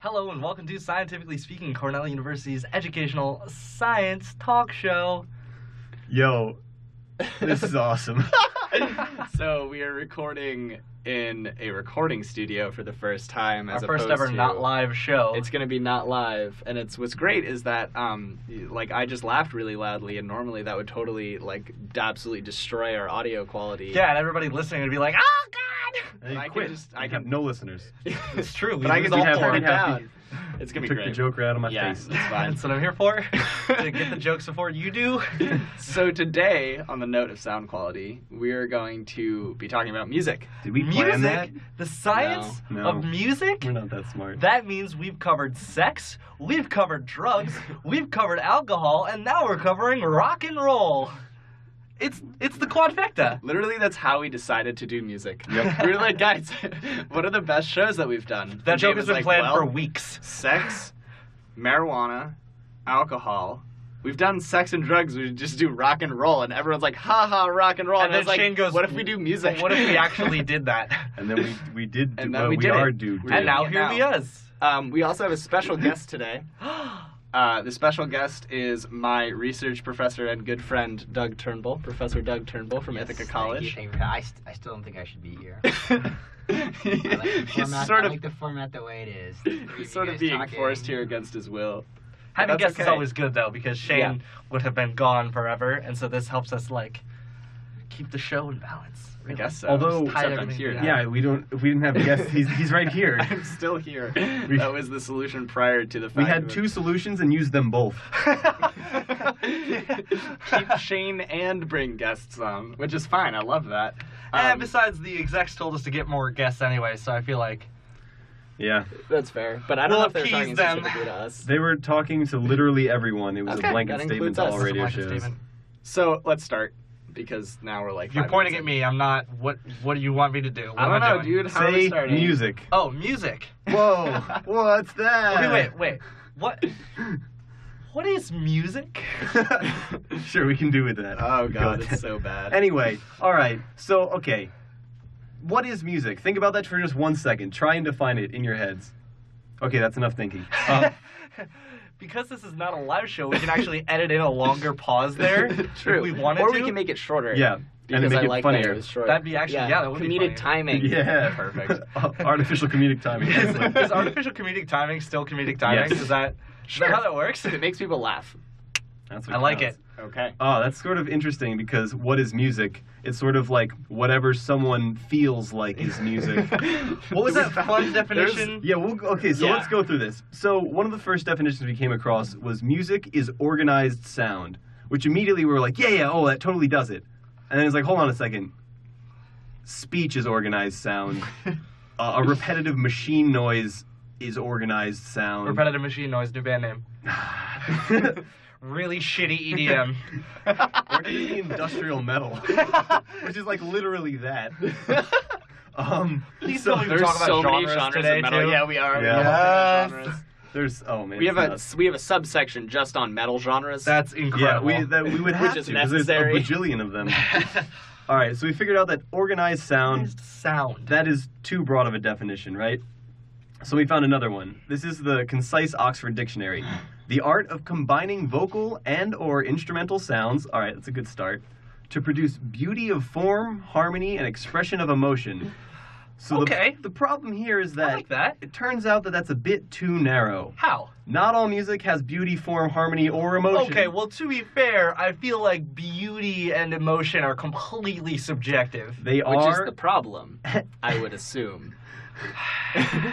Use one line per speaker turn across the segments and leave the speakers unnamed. Hello and welcome to Scientifically Speaking, Cornell University's educational science talk show.
Yo, this is awesome.
so we are recording in a recording studio for the first time.
Our
As
first
opposed
ever
to-
not live show.
It's gonna be not live, and it's what's great is that um, like I just laughed really loudly, and normally that would totally like absolutely destroy our audio quality.
yeah, and everybody listening would be like, "Oh God!"
And
I
you
can
quit.
just-
You
I
have
can-
no listeners.
It's true.
But I
lose
can
we
all
have-
tore
we
it
have
down. It's gonna
You
be
took
great.
the joke right out of my
yeah,
face.
it's fine.
That's what I'm here for. to get the jokes before you do.
so today, on the note of sound quality, we are going to be talking about music.
Did we plan that?
music, the science
No. No.
of music.
We're not that smart.
That means we've covered sex, we've covered drugs, we've covered alcohol, and now we're covering rock and roll. It's it's the quadfecta.
Literally, that's how we decided to do music.
Yep.
we were like, guys, what are the best shows that we've done?
That
And
joke
Dave
has
was
been
like,
planned
well,
for weeks.
sex, marijuana, alcohol. We've done sex and drugs. We just do rock and roll, and everyone's like, "Ha ha, rock and roll."
And
I was
then
like,
Shane goes,
"What if we do music?
What if we actually did that?
and then we we did. Do,
And then
well,
we did it.
are due.
And
to it.
And now
Yeah.
here we is.
um, we also have a special guest today. Uh, the special guest is my research professor and good friend, Doug Turnbull, Professor Doug Turnbull from
Yes,
Ithaca
thank you,
College.
thank you. I, st- I still don't think I should be here. I like the
he's
format,
sort
I
of
like the format the way it is. The three
he's sort
you
of
guys
being
talking.
forced here against his will.
Having
That's
guests is
okay.
always good though, because Shane
Yeah.
would have been gone forever, and so this helps us like keep the show in balance.
I
really.
guess so.
Although-
Except
Tied
I'm
everything
here.
down.
now.
Yeah, we don't. If we didn't have guests, he's he's right here.
I'm still here.
We-
That was the solution prior to the fact
We had
that-
two solutions and used them both.
Keep Shane and bring guests on, which is fine. I love that.
and
Um,
besides, the execs told us to get more guests anyway, so I feel like
Yeah,
that's fair, but I don't
We'll
know if they're
appease
talking
them.
specifically to us.
they were talking to literally everyone. It was
Okay,
a blanket
that includes
statement to all
us.
radio
That's a blanket
shows.
statement.
So let's start because now we're like.
If you're
five
pointing at
minutes
me, I'm not. What What do you want me to do? What
in. I
am
don't know,
doing?
dude. How are we
Say
starting?
music.
Oh, music.
Whoa, what's that?
Okay, wait, wait. What? What is music?
sure, we can do with that.
Oh
We
god,
got
it's
that.
so bad.
Anyway, all right. So, okay. What is music? Think about that for just one second. Try and define it in your heads. Okay, that's enough thinking.
Oh.
Uh,
because this is not a live show, we can actually edit in a longer pause there.
True.
If we wanted
or
to.
we can make it shorter.
yeah,
Because
and make
I
it
like that
funnier.
it was short.
That'd be actually- yeah, that would be
comedic
funnier.
timing.
yeah, Uh,
Perfect.
Artificial comedic timing.
is,
excellent.
is artificial comedic timing still comedic timing?
Yes.
Is that, is that
Sure.
how that works?
It makes people laugh.
That's what
I like it.
counts.
Okay.
Oh, that's sort of interesting because what is music? It's sort of like whatever someone feels like is music.
What was
Do we
that fun definition?
Yeah, we'll, okay, so
Yeah.
let's go through this. So, one of the first definitions we came across was music is organized sound, which immediately we were like, yeah, yeah, oh, that totally does it. And then it's like, hold on a second. Speech is organized sound, uh, a repetitive machine noise is organized sound.
Repetitive machine noise, new band name. Really shitty E EDM.
We're doing the industrial metal, which is like literally that. Um,
Please
so
tell me we're
There's
talking about
so many
genres
genres
today,
of metal.
too.
Yeah, we are.
Yeah.
We
Yes.
have genres.
there's oh man,
We have
it's
a
nuts.
we have a subsection just on metal genres.
That's
yeah.
incredible.
We that we would have
is
to because there's a
necessary.
bajillion of them. All right, so we figured out that organized sound
sound.
that is too broad of a definition, right? So we found another one. This is the concise Oxford dictionary. The art of combining vocal and or instrumental sounds, all right, that's a good start, to produce beauty of form, harmony and expression of emotion. So
Okay.
the, the problem here is
I
that
like that.
it turns out that that's a bit too narrow.
How?
Not all music has beauty, form, harmony or emotion.
Okay, well, to be fair, I feel like beauty and emotion are completely subjective.
they
which
are
is the problem, I would assume.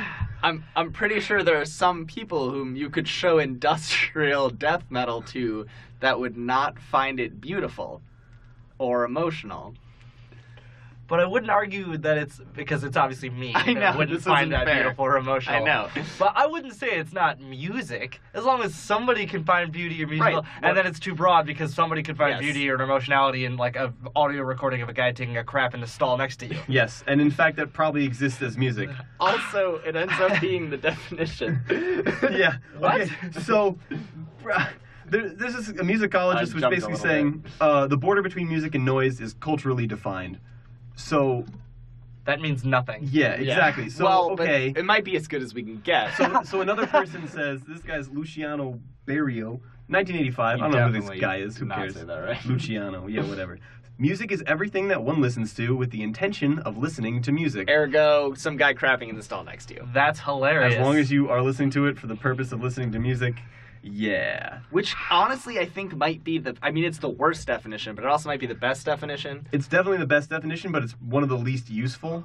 I'm I'm pretty sure there are some people whom you could show industrial death metal to that would not find it beautiful or emotional.
But I wouldn't argue that it's because it's obviously me.
I
that
know,
wouldn't
this
find
isn't
that
fair.
beautiful or emotional.
I know.
But I wouldn't say it's not music, as long as somebody can find beauty or musical,
Right.
and then it's too broad because somebody could find
Yes.
beauty or emotionality in like a audio recording of a guy taking a crap in the stall next to you.
Yes, and in fact that probably exists as music.
Also, it ends up being the definition.
yeah.
What?
Okay. So There, there's this, a musicologist
I
was
jumped a
basically
little
saying uh, the border between music and noise is culturally defined. So
That means nothing.
yeah, exactly. So
well, but
okay.
it might be as good as we can get.
So, so another person says this guy's Luciano Berio, 1985.
You
I don't know who this
definitely
guy is. Who
did not
cares?
say that, right?
Luciano. Yeah, whatever. Music is everything that one listens to with the intention of listening to music.
Ergo, some guy crapping in the stall next to you.
That's hilarious.
As long as you are listening to it for the purpose of listening to music, yeah.
Which honestly, I think might be the. I mean, it's the worst definition, but it also might be the best definition
It's definitely the best definition, but it's one of the least useful.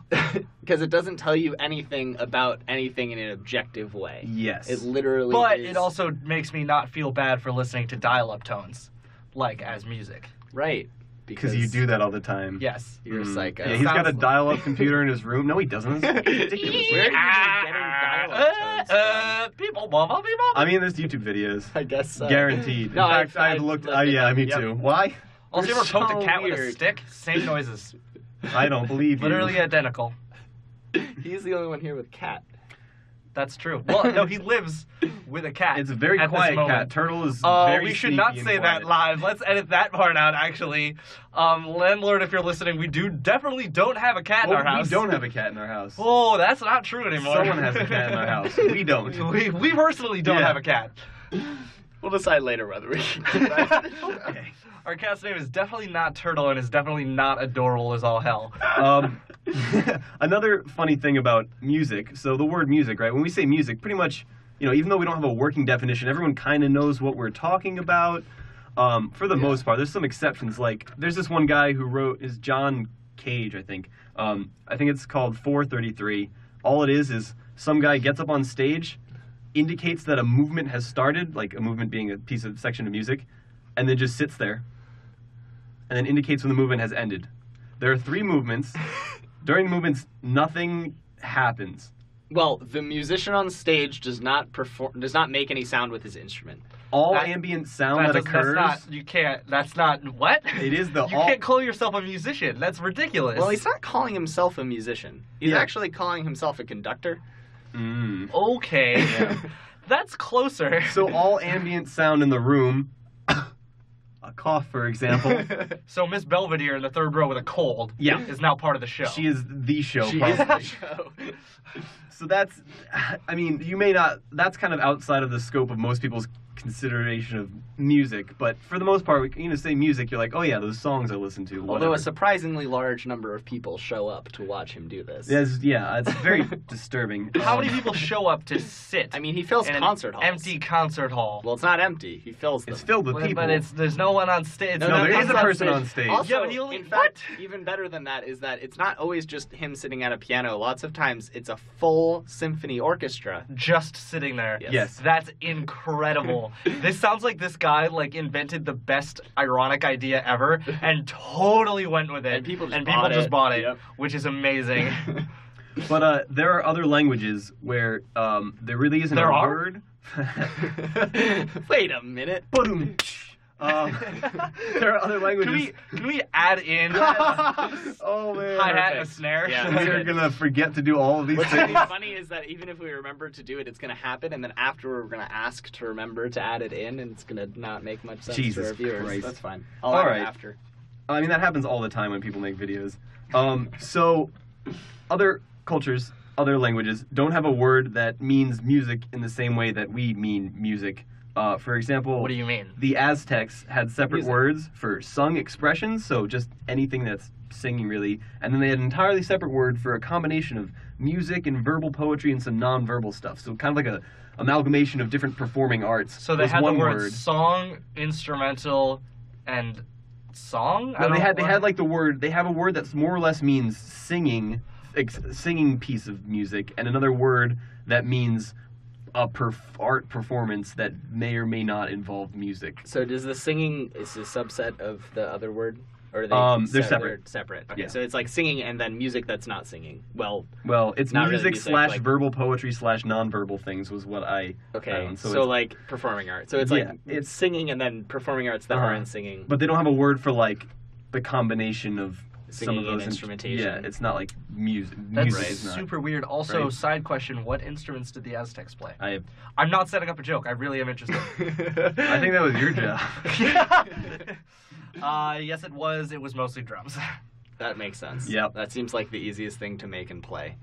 because it doesn't tell you anything about anything in an objective way.
Yes.
It literally.
but
is-
it also makes me not feel bad for listening to dial-up tones, like as music.
right
Because you do that all the time.
Yes.
You're a
Mm.
psycho.
Yeah, he's got a
Sounds like-
dial-up computer in his room. No, he doesn't. That's ridiculous.
Where are you getting dial-up tones
Uh, uh, people, blah, blah, blah, blah.
I mean, there's YouTube videos.
I guess so.
Guaranteed.
No,
In fact,
I- I
I've looked.
looked
uh,
it
yeah,
up,
me
yep.
too. Why?
also, you
you're
ever poked a
so
cat with a
weird.
stick? Same noises.
I don't believe you.
Literally identical.
uh,
He's the only one here with cat.
That's true. Well, no, he lives with a cat.
It's a very
at this
quiet cat.
moment.
Turtle is
Uh,
very
we should not
sneaky and
say that
quiet.
live. Let's edit that part out. Actually, um, landlord, if you're listening, we do definitely don't have a cat
Well,
in our house.
We don't have a cat in our house.
Oh, that's not true anymore.
Someone has a cat in our house. We don't.
we, we personally don't
Yeah.
have a cat.
We'll decide later whether we can do that.
Okay.
Our cat's name is definitely not Turtle and is definitely not adorable as all hell.
Um, another funny thing about music. So the word music, right? When we say music, pretty much, you know, even though we don't have a working definition, everyone kind of knows what we're talking about. Um, for the most part, there's some exceptions. Like there's this one guy who wrote is John Cage, I think. Um, I think it's called 433. All it is is some guy gets up on stage, indicates that a movement has started, like a movement being a piece of section of music, and then just sits there, and then indicates when the movement has ended. There are three movements. During the movements, nothing happens.
well, the musician on stage does not perform, does not make any sound with his instrument.
All
That-
ambient sound
That
that,
does-
occurs.
That's not. You can't. That's not what.
It is the
You
all-
can't call yourself a musician. That's ridiculous.
Well, he's not calling himself a musician. He's
Yeah.
actually calling himself a conductor.
Mm.
okay.
Oh,
That's closer.
So all ambient sound in the room, a cough, for example.
So Miss Belvedere in the third row with a cold.
Yeah.
Is now part of the show.
She is the show.
She is
probably.
the show.
So that's, I mean, you may not. That's kind of outside of the scope of most people's consideration of music. But for the most part, we, you know, say music, you're like, oh yeah, those songs I listen to.
Although
whatever.
a surprisingly large number of people show up to watch him do this.
Yes, yeah, it's very disturbing.
How
Um,
many people show up to sit?
I mean, he fills
in an
concert halls.
Empty concert hall.
Well, it's not empty. He fills them.
It's filled with
Well,
people.
but it's there's no one on stage.
No, there
that's
is a
not
person on stage.
Also,
Yeah, but he only-
in fact, even better than that is that it's not always just him sitting at a piano. Lots of times, it's a full symphony orchestra.
just sitting there.
Yes.
Yes.
That's incredible. this sounds like this guy like invented the best ironic idea ever and totally went with it.
And people just
and people
bought
just
it.
bought it,
Yep.
which is amazing.
But uh, there are other languages where um, there really isn't
There
a
are?
word.
Wait a minute.
Ba-dum. um, there are other
can
languages.
we can we add in hi
oh man.
hat and a
Perfect.
snare?
Yeah.
We are gonna forget to do all of these
What's
things.
really funny is that even if we remember to do it, it's going to happen, and then afterward, we're going to ask to remember to add it in, and it's going to not make much sense
Jesus
to our viewers.
Christ.
That's fine. I'll
All
add
right.
it after.
I mean, that happens all the time when people make videos. Um, so, other cultures, other languages don't have a word that means music in the same way that we mean music. Uh, for example,
What do you mean?
the Aztecs had separate
Music.
words for sung expressions, so just anything that's singing really, and then they had an entirely separate word for a combination of music and verbal poetry and some nonverbal stuff. So kind of like a amalgamation of different performing arts.
So they
was
had the
one
word, song, instrumental, and song. I
No, they
don't-
had they
what-
had like the word. They have a word that's more or less means singing, ex- singing piece of music, and another word that means a perf- art performance that may or may not involve music.
So does the singing is a subset of the other word, or are they
Um, they're
so
separate.
separate. Okay,
Yeah.
so it's like singing and then music that's not singing. Well,
Well, it's
Not really
music,
music,
slash
like-
verbal poetry slash nonverbal things was what I
okay,
found.
so,
So, it's,
like performing arts. So it's
Yeah,
like
it's-
it's singing and then performing arts that
Uh-huh.
aren't singing.
but they don't have a word for like the combination of some of
Singing and
those in-
instrumentation.
yeah, it's not like music.
That's
music is not.
super weird. Also,
Right.
side question: What instruments did the Aztecs play?
I
I'm not setting up a joke. I really am interested.
I think that was your job.
uh, yes, it was. It was mostly drums.
That makes sense.
Yep.
That seems like the easiest thing to make and play.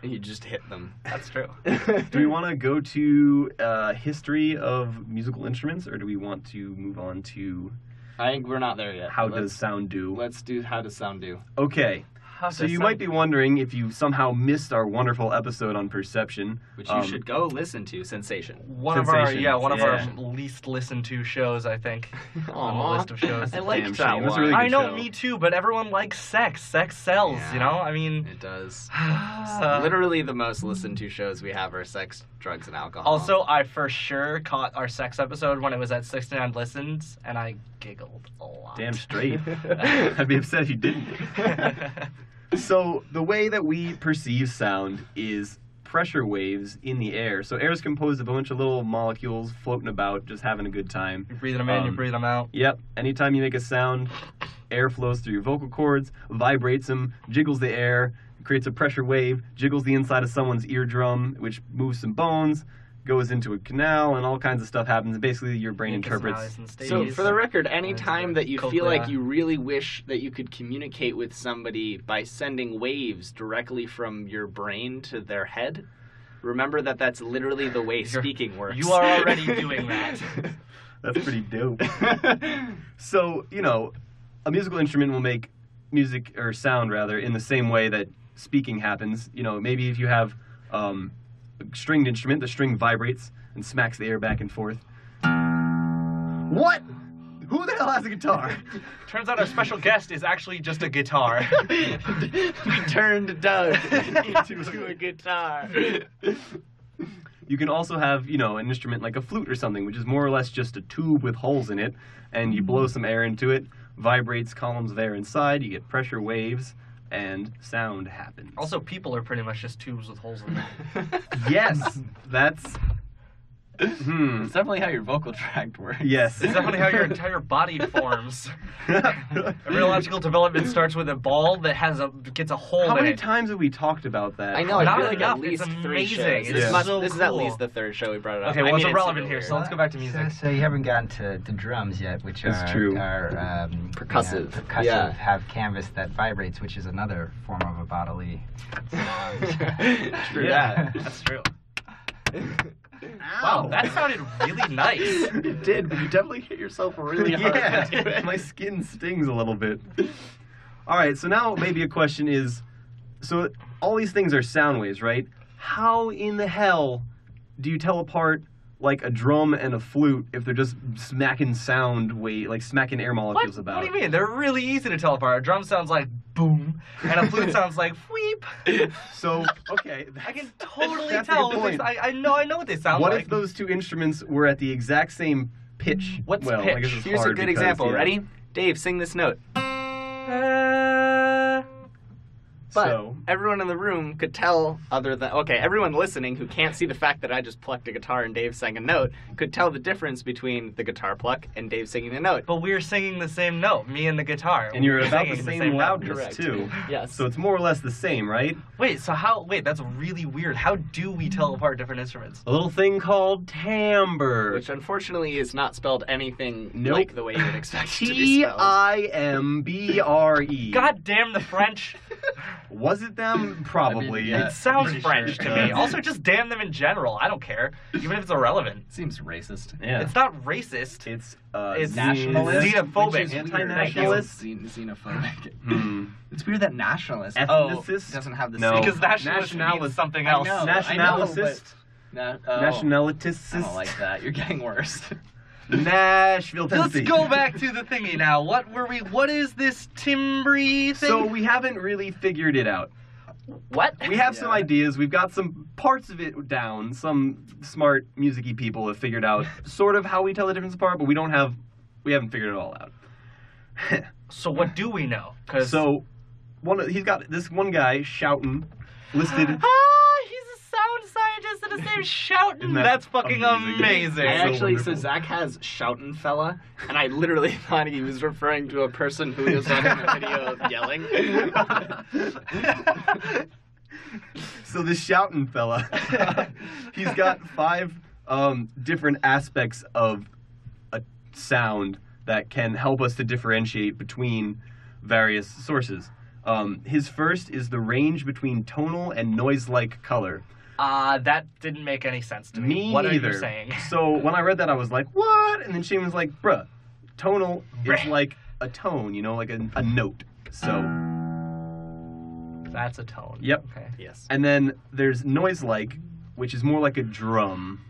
You just hit them.
That's true.
do we want to go to uh, history of musical instruments, or do we want to move on to
I think we're not there yet.
how
Let's-
does sound do?
Let's do how does sound do.
Okay,
How
so
does
you
sound-
might be wondering if you somehow missed our wonderful episode on perception.
Which you
Um,
should go listen to, Sensation.
one of our
Sensation.
yeah one of our
Yeah.
least listened to shows. I think on the list of shows.
I liked
Damn
that
shame. That's
one.
a really good
I know,
show.
me too. But everyone likes sex. Sex sells. You
Yeah.
know. I mean.
It does.
Literally.
Literally the most listened to shows we have are sex, drugs, and alcohol.
Also, I for sure caught our sex episode when it was at 69 listens, and I giggled a lot.
Damn straight. I'd be upset if you didn't. So the way that we perceive sound is pressure waves in the air. So air is composed of a bunch of little molecules floating about, just having a good time.
you breathe them in, you
Um,
breathe them out.
Yep. Anytime you make a sound, air flows through your vocal cords, vibrates them, jiggles the air, creates a pressure wave, jiggles the inside of someone's eardrum, which moves some bones, goes into a canal, and all kinds of stuff happens. Basically, your brain interprets.
So, for the record, any
That's
time
good.
that you
Cochlea.
feel like you really wish that you could communicate with somebody by sending waves directly from your brain to their head, remember that that's literally the way
You're-
speaking works.
you are already doing that.
That's pretty dope. So, you know, a musical instrument will make music or sound rather in the same way that speaking happens. You know, maybe if you have um, a stringed instrument, the string vibrates and smacks the air back and forth. What? Who the hell has a guitar?
Turns out our special guest is actually just a guitar.
we turned Doug into a guitar.
You can also have, you know, an instrument like a flute or something, which is more or less just a tube with holes in it, and you blow some air into it, vibrates columns of air inside, you get pressure waves, and sound happens.
also, people are pretty much just tubes with holes in them.
yes, that's. Hmm.
It's definitely how your vocal tract works.
Yes.
It's definitely how your entire body forms. Every logical development starts with a ball that has a gets a hole
How
in
many
it.
times have we talked about that?
I know. I
Not
feel like
enough,
at
it's
least three
amazing.
shows. This,
It's
must-
so
this is at
cool.
least the third show we brought it up.
Okay,
I
well, it's
mean,
irrelevant
a
here,
little
so let's go back to music.
So, so you haven't gotten to the drums yet, which
That's
are,
true.
are um,
Percussive,
yeah, percussive
yeah.
have canvas that vibrates, which is another form of a bodily.
weird. True
Yeah.
that.
That's true.
Ow.
Wow, that sounded really nice.
you did, but you definitely hit yourself really hard. into
yeah,
it.
my skin stings a little bit. All right, so now maybe a question is so all these things are sound waves, right? How in the hell do you tell apart like a drum and a flute if they're just smacking sound wave, like smacking air
What?
molecules about?
what do you mean? They're really easy to tell apart. A drum sounds like boom, and a flute sounds like weep.
So, okay.
I can totally
That's a
tell.
good
what they-
point.
I, I know. I know what they sound
what
like.
if those two instruments were at the exact same pitch?
What's
well, I
pitch?
guess it's
Here's a
hard
good
because,
example.
yeah.
Ready? Dave, sing this note.
Uh,
But
So,
everyone in the room could tell, other than okay, everyone listening who can't see the fact that I just plucked a guitar and Dave sang a note could tell the difference between the guitar pluck and Dave singing a note.
but we're singing the same note. Me and the guitar.
and you're
We're
about the
singing
same,
note.
loudness
Correct.
too.
Yes.
So it's more or less the same, right?
Wait. So how? Wait. That's really weird. How do we tell apart different instruments?
A little thing called timbre.
which unfortunately is not spelled anything
Nope.
like the way you would expect it to be
T
spelled.
I M B R E.
God damn the French!
was it them?
I
Probably.
mean, yeah.
it sounds
pretty
French
sure
to
it
me.
does.
Also, just damn them in general. I don't care, even if it's irrelevant.
Seems racist.
Yeah.
It's not racist.
It's, uh,
It's
nationalist.
xenophobic.
which is weird. Anti-nationalist.
Xen- xenophobic.
Hmm.
It's weird that nationalist oh,
Ethnicist?
doesn't have the
No.
same.
Because nationalist
Nationalis-
means something
I
else.
know.
Nationalist.
Na- oh,
Nationalitist.
I don't like that. You're getting worse.
Nashville,
Let's
Tennessee.
go back to the thingy now. What were we? What is this timbry thing?
So we haven't really figured it out.
what?
We have some
Yeah.
ideas. We've got some parts of it down. Some smart musicy people have figured out sort of how we tell the difference apart, but we don't have we haven't figured it all out.
So what do we know? Because
So one of- he's got this one guy shouting listed
ah, he's a sound scientist and a is there shouting?
Isn't that
That's fucking
amazing?
amazing.
I
so
actually, so
wonderful.
Zach has shoutin' fella, and I literally thought he was referring to a person who was on a video of yelling.
So this shouting fella, he's got five um, different aspects of a sound that can help us to differentiate between various sources. Um, his first is the range between tonal and noise-like color.
Uh, that didn't make any sense to me.
Me
what
neither.
are you saying?
So when I read that, I was like, "What?" And then Shane was like, "Bruh, tonal is
Bruh.
like a tone, you know, like a, a note." So.
That's a tone.
Yep.
Okay.
yes.
And then there's noise like, which is more like a drum.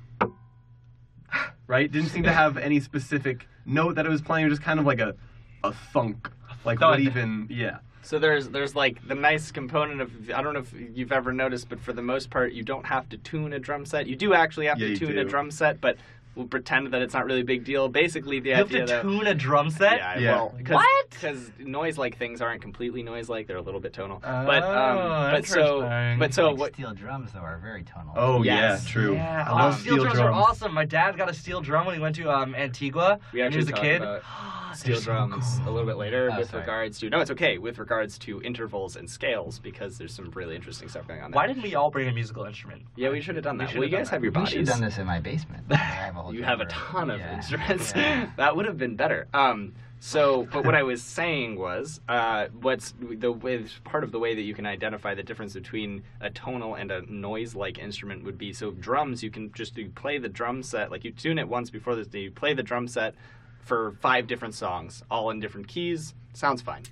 Right? Didn't seem to have any specific note that it was playing, it was just kind of like a a thunk. Like what
Thud.
even yeah.
So there's there's like the nice component of I don't know if you've ever noticed, but for the most part, you don't have to tune a drum set. You do actually have
Yeah,
to
you
tune a
do.
drum set, but we'll pretend that it's not really a big deal. Basically, the
You have
idea
to
that
tune a drum set.
yeah,
Yeah.
well, cause,
What?
Because noise-like things aren't completely noise-like; they're a little bit tonal.
Oh,
but um, but so
interesting.
but so
like
what?
Steel drums though are very tonal.
Oh
Yes.
yeah, true.
Yeah,
I
oh,
love
steel, drums, are awesome. My dad got a steel drum when he went to um, Antigua
We
when he
actually
was a
talked
kid.
about
They're
steel
so
drums a little bit later
Oh,
with
sorry.
regards to no, it's okay with regards to intervals and scales because there's some really interesting stuff going on there.
Why didn't we all bring a musical instrument?
yeah, we should have done
We
that.
should
Well, you
have done
guys
that.
have your
We should have
bodies.
done this in my basement. I have a whole
you have a
drawer.
ton of
Yeah.
instruments.
Yeah.
that would have been better. Um, so, but what I was saying was, uh, what's the way, part of the way that you can identify the difference between a tonal and a noise-like instrument would be. So, drums, you can just you play the drum set, like you tune it once before this. You play the drum set for five different songs, all in different keys. Sounds fine,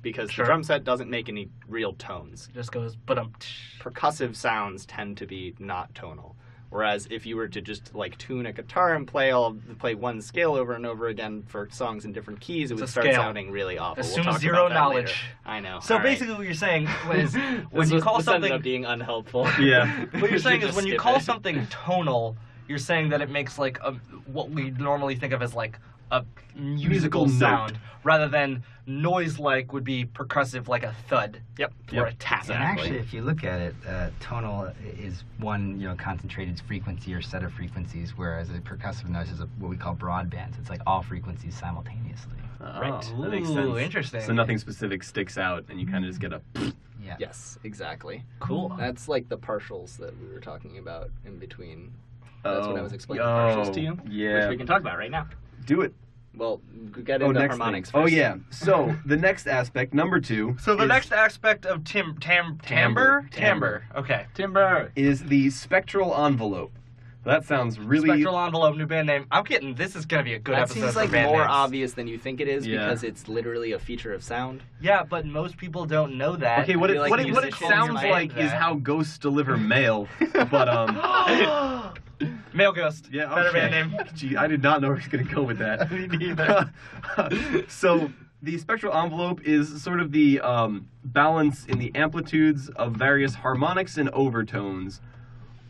because
Sure.
the drum set doesn't make any real tones
It just goes, but um.
percussive sounds tend to be not tonal. Whereas if you were to just like tune a guitar and play all play one scale over and over again for songs in different keys, it
It's
would
a
start
scale.
sounding really awful.
Assume
talk
zero
about that later.
knowledge.
I know.
So
all right.
basically, what you're saying is when
This
you
was-
call
this ended up
something,
being unhelpful.
Yeah.
what you're
We
saying
should
is when you
just skip
call
it.
something tonal, you're saying that it makes like a, what we normally think of as like a musical,
Musical note.
sound, rather than noise-like would be percussive, like a thud
Yep.
or
Yep.
a tap.
And actually, if you look at it, uh, tonal is one you know concentrated frequency or set of frequencies, whereas a percussive noise is a, what we call broadbands. It's like all frequencies simultaneously.
Right.
Ooh,
That makes sense.
interesting.
So nothing specific sticks out and you kinda just get a
Yeah.
Yes, exactly.
cool.
That's like the partials that we were talking about in between. That's
oh,
what I was explaining
oh,
partials to you,
Yeah.
which we can talk about right now.
Do it.
Well, we get
Oh
into
next
harmonics.
thing. Oh
first.
yeah. So the next aspect, number two
So the
is-
next aspect of tim tam timbre
Timbre.
timbre. Okay.
Timber.
is the spectral envelope. That sounds really
Spectral envelope, new band name. I'm getting this is gonna be a good
that
episode.
seems
for
like
band
more
names.
obvious than you think it is
Yeah.
because it's literally a feature of sound.
Yeah, but most people don't know that.
Okay, what it,
feel like
what, it, what it
musicians
sounds
might
like
do
is
that.
how ghosts deliver mail, but um,
Male Ghost.
yeah,
oh,
Better
okay.
band name.
Gee, I did not know I was gonna go with that.
Me neither.
so the spectral envelope is sort of the um, balance in the amplitudes of various harmonics and overtones.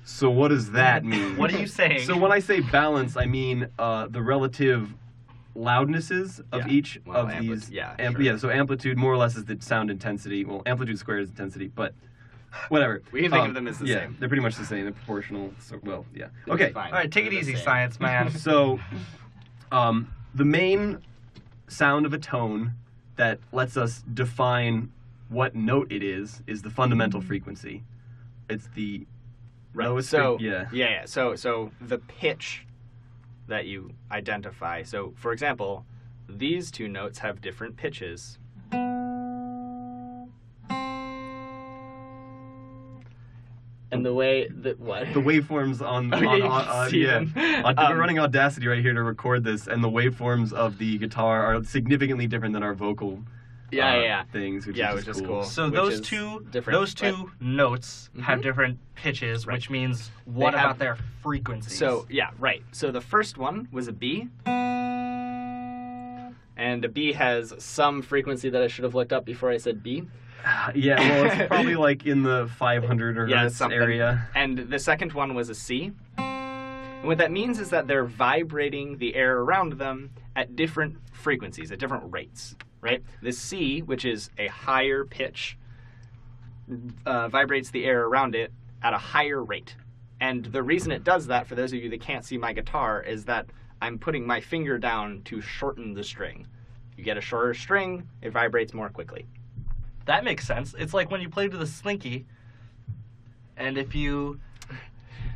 So what does that mean?
What are you saying?
So when I say balance, I mean uh, the relative loudnesses of
Yeah.
each
Well,
of
ampli-
these.
yeah,
amp-
sure.
yeah. So amplitude more or less is the sound intensity. Well, amplitude squared is intensity, but whatever. Um,
We can think of them as the
yeah,
same.
They're pretty much the same. They're proportional. So well, yeah. Okay.
Fine.
All right, take it
They're the
easy,
same.
science man.
So um, the main sound of a tone that lets us define what note it is is the fundamental
Mm-hmm.
frequency. It's the lowest. fre-
So
yeah.
yeah, yeah. So so the pitch that you identify. So for example, these two notes have different pitches. And the way that what
the waveforms on,
Oh, yeah,
on,
you
on,
can
on-
see
yeah.
them.
Uh,
Um,
we're running Audacity right here to record this, and the waveforms of the guitar are significantly different than our vocal
yeah
uh,
yeah, yeah.
things, which
Yeah,
is
which
just
is cool.
So
Which
those
is
two
different,
those two notes have different pitches, which means what
Mm-hmm. have-
about their frequencies?
So yeah, right. So the first one was a B. And a B has some frequency that I should have looked up before I said B.
Yeah, well, it's probably like in the 500 or
Yeah,
hertz
something.
area.
And the second one was a C. And what that means is that they're vibrating the air around them at different frequencies, at different rates, right? The C, which is a higher pitch, uh, vibrates the air around it at a higher rate. And the reason it does that, for those of you that can't see my guitar, is that I'm putting my finger down to shorten the string. You get a shorter string, it vibrates more quickly.
That makes sense. It's like when you play with a slinky, and if you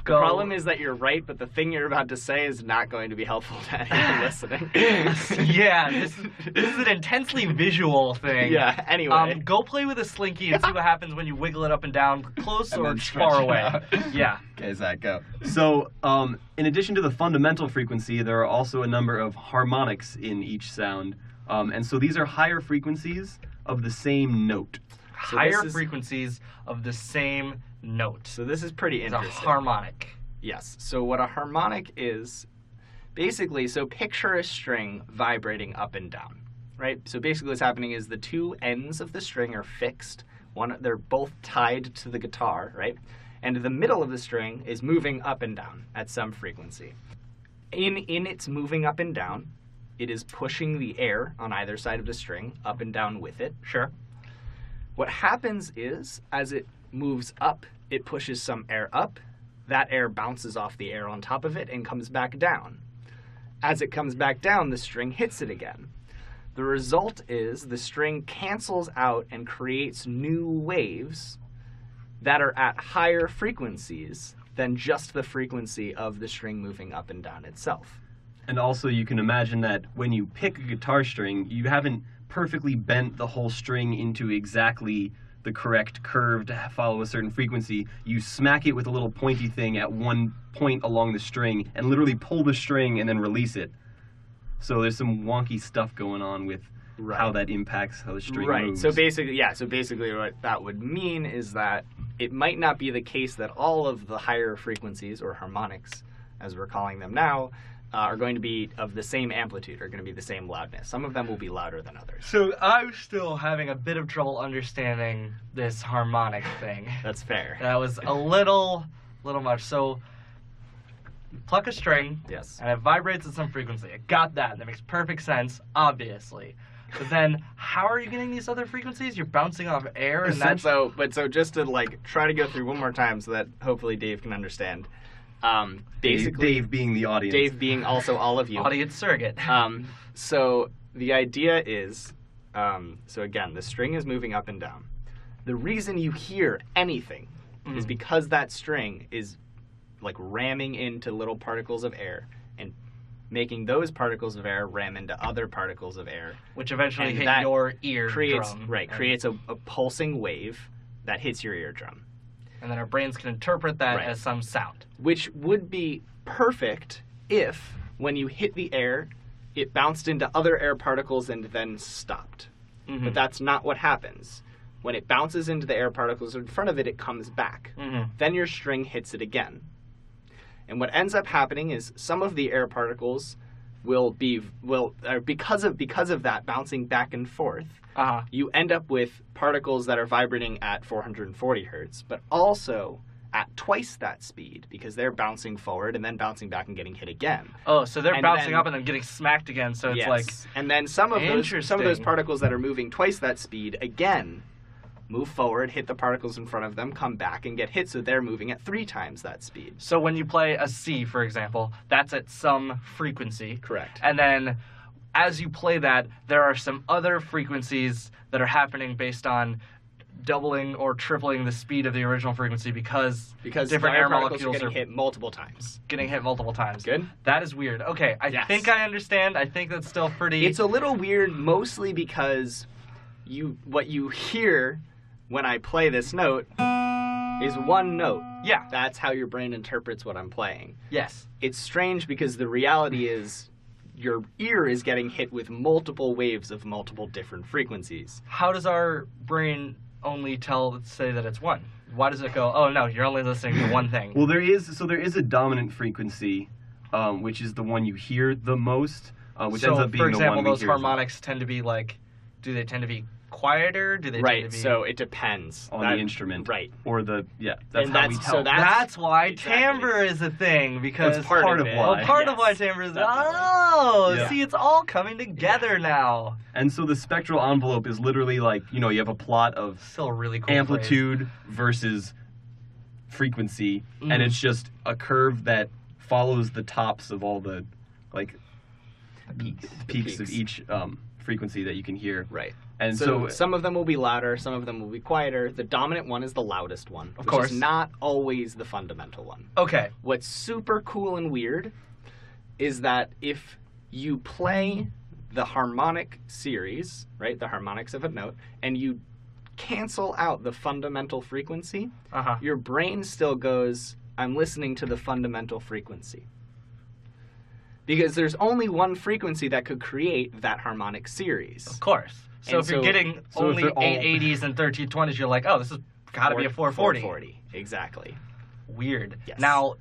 go.
The problem is that you're right, but the thing you're about to say is not going to be helpful to anyone listening.
yeah, this, this is an intensely visual thing.
Yeah, anyway.
Um, go play with a slinky and see what happens when you wiggle it up and down, close
And
or
then stretch
far
it
away.
out.
Yeah.
Okay, Zach, go.
So, um, in addition to the fundamental frequency, there are also a number of harmonics in each sound. Um, and so these are higher frequencies of the same note.
So this
Higher
is-
frequencies of the same note.
So this is pretty
It's a
interesting.
harmonic.
Yes. So what a harmonic is, basically, so picture a string vibrating up and down, right? So basically, what's happening is the two ends of the string are fixed. One, they're both tied to the guitar, right? And the middle of the string is moving up and down at some frequency. In in its moving up and down, it is pushing the air on either side of the string up and down with it.
Sure.
What happens is, as it moves up, it pushes some air up. That air bounces off the air on top of it and comes back down. As it comes back down, the string hits it again. The result is the string cancels out and creates new waves that are at higher frequencies than just the frequency of the string moving up and down itself.
And also, you can imagine that when you pick a guitar string, you haven't perfectly bent the whole string into exactly the correct curve to follow a certain frequency. You smack it with a little pointy thing at one point along the string and literally pull the string and then release it. So there's some wonky stuff going on with how that impacts how the string
right.
moves.
So basically, yeah. So basically, what that would mean is that it might not be the case that all of the higher frequencies or harmonics, as we're calling them now, uh, are going to be of the same amplitude, are going to be the same loudness. Some of them will be louder than others.
So I'm still having a bit of trouble understanding this harmonic thing.
That's fair.
That was a little, little much. So pluck a string,
Yes.
and it vibrates at some frequency. I got that. That makes perfect sense, obviously. But then, how are you getting these other frequencies? You're bouncing off air, and that's
so, but so just to like try to go through one more time so that hopefully Dave can understand. Um,
Dave,
basically,
Dave being the audience.
Dave being also all of you.
audience surrogate.
um, so the idea is um, so again the string is moving up and down the reason you hear anything is
Mhm.
because that string is like ramming into little particles of air and making those particles of air ram into other particles of air
which eventually
and
hit
that
your ear
creates
drum,
right
and,
creates a, a pulsing wave that hits your eardrum
and then our brains can interpret that
Right.
as some sound.
which would be perfect if, when you hit the air, it bounced into other air particles and then stopped. But that's not what happens. When it bounces into the air particles in front of it, it comes back.
Mm-hmm.
Then your string hits it again. And what ends up happening is some of the air particles will be will uh, because of because of that bouncing back and forth
Uh-huh.
you end up with particles that are vibrating at 440 hertz, but also at twice that speed because they're bouncing forward and then bouncing back and getting hit again.
Oh, so they're
And
bouncing
then-
up and then getting smacked again. So it's
Yes.
like
and then some of those some of those
Interesting.
particles that are moving twice that speed again move forward, hit the particles in front of them, come back and get hit, so they're moving at three times that speed.
so when you play a C, for example, that's at some frequency.
Correct.
And then as you play that, there are some other frequencies that are happening based on doubling or tripling the speed of the original frequency because
Because
different
the
air
particles
molecules
are
are-
getting hit multiple times.
getting hit multiple times.
Good.
That is weird. Okay, I
Yes.
think I understand. I think that's still pretty
It's a little weird, mostly because you what you hear when I play this note is one note.
Yeah.
That's how your brain interprets what I'm playing.
Yes.
It's strange because the reality is your ear is getting hit with multiple waves of multiple different frequencies.
How does our brain only tell say that it's one? Why does it go, "Oh no, you're only listening to one thing."
Well, there is so there is a dominant frequency, um, which is the one you hear the most, uh, which
so
ends up being
for example,
the one we
those
hear the
harmonics tend to be like do they tend to be quieter? Do they
right.
tend to be
So it depends
on
That-
the instrument,
Right.
Or the yeah, that's
And
how
that's-
we
so
tell.
that-
That's, why
Exactly.
timbre is a thing because
That's part of
it.
why.
Well, part of
Yes,
why timbre is
definitely.
oh,
Yeah.
see, it's all coming together now.
and so the spectral envelope is literally like you know you have a plot of
Still a really cool. phrase.
amplitude versus frequency,
Mm.
and it's just a curve that follows the tops of all the like
Peaks.
peaks, of
peaks.
each um, frequency that you can hear.
Right.
And
so,
so,
some of them will be louder, some of them will be quieter. The dominant one is the loudest one. Of
course.
not always the fundamental one.
Okay.
What's super cool and weird is that if you play the harmonic series, right, the harmonics of a note, and you cancel out the fundamental frequency,
Uh huh.
your brain still goes, I'm listening to the fundamental frequency. Because there's only one frequency that could create that harmonic series.
Of course. So
And
if you're
so-
getting
so if
only
they're all-
880s and 1320s, you're like, oh, this has got to be a 440.
440. Exactly.
Weird.
Yes.
Now,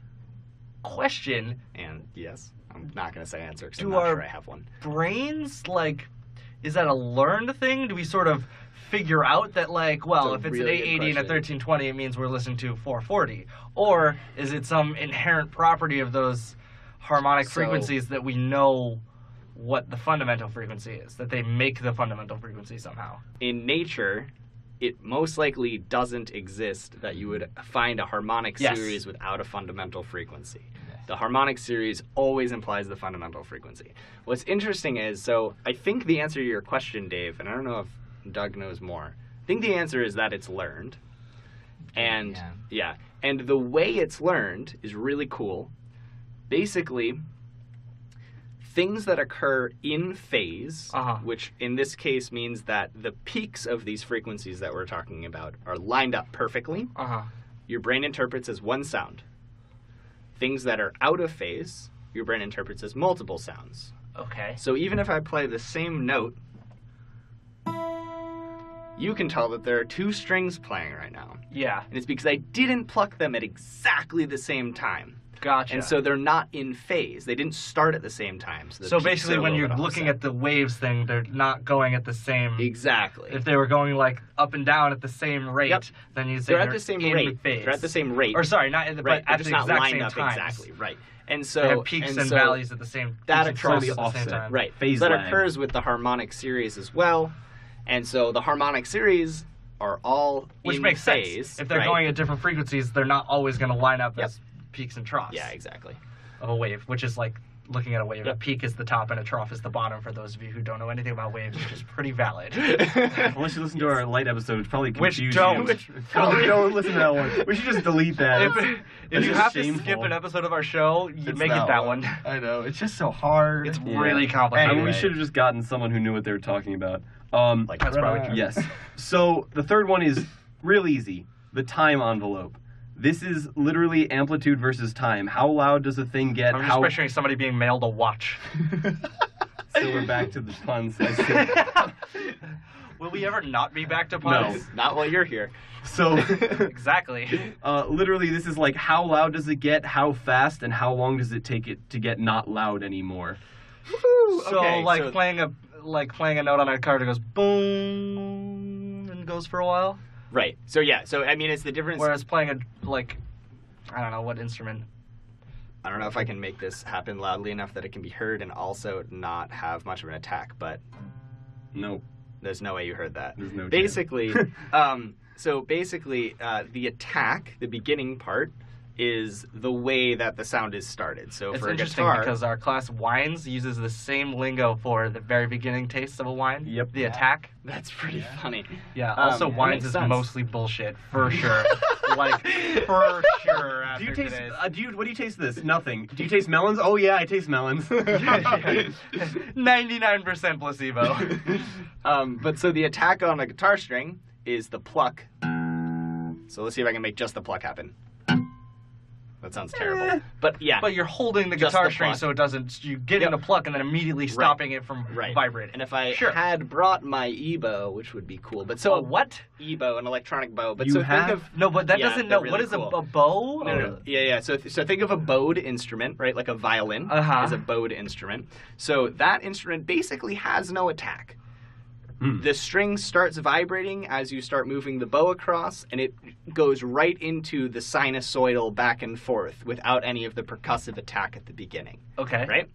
question:
And yes, I'm not going to say answer because
Do
I'm not
our-
sure I have one.
Brains, like, is that a learned thing? Do we sort of figure out that, like, well,
It's
if
a
it's
really
an
good
880 and a
question.
1320, it means we're listening to 440, or is it some inherent property of those harmonic
So-
frequencies that we know? What the fundamental frequency is, that they make the fundamental frequency somehow.
In nature, it most likely doesn't exist that you would find a harmonic
Yes.
series without a fundamental frequency.
Yes.
The harmonic series always implies the fundamental frequency. What's interesting is so I think the answer to your question, Dave, and I don't know if Doug knows more. I think the answer is that it's learned. And
Yeah.
yeah. And the way it's learned is really cool. Basically, things that occur in phase,
Uh-huh.
which in this case means that the peaks of these frequencies that we're talking about are lined up perfectly,
Uh huh.
your brain interprets as one sound. Things that are out of phase, your brain interprets as multiple sounds.
Okay.
So even if I play the same note, you can tell that there are two strings playing right now.
Yeah.
And it's because I didn't pluck them at exactly the same time.
Gotcha.
And so they're not in phase. They didn't start at the same time. So, the
So
peaks
basically,
are a
when
little
you're
bit
looking
offset.
at the waves thing, they're not going at the same.
exactly,
If they were going like up and down at the same rate,
Yep.
then you say
they're at the same
in
rate.
Phase.
They're at the same rate.
Or sorry, not at the,
right.
but at
they're
the
just
exact
not
same
lined up
time.
exactly. Right. And so
They have peaks and,
so-
valleys at the same.
that
peaks and
occurs-
valleys at the same
Offset.
time.
Right.
Phase
that
lag.
occurs with the harmonic series as well. And so the harmonic series are all
Which
in
makes
phase.
sense. If they're
right?
going at different frequencies, they're not always going to line up
Yep.
as peaks and troughs
Yeah, exactly.
of a wave, which is like looking at a wave. A
Yep.
peak is the top and a trough is the bottom. For those of you who don't know anything about waves, which is pretty valid.
unless you listen to our light episode, which probably
Which
confused
don't.
you.
Which-
Probably don't listen to that one. We should just delete that.
if, if
It's
you
just
have to
shameful.
skip an episode of our show, you
It's
make
that
it that one.
I know. It's just so hard.
It's really complicated.
I mean, we should have just gotten someone who knew what they were talking about. Um,
Like
That's probably true.
yes. So the third one is real easy. The time envelope. This is literally amplitude versus time. How loud does a thing get?
I'm just
How
picturing somebody being mailed a watch.
so we're back to the puns. I said.
Will we ever not be back to puns?
not while you're here.
So
Exactly.
uh, literally, this is like how loud does it get? How fast? And how long does it take it to get not loud anymore?
So
okay,
like
so-
playing a like playing a note on a card that goes boom and goes for a while.
Right. So yeah. So I mean, it's the difference.
Whereas playing a like I don't know what instrument.
I don't know if I can make this happen loudly enough that it can be heard and also not have much of an attack, but
No,
there's no way you heard
Mm-hmm.
that.
there's no. chance.
Basically, um, so basically, uh, the attack, the beginning part, is the way that the sound is started. So
It's
for a
interesting
guitar,
because our class wines uses the same lingo for the very beginning taste of a wine.
Yep.
The attack.
that's pretty funny.
Yeah.
Um,
Also,
that
wines
makes
is
sense.
mostly bullshit for sure. like for sure. After
Do you taste?
today's.
Uh, do you? What do you taste? This? Nothing. Do you taste melons? Oh yeah, I taste melons.
99% placebo.
Um, but so the attack on a guitar string is the pluck. So let's see if I can make just the pluck happen. That sounds
Eh.
terrible. But yeah,
but you're holding the
Just
guitar
the
string
pluck.
so it doesn't you get in a pluck and then immediately stopping it from
Right.
vibrating.
and if I
Sure. Oh,
had brought my ebow, which would be cool. But so
so what?
ebow, an electronic bow. But
You
so
have-
think of
No, but that
Yeah,
doesn't know
they're
what
really
is a-
cool.
a, bow?
No, no. Yeah, yeah. So, th- so think of a bowed instrument, right? Like a violin
Uh-huh.
is a bowed instrument. So that instrument basically has no attack.
Hmm.
The string starts vibrating as you start moving the bow across, and it goes right into the sinusoidal back and forth without any of the percussive attack at the beginning,
Oh, Okay.
right?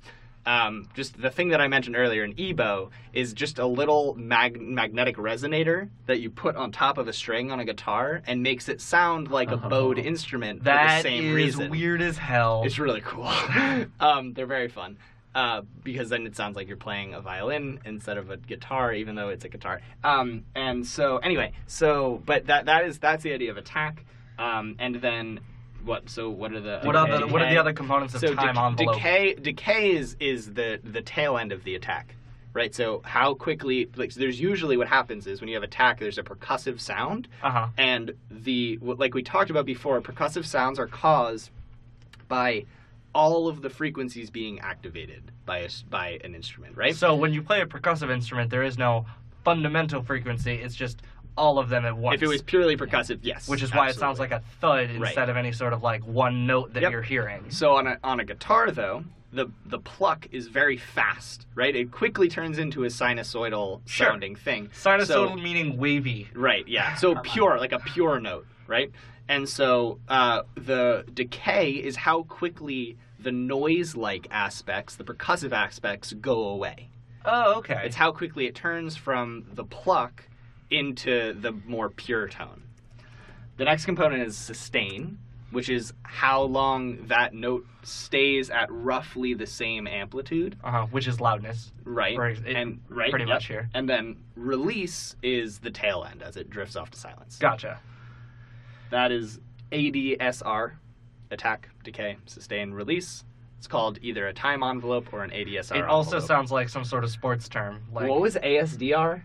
um, just the thing that I mentioned earlier, an ebow is just a little mag- magnetic resonator that you put on top of a string on a guitar and makes it sound like a bowed
Oh.
instrument for the
Uh-huh. That
same
is
reason.
weird as hell.
It's really cool. um, they're very fun. Uh, because then it sounds like you're playing a violin instead of a guitar, even though it's a guitar. Um, and so anyway, so but that that is that's the idea of attack. Um, and then what? So what are the
What are the
decay?
what are the other components of
so
time
dec-
envelope?
decay decay is is the the tail end of the attack, right? So how quickly like so there's usually what happens is when you have attack, there's a percussive sound,
Uh huh.
and the like we talked about before percussive sounds are caused by all of the frequencies being activated by a s by an instrument right
So when you play a percussive instrument, there is no fundamental frequency. It's just all of them at once.
if it was purely percussive yes
which is why it sounds
absolutely.
like a thud
Right.
instead of any sort of like one note that
Yep.
you're hearing.
so on a on a guitar though the the pluck is very fast right it quickly turns into a sinusoidal
Sure.
sounding thing
Sinusoidal
So-
meaning wavy.
Right, yeah. So pure, like a pure note, right? And so uh, the decay is how quickly the noise like aspects, the percussive aspects, go away.
Oh, okay.
It's how quickly it turns from the pluck into the more pure tone. The next component is sustain, which is how long that note stays at roughly the same amplitude,
uh-huh, which is loudness.
right?
Or it-
and right,
pretty
yep.
much here.
And then release is the tail end as it drifts off to silence.
Gotcha.
That is ADSR, attack, decay, sustain, release. It's called either a time envelope or an ADSR.
it also
envelope.
sounds like some sort of sports term, like
what was ASDR?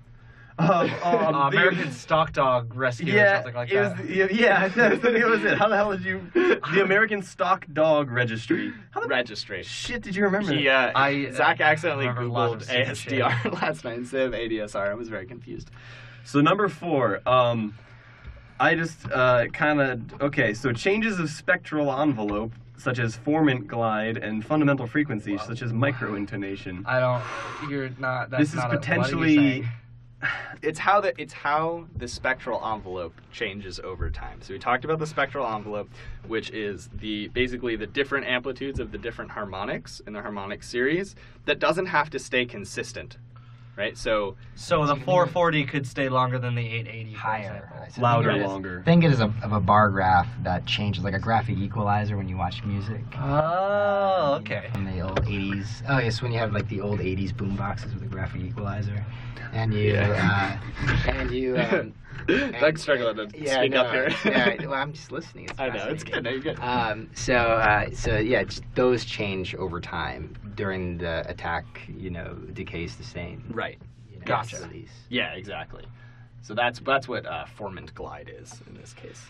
Um, um,
uh,
the-
American Stock Dog Rescue or
Yeah,
something like
it was,
that.
yeah, yeah, that was it. How the hell did you? The American Stock Dog Registry. How the
Registration.
shit did you remember? that?
He, uh,
I-
Zach accidentally
I remember a lot of
googled
stupid shit.
ASDR last night instead of ADSR. I was very confused.
So number four, um, I just uh, kind of okay. So changes of spectral envelope, such as formant glide and fundamental frequencies, such as microintonation.
I don't. You're not. That's
This is
not a- what are you
potentially-
saying?
It's how the it's how the spectral envelope changes over time. So we talked about the spectral envelope, which is the basically the different amplitudes of the different harmonics in the harmonic series that doesn't have to stay consistent, right? So
So the 440 could stay longer than the 880. for
higher.
example.
I said-
Louder,
Yes.
longer.
Think it is a, of a bar graph that changes, like a graphic equalizer when you watch music.
Oh, okay.
From the old 80s. Oh, yes, when you have like the old 80s boom boxes with a graphic equalizer. And you, uh, and you, um,
Doug's struggling to
yeah,
speak
no,
up here.
yeah, well, I'm just listening. It's
I know it's
fascinating.
good. No, you're good.
Um, so, uh, so yeah, j- those change over time during the attack. You know, decays the same.
Right.
You know,
Gotcha.
Release.
Yeah, exactly. So that's that's what uh, formant glide is in this case.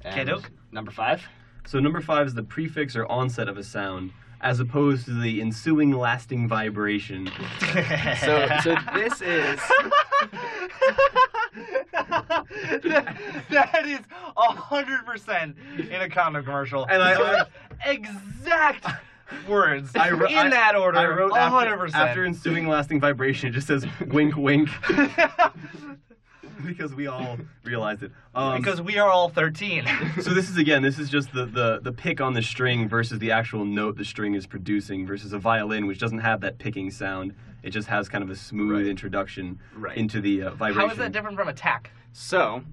And
Kidok?
Number five.
So number five is the prefix or onset of a sound, as opposed to the ensuing lasting vibration.
So so this is
that is hundred percent in a condom commercial.
And I- I-
exact words
I wr-
in
I-
that order.
I wrote
hundred
after,
percent.
after ensuing lasting vibration, it just says wink, wink, because we all realized it. Um,
because we are all thirteen.
so this is again, this is just the, the the pick on the string versus the actual note the string is producing versus a violin, which doesn't have that picking sound. It just has kind of a smooth introduction
Right.
into the uh, vibration.
How is that different from attack?
so.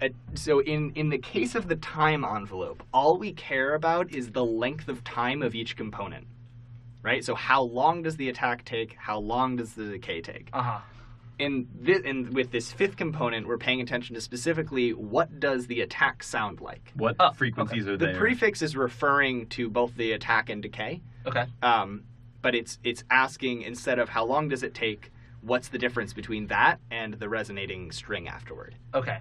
uh, So in, in the case of the time envelope, all we care about is the length of time of each component, right? So how long does the attack take? How long does the decay take?
Uh
Uh-huh.
huh.
in this in with this fifth component we're paying attention to specifically what does the attack sound like
What
Oh,
frequencies are
Ah, the
there?
prefix is referring to both the attack and decay
Okay.
um, but it's it's asking instead of how long does it take what's the difference between that and the resonating string afterward
Okay.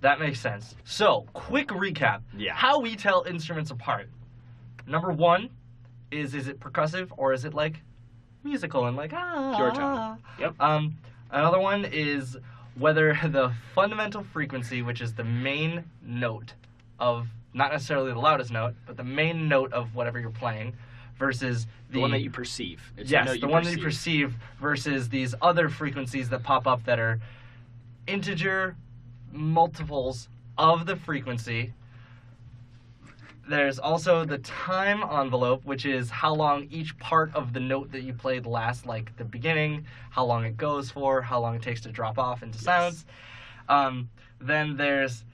That makes sense. So, quick recap.
Yeah.
How we tell instruments apart. Number one is is it percussive or is it like musical and like ah
Pure tone. Yep.
Um, another one is whether the fundamental frequency, which is the main note of not necessarily the loudest note, but the main note of whatever you're playing, versus the,
the, one that you perceive it's
yes,
note
the one that you perceive versus these other frequencies that pop up that are integer multiples of the frequency. There's also the time envelope, which is how long each part of the note that you played lasts, like the beginning, how long it goes for, how long it takes to drop off into silence. Um, then there's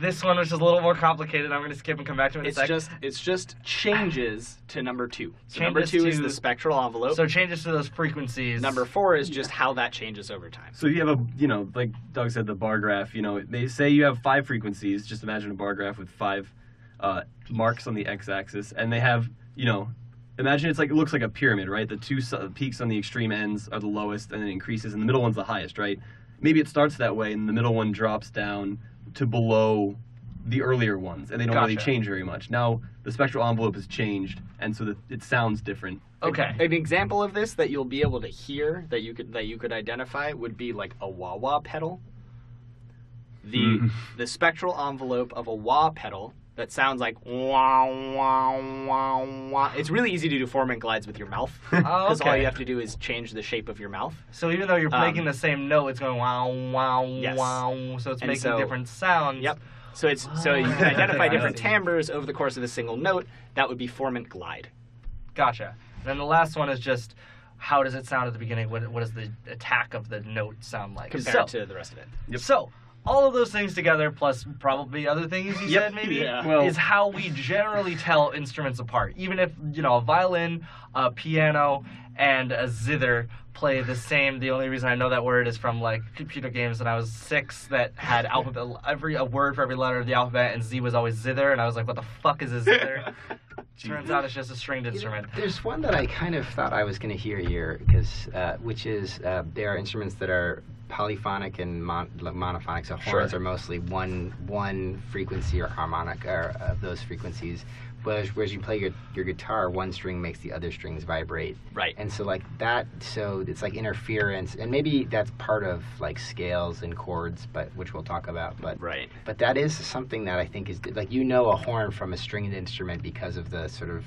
this one, which is a little more complicated. I'm going to skip and come back to it in
It's
a sec.
just it's just changes to number two. So number
Changes
two is
to-
the spectral envelope.
so changes to those frequencies.
number four is just how that changes over time.
So you have a, you know, like Doug said, the bar graph. You know, they say you have five frequencies. Just imagine a bar graph with five uh, marks on the x-axis, and they have, you know, imagine it's like it looks like a pyramid, right? The two su- peaks on the extreme ends are the lowest, and then increases, and the middle one's the highest, right? Maybe it starts that way, and the middle one drops down to below the earlier ones, and they don't really
Gotcha.
change very much. Now the spectral envelope is changed, and so that it sounds different.
Okay.
An example of this that you'll be able to hear that you could that you could identify would be like a wah wah pedal. The
Mm.
the spectral envelope of a wah pedal that sounds like wah wah wah wah. It's really easy to do foreman glides with your mouth
Oh,
because all
okay.
you have to do is change the shape of your mouth.
So even though you're
Um,
making the same note, it's going wow, wow,
Yes.
wow. So it's
And
making
so-
different sounds.
Yep. So it's so you
Oh.
can identify different
Amazing.
timbres over the course of a single note. That would be formant glide.
Gotcha. And then the last one is just how does it sound at the beginning? What, what does the attack of the note sound like?
compared
so,
to the rest of it.
so all of those things together, plus probably other things you
Yep.
said, maybe,
Yeah.
Well-
is how we generally tell instruments apart. Even if you know a violin, a piano, and a zither play the same. The only reason I know that word is from like computer games when I was six that had alphabet every a word for every letter of the alphabet, and Z was always zither, and I was like, what the fuck is a zither? Turns out it's just a stringed instrument.
There's one that I kind of thought I was going to hear here, because uh, which is uh, there are instruments that are polyphonic and mon- like monophonic. So horns
Sure.
are mostly one one frequency or harmonic or of those frequencies. Whereas, whereas you play your, your guitar, one string makes the other strings vibrate.
Right.
And so like that, so it's like interference, and maybe that's part of like scales and chords, but which we'll talk about. But
Right.
but that is something that I think is like you know a horn from a stringed instrument because of the sort of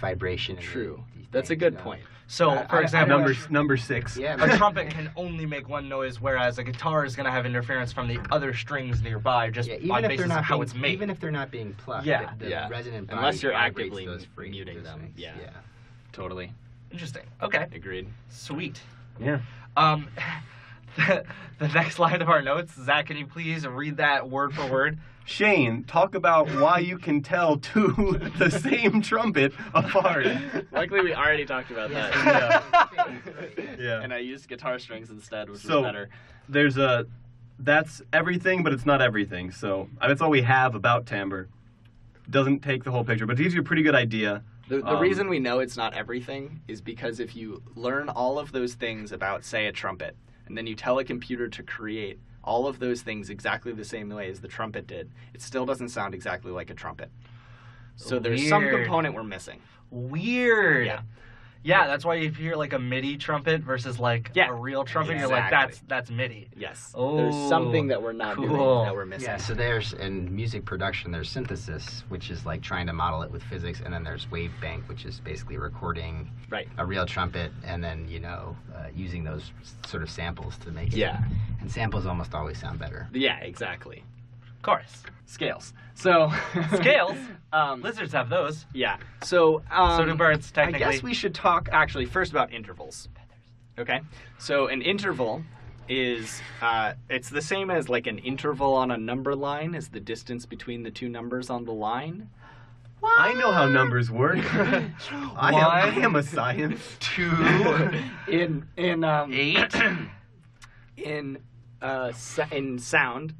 vibration. and the-
True.
the
That's a
thing,
good
uh,
point.
So,
I-
for
I- I
example,
Number number six.
Yeah.
a trumpet can only make one noise, whereas a guitar is going to have interference from the other strings nearby, just
Yeah,
on
even if
basis
they're
of
not
how
being,
it's made.
even if they're not being plucked,
Yeah.
the, the
Yeah.
resonant body
Unless you're
vibrates
actively
those free-
muting
those
them.
things,
Yeah.
yeah.
Totally.
Interesting. Okay.
Agreed.
Sweet.
Yeah.
Um, the, the next line of our notes, Zach, can you please read that word for word?
Shane, talk about why you can tell two the same trumpet apart.
Luckily, we already talked about that.
Yeah.
And I used guitar strings instead, which
So-
was better.
There's a that's everything, but it's not everything. So uh, that's all we have about timbre. Doesn't take the whole picture, but it gives you a pretty good idea.
The, the
Um,
reason we know it's not everything is because if you learn all of those things about, say, a trumpet, and then you tell a computer to create all of those things exactly the same way as the trumpet did, it still doesn't sound exactly like a trumpet. So there's some
Weird.
component we're missing.
Weird.
Yeah.
Yeah, that's why if you hear like a MIDI trumpet versus like
Yeah.
a real trumpet, you're like, that's
Exactly.
that's MIDI.
Yes.
Oh,
there's something that we're not
cool.
doing that we're missing.
Yeah, so there's in music production there's synthesis, which is like trying to model it with physics, and then there's wave bank, which is basically recording
Right.
a real trumpet and then you know uh, using those sort of samples to make it.
Yeah.
and samples almost always sound better.
Yeah, exactly.
Of course.
Scales. So
Scales?
um,
Lizards have those.
yeah. So um,
So do birds, technically.
I guess we should talk actually first about intervals. Okay. So an interval is uh, it's the same as like an interval on a number line is the distance between the two numbers on the line.
I know how numbers work. I, am, I
One.
am a science.
Two in in um,
Eight.
in uh, sa- in sound,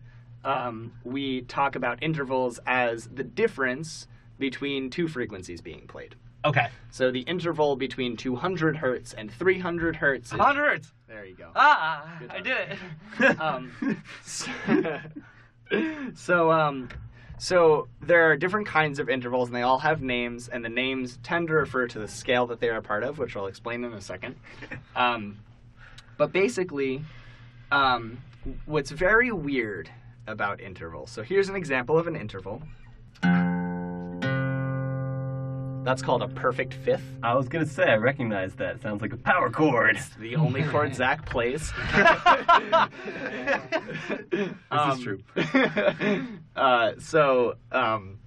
um, we talk about intervals as the difference between two frequencies being played.
okay.
So the interval between 200 hertz and 300 hertz. Is,
100 hertz.
there you go.
Ah,
Good
I
job.
did it.
Um, so, so, um, so there are different kinds of intervals, and they all have names, and the names tend to refer to the scale that they are a part of, which I'll explain in a second. Um, but basically, um, what's very weird about intervals. So here's an example of an interval. That's called a perfect fifth.
I was gonna say I recognize that. Sounds like a power chord.
It's the only chord Zach plays.
This is true.
uh, so, um,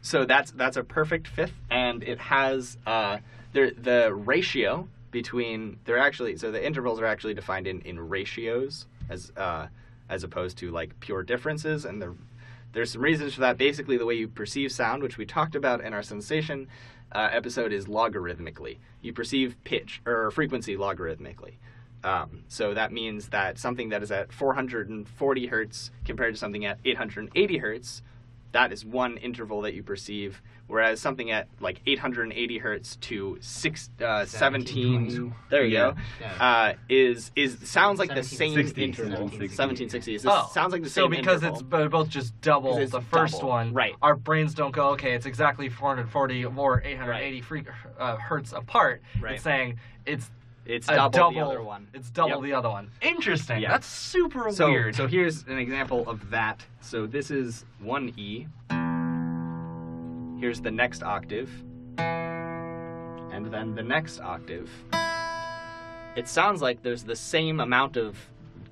so that's that's a perfect fifth, and it has uh, there the ratio between they're actually so the intervals are actually defined in in ratios as uh, as opposed to like pure differences, and the there's some reasons for that. Basically, the way you perceive sound, which we talked about in our sensation uh, episode, is logarithmically. You perceive pitch or frequency logarithmically. Um, so that means that something that is at 440 hertz compared to something at 880 hertz, that is one interval that you perceive. Whereas something at like 880 hertz to six, uh, 17,
1720.
there you
Yeah.
go,
Yeah.
uh, is is sounds like the same
1760.
interval.
1760.
1760. It sounds like the same.
Oh. So because
interval.
it's they're both just double
'Cause it's
the first
double,
one,
right.
Our brains don't go, okay, it's exactly 440 or 880 free, uh, hertz apart.
Right.
It's saying it's
it's
a
double, the other one.
It's double
Yep.
the other one. Interesting.
Yeah.
That's super
so,
weird.
So here's an example of that. So this is one E. Here's the next octave. And then the next octave. It sounds like there's the same amount of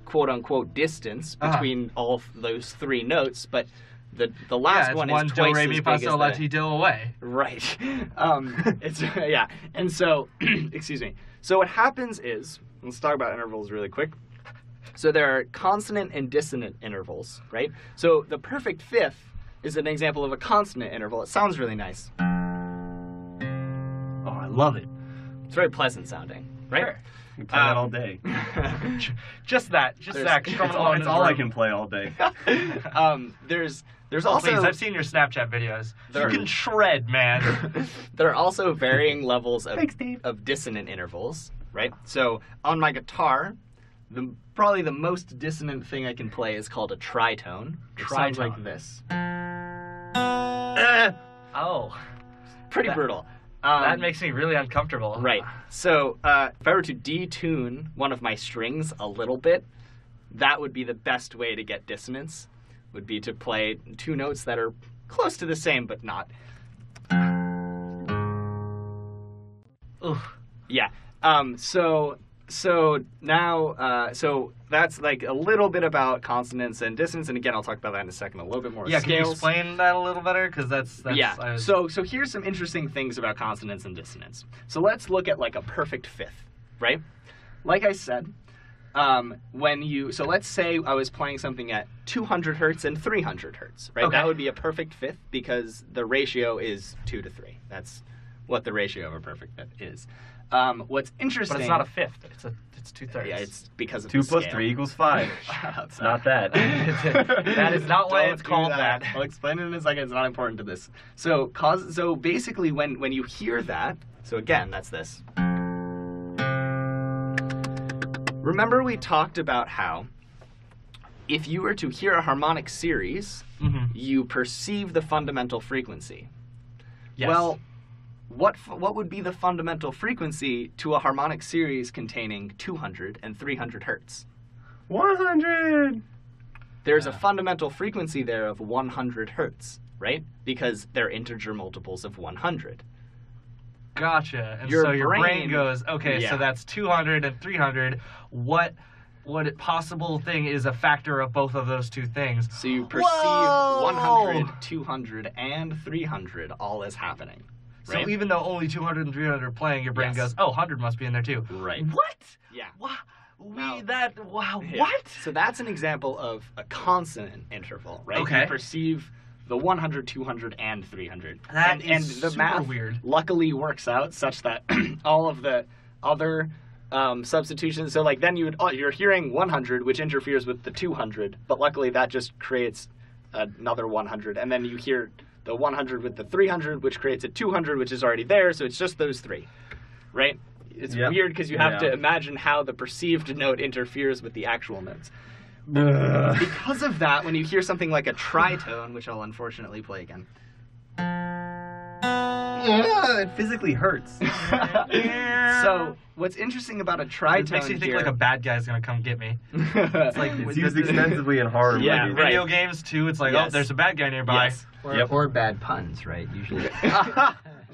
quote unquote distance
Ah.
between all of those three notes, but the,
yeah,
the last
it's
one, is
do
twice
re
as
mi
big
fa
as
sol
the-
la ti do away.
Right. Um, it's yeah. And so, excuse me. So what happens is, let's talk about intervals really quick. So there are consonant and dissonant intervals, right? So the perfect fifth is an example of a consonant interval. It sounds really nice.
Oh, I love it. Ah.
It's very pleasant sounding, right?
I can play that
Um,
all day.
Just that, just
There's-
that. 'cause someone
It's all,
in
it's
the
all I
room-
can play all day.
um, there's there's also
Please, I've seen your Snapchat videos.
There-
You can shred, man.
there are also varying levels of,
Thanks, Dave.
of dissonant intervals, right? So on my guitar, the probably the most dissonant thing I can play is called a tritone. It sounds like
Tritone.
this.
Eh,
oh,
Pretty
That-
brutal. Um,
that makes me really uncomfortable.
right. So uh, if I were to detune one of my strings a little bit, that would be the best way to get dissonance. Would be to play two notes that are close to the same but not.
Ooh.
Yeah. Um, so so now uh, so that's like a little bit about consonants and dissonance, and again I'll talk about that in a second. A little bit more.
Yeah, can you
scales.
explain that a little better? Because that's, that's
yeah.
I was-
So so here's some interesting things about consonants and dissonance. So let's look at like a perfect fifth, right? Like I said, um, when you so let's say I was playing something at 200 hertz and 300 hertz, right?
Okay.
That would be a perfect fifth because the ratio is two to three. That's what the ratio of a perfect fifth is. Um, what's interesting?
but it's not a fifth. It's a it's two thirds.
Yeah, it's because of
Two
the
plus
scale.
three equals five.
Shut up.
It's not that.
That is not why
Don't
it's
do
called that.
I'll explain it in a second. It's not important to this. So cause. So basically, when when you hear that, so again, that's this. Remember, we talked about how if you were to hear a harmonic series,
Mhm.
you perceive the fundamental frequency.
Yes.
Well, what f- what would be the fundamental frequency to a harmonic series containing 200 and 300 hertz?
100!
there's a
Yeah.
fundamental frequency there of 100 hertz, right? Because they're integer multiples of 100.
Gotcha. And
Your
so your brain,
brain-
goes, okay,
Yeah.
so that's 200 and 300. What what possible thing is a factor of both of those two things?
So you perceive
Whoa!
100, 200, and 300 all as happening. Right?
So even though only 200 and 300 are playing, your brain goes,
Yes.
oh, 100 must be in there too.
Right.
What?
Yeah.
Wow. We
Wow.
that wow
Yeah.
what?
So that's an example of a consonant interval, right?
Okay.
You perceive the 100, 200, and 300.
That
and,
is
and the
super
math
weird.
luckily works out such that all of the other um, substitutions. So like then you would oh, you're hearing 100, which interferes with the 200, but luckily that just creates another 100, and then you hear the 100 with the 300, which creates a 200, which is already there. So it's just those three, right? It's
Yep.
weird because you have
Yeah.
to imagine how the perceived note interferes with the actual notes.
Ugh.
Because of that, when you hear something like a tritone, which I'll unfortunately play again,
Ugh, it physically hurts.
So what's interesting about a tritone
It makes you think
here,
like a bad guy's gonna come get me.
it's
like-
It's used extensively in horror
Yeah,
movies.
right.
Video games too. It's like oh,
Yes.
there's a bad guy nearby.
Or,
Yep.
or bad puns, right? Usually.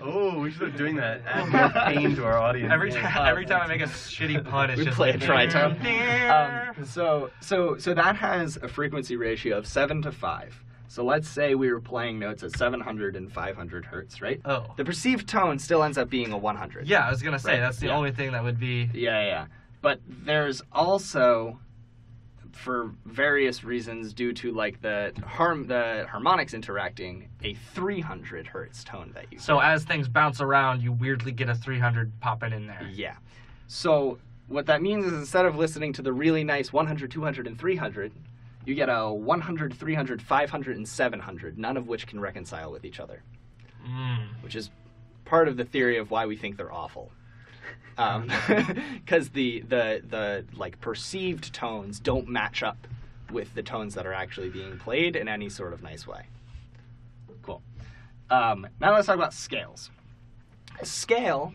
Oh, we should start doing that. Add more pain to our audience.
Every time, every time I make a shitty pun, it's
we
just
play a
like, Um,
tritone. Um, so so so that has a frequency ratio of seven to five. So let's say we were playing notes at 700 and 500 hertz, right?
Oh.
The perceived tone still ends up being a 100.
Yeah, I was gonna say
Right,
that's the
yeah.
only thing that would be.
Yeah, yeah, yeah. But there's also, for various reasons, due to like the harm the harmonics interacting, a 300 hertz tone that you.
So as things bounce around, you weirdly get a 300 popping in there.
Yeah. So what that means is instead of listening to the really nice 100, 200, and 300, you get a 100, 300, 500, and 700, none of which can reconcile with each other,
Mm.
which is part of the theory of why we think they're awful.
Mm.
Because the, the, the like perceived tones don't match up with the tones that are actually being played in any sort of nice way. Cool. Um, now let's talk about scales. A scale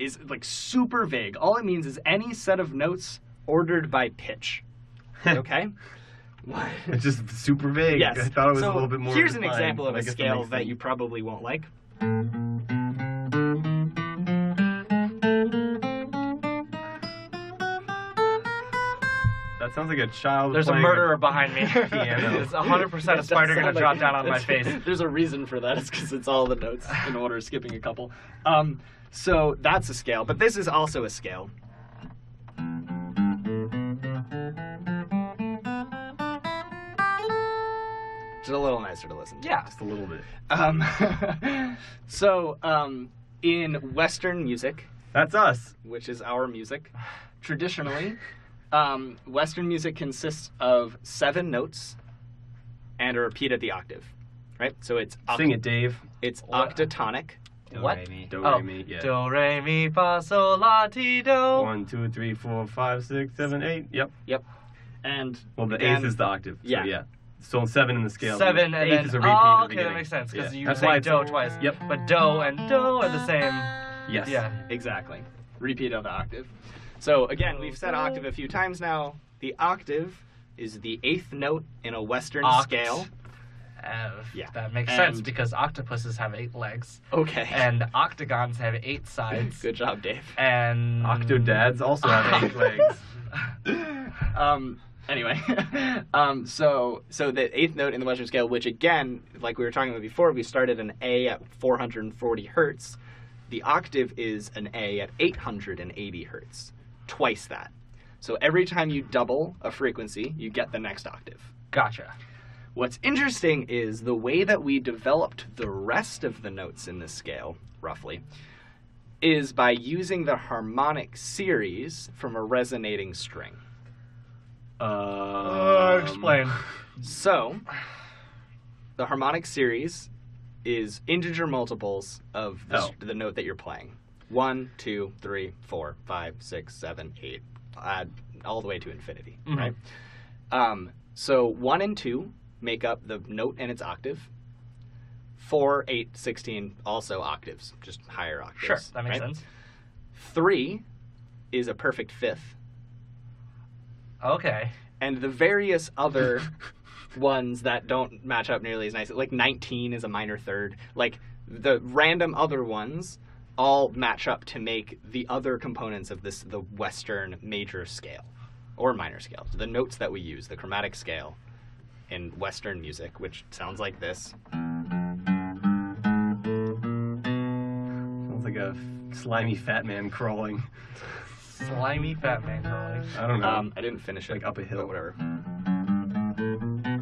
is like super vague. All it means is any set of notes ordered by pitch. Okay?
It's just super vague.
yes.
I thought it was
So
a little bit more.
Here's an
refined,
example of
but I
a
guess
scale
makes
that
sense.
you probably won't like.
That sounds like a child.
There's a
playing
murderer behind me.
Piano.
It's 100% a
That
spider gonna
does sound
drop
like-
down on my
that's-
face.
There's a reason for that. It's because it's all the notes in order, skipping a couple. Um, so that's a scale, but this is also a scale. It's a little nicer to listen to.
Yeah.
Just a little bit.
Um, so um, in Western music,
That's us.
which is our music, traditionally, um, Western music consists of seven notes and a repeat at the octave, right? So it's oct-
Sing it, Dave.
It's
What?
octatonic.
Do,
What?
re, mi.
Don't
Oh,
worry me. Yeah.
Do re mi fa sol la ti do.
One, two, three, four, five, six, seven, eight. Yep.
And
Well, the
Again.
eighth is the octave. So,
Yeah.
yeah. So seven in the scale.
Seven
the
and
eighth
then
is a repeat. at
oh,
the
okay, that
beginning.
makes sense because
Yeah.
you
That's why
say
it's-
do twice.
Yep.
But do and do are the same.
Yes.
Yeah.
exactly, repeat of the octave. So again, we've said octave a few times now. The octave is the eighth note in a Western
Oct.
scale.
Uh,
Yeah.
That makes sense
And-
because octopuses have eight legs
Okay.
and octagons have eight sides.
Good job, Dave.
And
Octodads also have eight legs.
um, anyway, um, so so the eighth note in the Western scale, which again, like we were talking about before, we started an A at 440 hertz. The octave is an A at 880 hertz, twice that. So every time you double a frequency, you get the next octave.
Gotcha.
What's interesting is the way that we developed the rest of the notes in this scale, roughly, is by using the harmonic series from a resonating string.
Um, Uh,
explain.
So, the harmonic series is integer multiples of the,
Oh.
the note that you're playing. One, two, three, four, five, six, seven, eight, uh, all the way to infinity,
Mhm.
right? Um, so one and two make up the note and its octave. Four, eight, sixteen, also octaves, just higher octaves.
Sure, that makes
right?
sense.
Three is a perfect fifth,
Okay.
and the various other ones that don't match up nearly as nice. Like 19 is a minor third. Like the random other ones all match up to make the other components of this the western major scale or minor scale. The notes that we use, the chromatic scale in western music, which sounds like this.
Sounds like a slimy fat man crawling.
Slimy fat man crawling.
I don't know.
Um, I didn't finish it.
Like up a hill.
but whatever.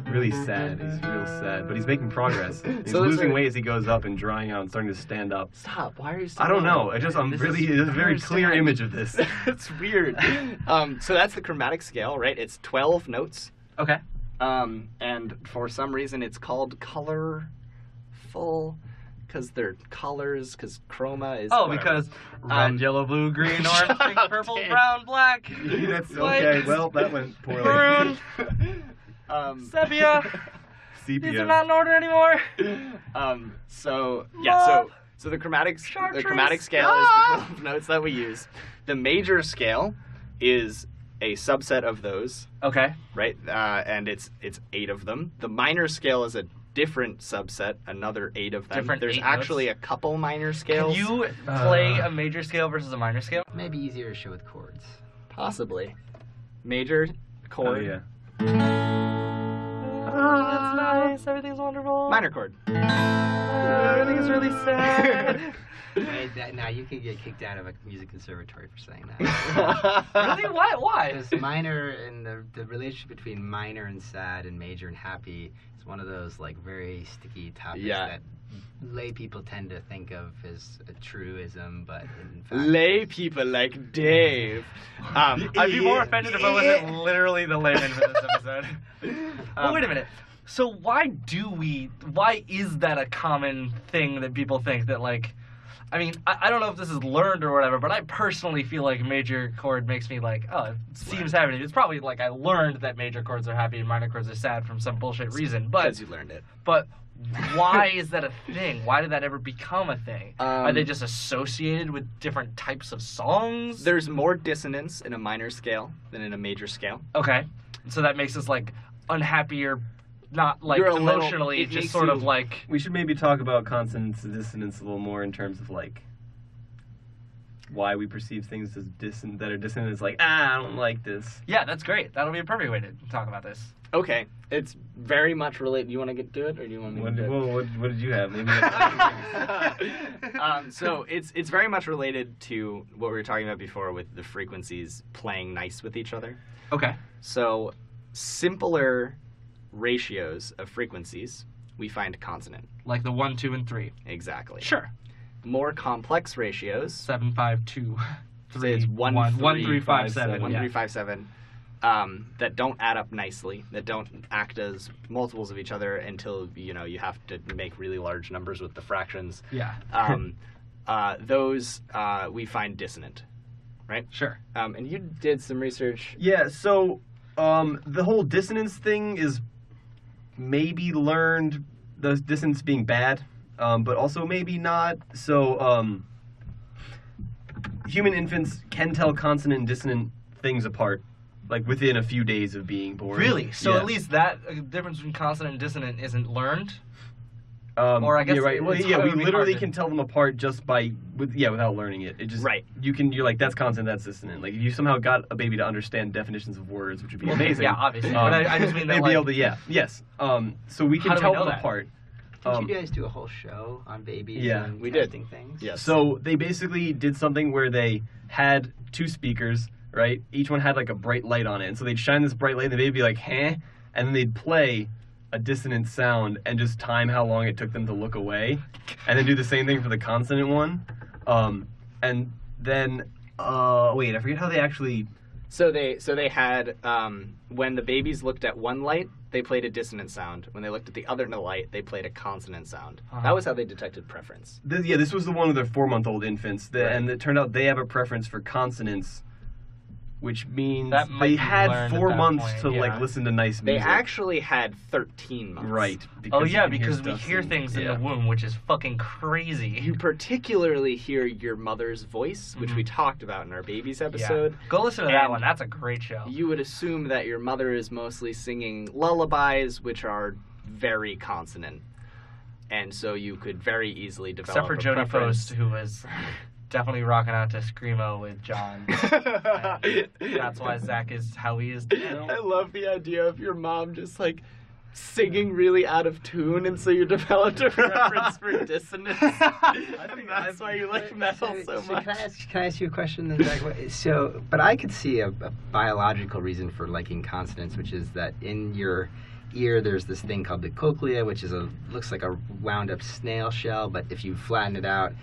really sad. He's real sad, but he's making progress. He's
So there's
losing
a-
weight as he goes up and drying out and starting to stand up.
Stop. Why are you still
I don't
going?
know. I just I'm
This
really
is-
it's a
I
very clear
understand.
image of this.
it's weird. Um, so that's the chromatic scale, right? It's 12 notes.
Okay.
Um, and for some reason, it's called colorful because they're colors, because chroma is.
Oh,
whatever.
because red,
Um,
yellow, blue, green, orange,
Shut
pink,
up,
purple,
Dave.
brown, black,
That's
Like-
okay. Well, that went poorly.
maroon,
Um,
sepia. These are
Sepia.
not in order anymore.
um, so yeah, so
Love.
so the chromatic s- the
Chartreuse.
chromatic scale is the
Ah.
12 notes that we use. The major scale is a subset of those,
Okay.
right? Uh, and it's it's eight of them. The minor scale is a different subset, another eight of them.
Different
There's
eight
actually a couple minor
Can
scales.
you play
Uh.
a major scale versus a minor scale?
Maybe easier to show with chords.
Possibly. Major
Oh,
chord.
yeah.
Everything's nice. Everything's wonderful.
Minor chord.
Everything is really sad.
Hey, that- now you can get kicked out of a music conservatory for saying that.
really? Why? Why?
Because minor and the, the relationship between minor and sad and major and happy is one of those like very sticky topics
Yeah.
that lay people tend to think of as a truism, but in fact,
Lay people like Dave. Um,
I'd be more offended if I wasn't literally the layman for this episode. Um, but wait a minute. So why do we? Why is that a common thing that people think that like? I mean, I, I don't know if this is learned or whatever, but I personally feel like major chord makes me like, oh, it seems happy. It's probably like I learned that major chords are happy and minor chords are sad from some bullshit reason. But
Because Um, you learned it.
but why is that a thing? Why did that ever become a thing? are they just associated with different types of songs?
There's more dissonance in a minor scale than in a major scale.
Okay. So that makes us like unhappier, not like
You're a little-
emotionally,
it
just
makes
sort
you-
of like
We should maybe talk about consonance and dissonance a little more in terms of like why we perceive things as disson that are dissonant. It's like ah, I don't like this.
yeah, that's great. That'll be a perfect way to talk about this.
Okay, it's very much related. You want to get to it, or do you want me
What,
to? do it?
well, what, what did you have? Maybe that's-
um, so it's it's very much related to what we were talking about before with the frequencies playing nice with each other.
Okay.
So simpler ratios of frequencies we find consonant
Like the one, two, and three.
exactly.
Sure.
More complex ratios.
Seven, five, two, three.
it's one,
one,
three,
three, five,
five,
seven.
seven.
One
yeah.
three five seven. Um, that don't add up nicely. That don't act as multiples of each other until you know you have to make really large numbers with the fractions.
yeah.
um, uh, those uh, we find dissonant.
Sure.
Um, and you did some research.
yeah. So um, the whole dissonance thing is maybe learned. The dissonance being bad, um, but also maybe not. So um, human infants can tell consonant and dissonant things apart, like within a few days of being born.
Really? So
Yeah.
at least that uh, difference between consonant and dissonant isn't learned.
Um,
Or I guess
yeah, right.
it-
Well,
it's
yeah,
hard-
we
it would be
literally
hard to-
can tell them apart just by with yeah without learning it. It just
Right.
You can you're like that's consonant, that's dissonant. Like if you somehow got a baby to understand definitions of words, which would be
Well,
amazing.
yeah, obviously.
Um,
But I- I just mean that,
they'd
like-
be able to yeah yes. Um, so we
How
can
do we
tell
know
them
that?
apart.
did
um,
you guys do a whole show on babies?
Yeah,
and
we did.
testing things.
Yes.
So they basically did something where they had two speakers, right? Each one had like a bright light on it, and so they'd shine this bright light, and the baby would be like, "Huh," and then they'd play a dissonant sound and just time how long it took them to look away, and then do the same thing for the consonant one, um, and then uh, wait, I forget how they actually.
So they so they had um, when the babies looked at one light, they played a dissonant sound. When they looked at the other light, they played a consonant sound.
Uh-huh.
That was how they detected preference.
Th- yeah, this was the one with their four-month-old infants, that,
Right.
and it turned out they have a preference for consonants. Which means
That might
they
be
had
learned at
four
that
months
point,
to
yeah.
like listen to nice
They
music.
actually had thirteen months.
Right.
Oh
you
yeah,
can hear
because we
stuff
hear
and-
things in
yeah.
the womb, which is fucking crazy.
You particularly hear your mother's voice, which we talked about in our babies episode.
Mm-hmm. Yeah. Go listen to that
And-
one. That's a great show.
You would assume that your mother is mostly singing lullabies, which are very consonant, and so you could very easily develop.
Except for
a
Jodie
preference.
Post, who was definitely rocking out to Screamo with John. That's why Zach is how he is.
I love the idea of your mom just like singing really out of tune, and so you developed a preference for dissonance. And that's why you like metal so much.
uh, Can I ask, can I ask you a question? then, Zach? What- so, but I could see a, a biological reason for liking consonants, which is that in your ear there's this thing called the cochlea, which is a looks like a wound up snail shell, but if you flatten it out,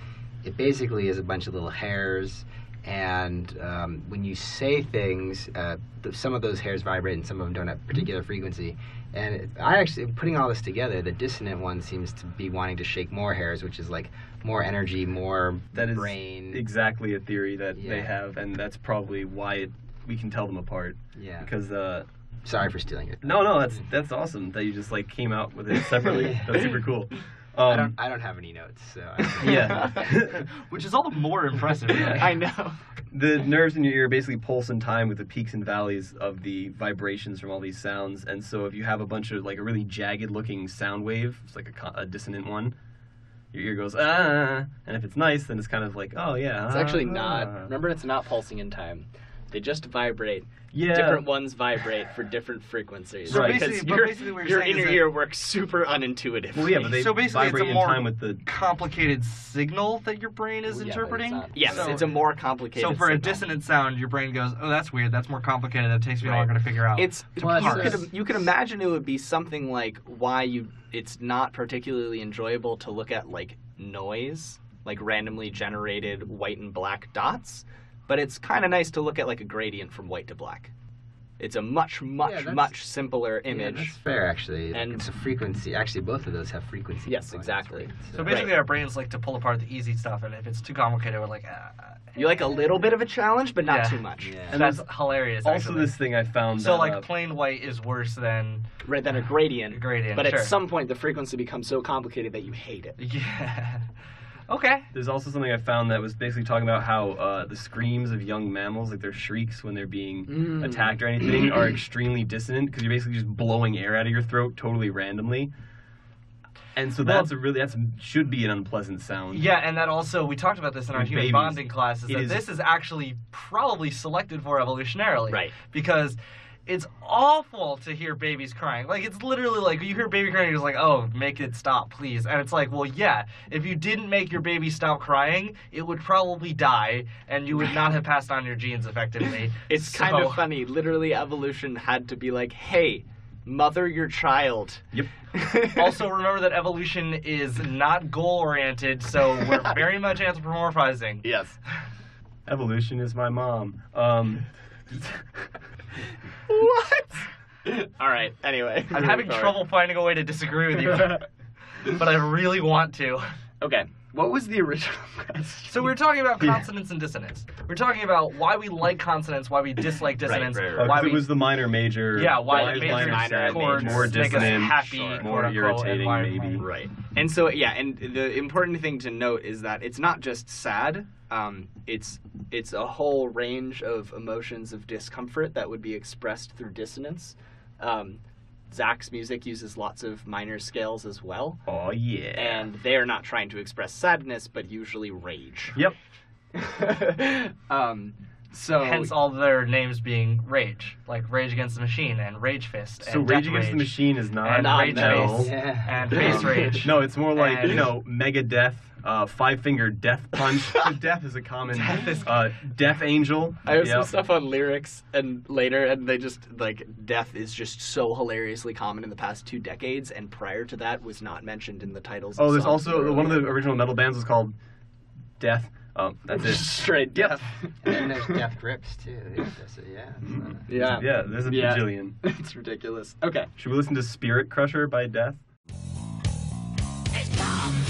it basically is a bunch of little hairs. And um, when you say things, uh, th- some of those hairs vibrate and some of them don't at particular frequency. And it- I actually, putting all this together, the dissonant one seems to be wanting to shake more hairs, which is like more energy, more
That is
brain.
exactly a theory that they
Yeah.
have, and that's probably why it, we can tell them apart.
yeah.
Because uh,
Sorry for stealing it.
no, no, that's that's awesome that you just like came out with it separately.
Yeah.
that's super cool.
I don't.
Um,
I don't have any notes, so. I
yeah,
Which is all the more impressive. really.
I know.
the nerves in your ear basically pulse in time with the peaks and valleys of the vibrations from all these sounds, and so if you have a bunch of like a really jagged-looking sound wave, it's like a, co- a dissonant one. Your ear goes ah, and if it's nice, then it's kind of like oh yeah.
It's actually
ah.
not. Remember, it's not pulsing in time. They just vibrate.
Yeah.
Different ones vibrate for different frequencies.
So
Because
basically- but
your-
basically what you're
your
saying is
inner
that-
ear works super unintuitively.
Well, yeah, but they
So basically, it's
vibrate
a
in
more-
time with the.
Complicated signal that your brain is
Yeah, but it's
interpreting.
not-
Yes,
So-
it's a more complicated.
So for a
signal.
dissonant sound, your brain goes, "Oh, that's weird. That's more complicated. That takes me
Right.
longer to figure out."
It's
Well,
you
it's-
could you could imagine it would be something like why you it's not particularly enjoyable to look at like noise, like randomly generated white and black dots, but it's kind of nice to look at like a gradient from white to black. It's a much much
that's-
much simpler
Yeah, that's
image.
fair, actually. Like,
And-
it's a frequency. Actually, both of those have frequency.
Yes,
components,
exactly.
right?
so basically, our brains like to pull apart the easy stuff, and if it's too complicated, we're like, ah,
you like a little bit of a challenge, but not
Yeah.
too much.
yeah.
And
"That's
there's
hilarious."
Also,
actually.
this thing I found.
So
that,
like
uh,
plain white is worse than
Right than a gradient.
gradient.
But
sure.
at some point, the frequency becomes so complicated that you hate it.
yeah. Okay.
There's also something I found that was basically talking about how uh, the screams of young mammals, like their shrieks when they're being
Mm.
attacked or anything, are extremely dissonant because you're basically just blowing air out of your throat totally randomly. And so
Well-
that's a really that's should be an unpleasant sound.
Yeah, and that also we talked about this in our
With
human
babies,
bonding classes.
it
That
is-
this is actually probably selected for evolutionarily,
Right.
Because it's awful to hear babies crying. Like it's literally like you hear a baby crying, you're just like, "Oh, make it stop, please." And it's like, well, yeah. If you didn't make your baby stop crying, it would probably die, and you would not have passed on your genes effectively.
It's kind
So-
of funny. Literally, evolution had to be like, hey, mother your child.
Yep.
also remember that evolution is not goal oriented, so we're very much anthropomorphizing.
Yes. Evolution is my mom. Um,
what? All right, anyway.
I'm having trouble finding a way to disagree with you, but I really want to.
Okay, what was the original question?
So we we're talking about consonants and dissonance. We We're talking about why we like consonants, why we dislike dissonance,
right, right.
uh,
why
'cause
we
it was the minor major.
yeah, why the
is
major
minor
sad,
chords
more
make us
dissonant,
happy,
more
quote unquote, and
irritating,
why-
maybe.
Right. And so, yeah, and the important thing to note is that it's not just sad. Um, it's it's a whole range of emotions of discomfort that would be expressed through dissonance. Um, Zach's music uses lots of minor scales as well,
Oh yeah.
and they are not trying to express sadness, but usually rage.
yep.
um, so
Hence all their names being Rage, like Rage Against the Machine and Rage Fist
So
and
Rage
Death
Against the
Rage
Machine is not
and
Not
Rage
metal.
Face
Yeah.
and Face
Um,
Rage.
No, it's more like you
And-
know, mega death, uh, five finger death punch. So death is a common.
Death is-
uh, death angel.
I have some
Yep.
stuff on lyrics and later, and they just like death is just so hilariously common in the past two decades, and prior to that was not mentioned in the titles.
Oh,
of
there's
songs
also one of the original metal bands was called Death. Um, that's it.
straight death.
And then there's death grips too. So, yeah. it's not-
Yeah,
Yeah, there's a
Yeah.
bajillion.
it's ridiculous. Okay,
Should we listen to Spirit Crusher by Death?
It comes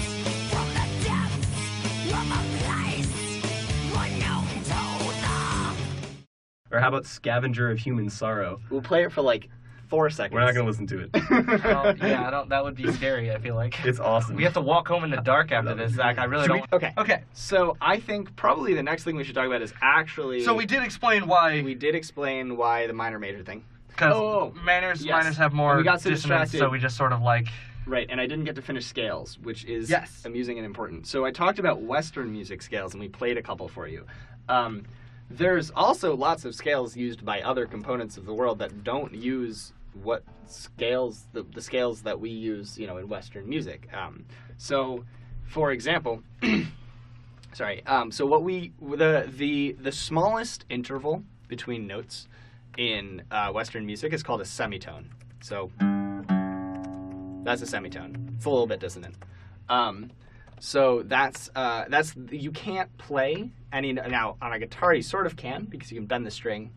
from the depths of a place unknown to the
Or how about Scavenger of Human Sorrow?
we'll play it for like four seconds.
We're not gonna listen to it.
Well, yeah, I don't, that would be scary. I feel like
It's awesome.
we have to walk home in the dark after this, Zach. I really
Should
don't.
we-
want-
okay.
Okay.
So I think probably the next thing we should talk about is actually.
So we did explain why
we did explain why the minor major thing.
Because
Oh, oh,
minors,
yes.
minors have more
We got so
dissonance, so
distracted.
we just sort of like.
Right, and I didn't get to finish scales, which is
Yes.
amusing and important. So I talked about Western music scales, and we played a couple for you. Um, there's also lots of scales used by other components of the world that don't use what scales the, the scales that we use, you know, in Western music. Um, so, for example, sorry. Um, so what we the the the smallest interval between notes in uh, Western music is called a semitone. So that's a semitone. It's a little bit dissonant. Um, so that's uh, that's you can't play any now on a guitar. You sort of can because you can bend the string.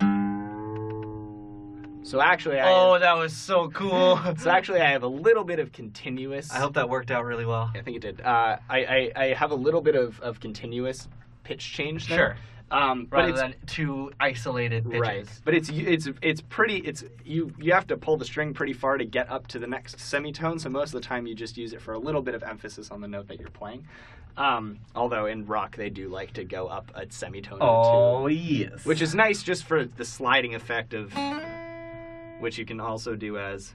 So actually, I
Oh, that was so cool.
so actually I have a little bit of continuous.
I hope that worked out really well.
I think it did. Uh, I, I I have a little bit of, of continuous pitch change there.
Sure.
Um, but
Rather
it's-
than two isolated pitches.
Right, but it's it's it's pretty. It's you you have to pull the string pretty far to get up to the next semitone. So most of the time, you just use it for a little bit of emphasis on the note that you're playing. Um, although in rock, they do like to go up a semitone or two,
Oh yes.
which is nice just for the sliding effect of, which you can also do as.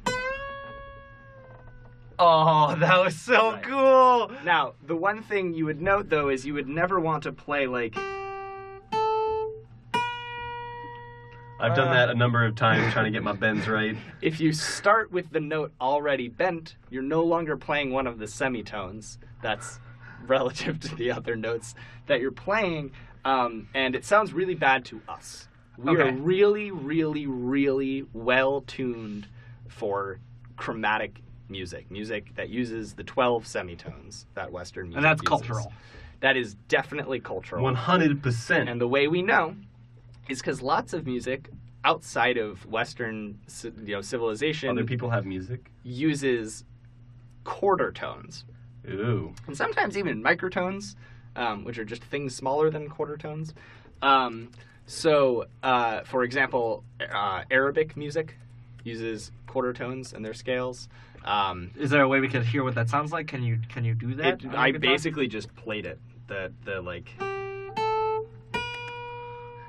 Oh, that was so
Right.
cool.
Now, the one thing you would note though is you would never want to play like
I've done
uh,
that a number of times trying to get my bends right.
If you start with the note already bent, you're no longer playing one of the semitones. That's relative to the other notes that you're playing. Um, and it sounds really bad to us. We
Okay.
are really, really, really well tuned for chromatic music, music that uses the 12 semitones that Western music
and that's
uses.
cultural.
That is definitely cultural.
100%.
And the way we know is because lots of music outside of Western ci- you know, civilization
Other people have music.
uses quarter tones
Ooh.
and sometimes even microtones, um, which are just things smaller than quarter tones. Um, so, uh, for example, uh, Arabic music uses quarter tones in their scales. Um,
Is there a way we could hear what that sounds like? Can you can you do that?
it-
on your
I
guitar?
basically just played it. The the like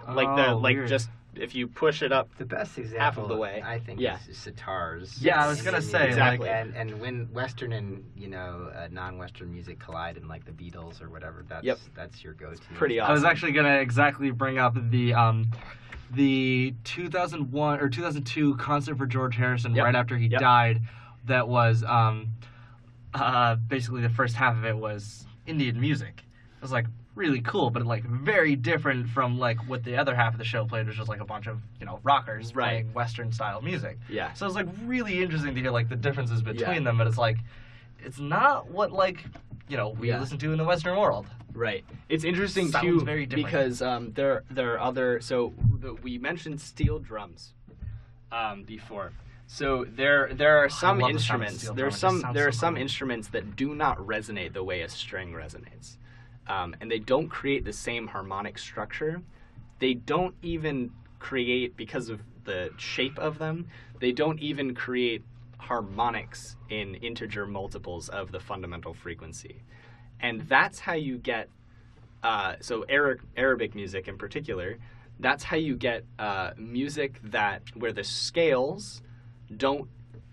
like the
Oh,
like
weird.
just if you push it up
The best example,
the way.
I think,
Yeah.
is sitars.
Yeah, I was
in
gonna
Indian
say, like-
Exactly.
and and when Western and you know uh, non-Western music collide, in like the Beatles or whatever, that's
Yep.
that's your go-to.
pretty
I
awesome.
was actually gonna exactly bring up the um, the 2001 or 2002 concert for George Harrison
Yep.
right after he
Yep.
died. That was um, uh, basically the first half of it was Indian music. It was like really cool, but like very different from like what the other half of the show played, which was like a bunch of you know rockers
Right.
playing Western style music.
yeah.
So it's like really interesting to hear like the differences between
Yeah.
them, but it's like it's not what like you know we
Yeah.
listen to in the Western world.
Right. It's interesting
Sounds
too
very different.
because um, there there are other. So the, we mentioned steel drums um, before. So there there are some
Oh, love the sound of
instruments.
steel
There
drum. It
are
just
some
sounds
there are
so
some
cool.
instruments that do not resonate the way a string resonates, um, and they don't create the same harmonic structure. They don't even create because of the shape of them. They don't even create harmonics in integer multiples of the fundamental frequency, and that's how you get uh, so Arab, Arabic music in particular, that's how you get uh, music that where the scales don't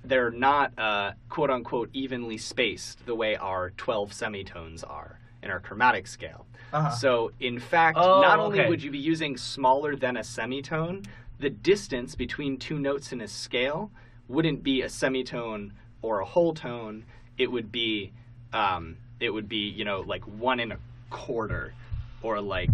they're not uh, quote unquote evenly spaced the way our 12 semitones are in our chromatic scale.
Uh-huh.
So in fact,
Oh,
not only
okay.
would you be using smaller than a semitone, the distance between two notes in a scale wouldn't be a semitone or a whole tone. It would be, um, it would be you know like one and a quarter, or like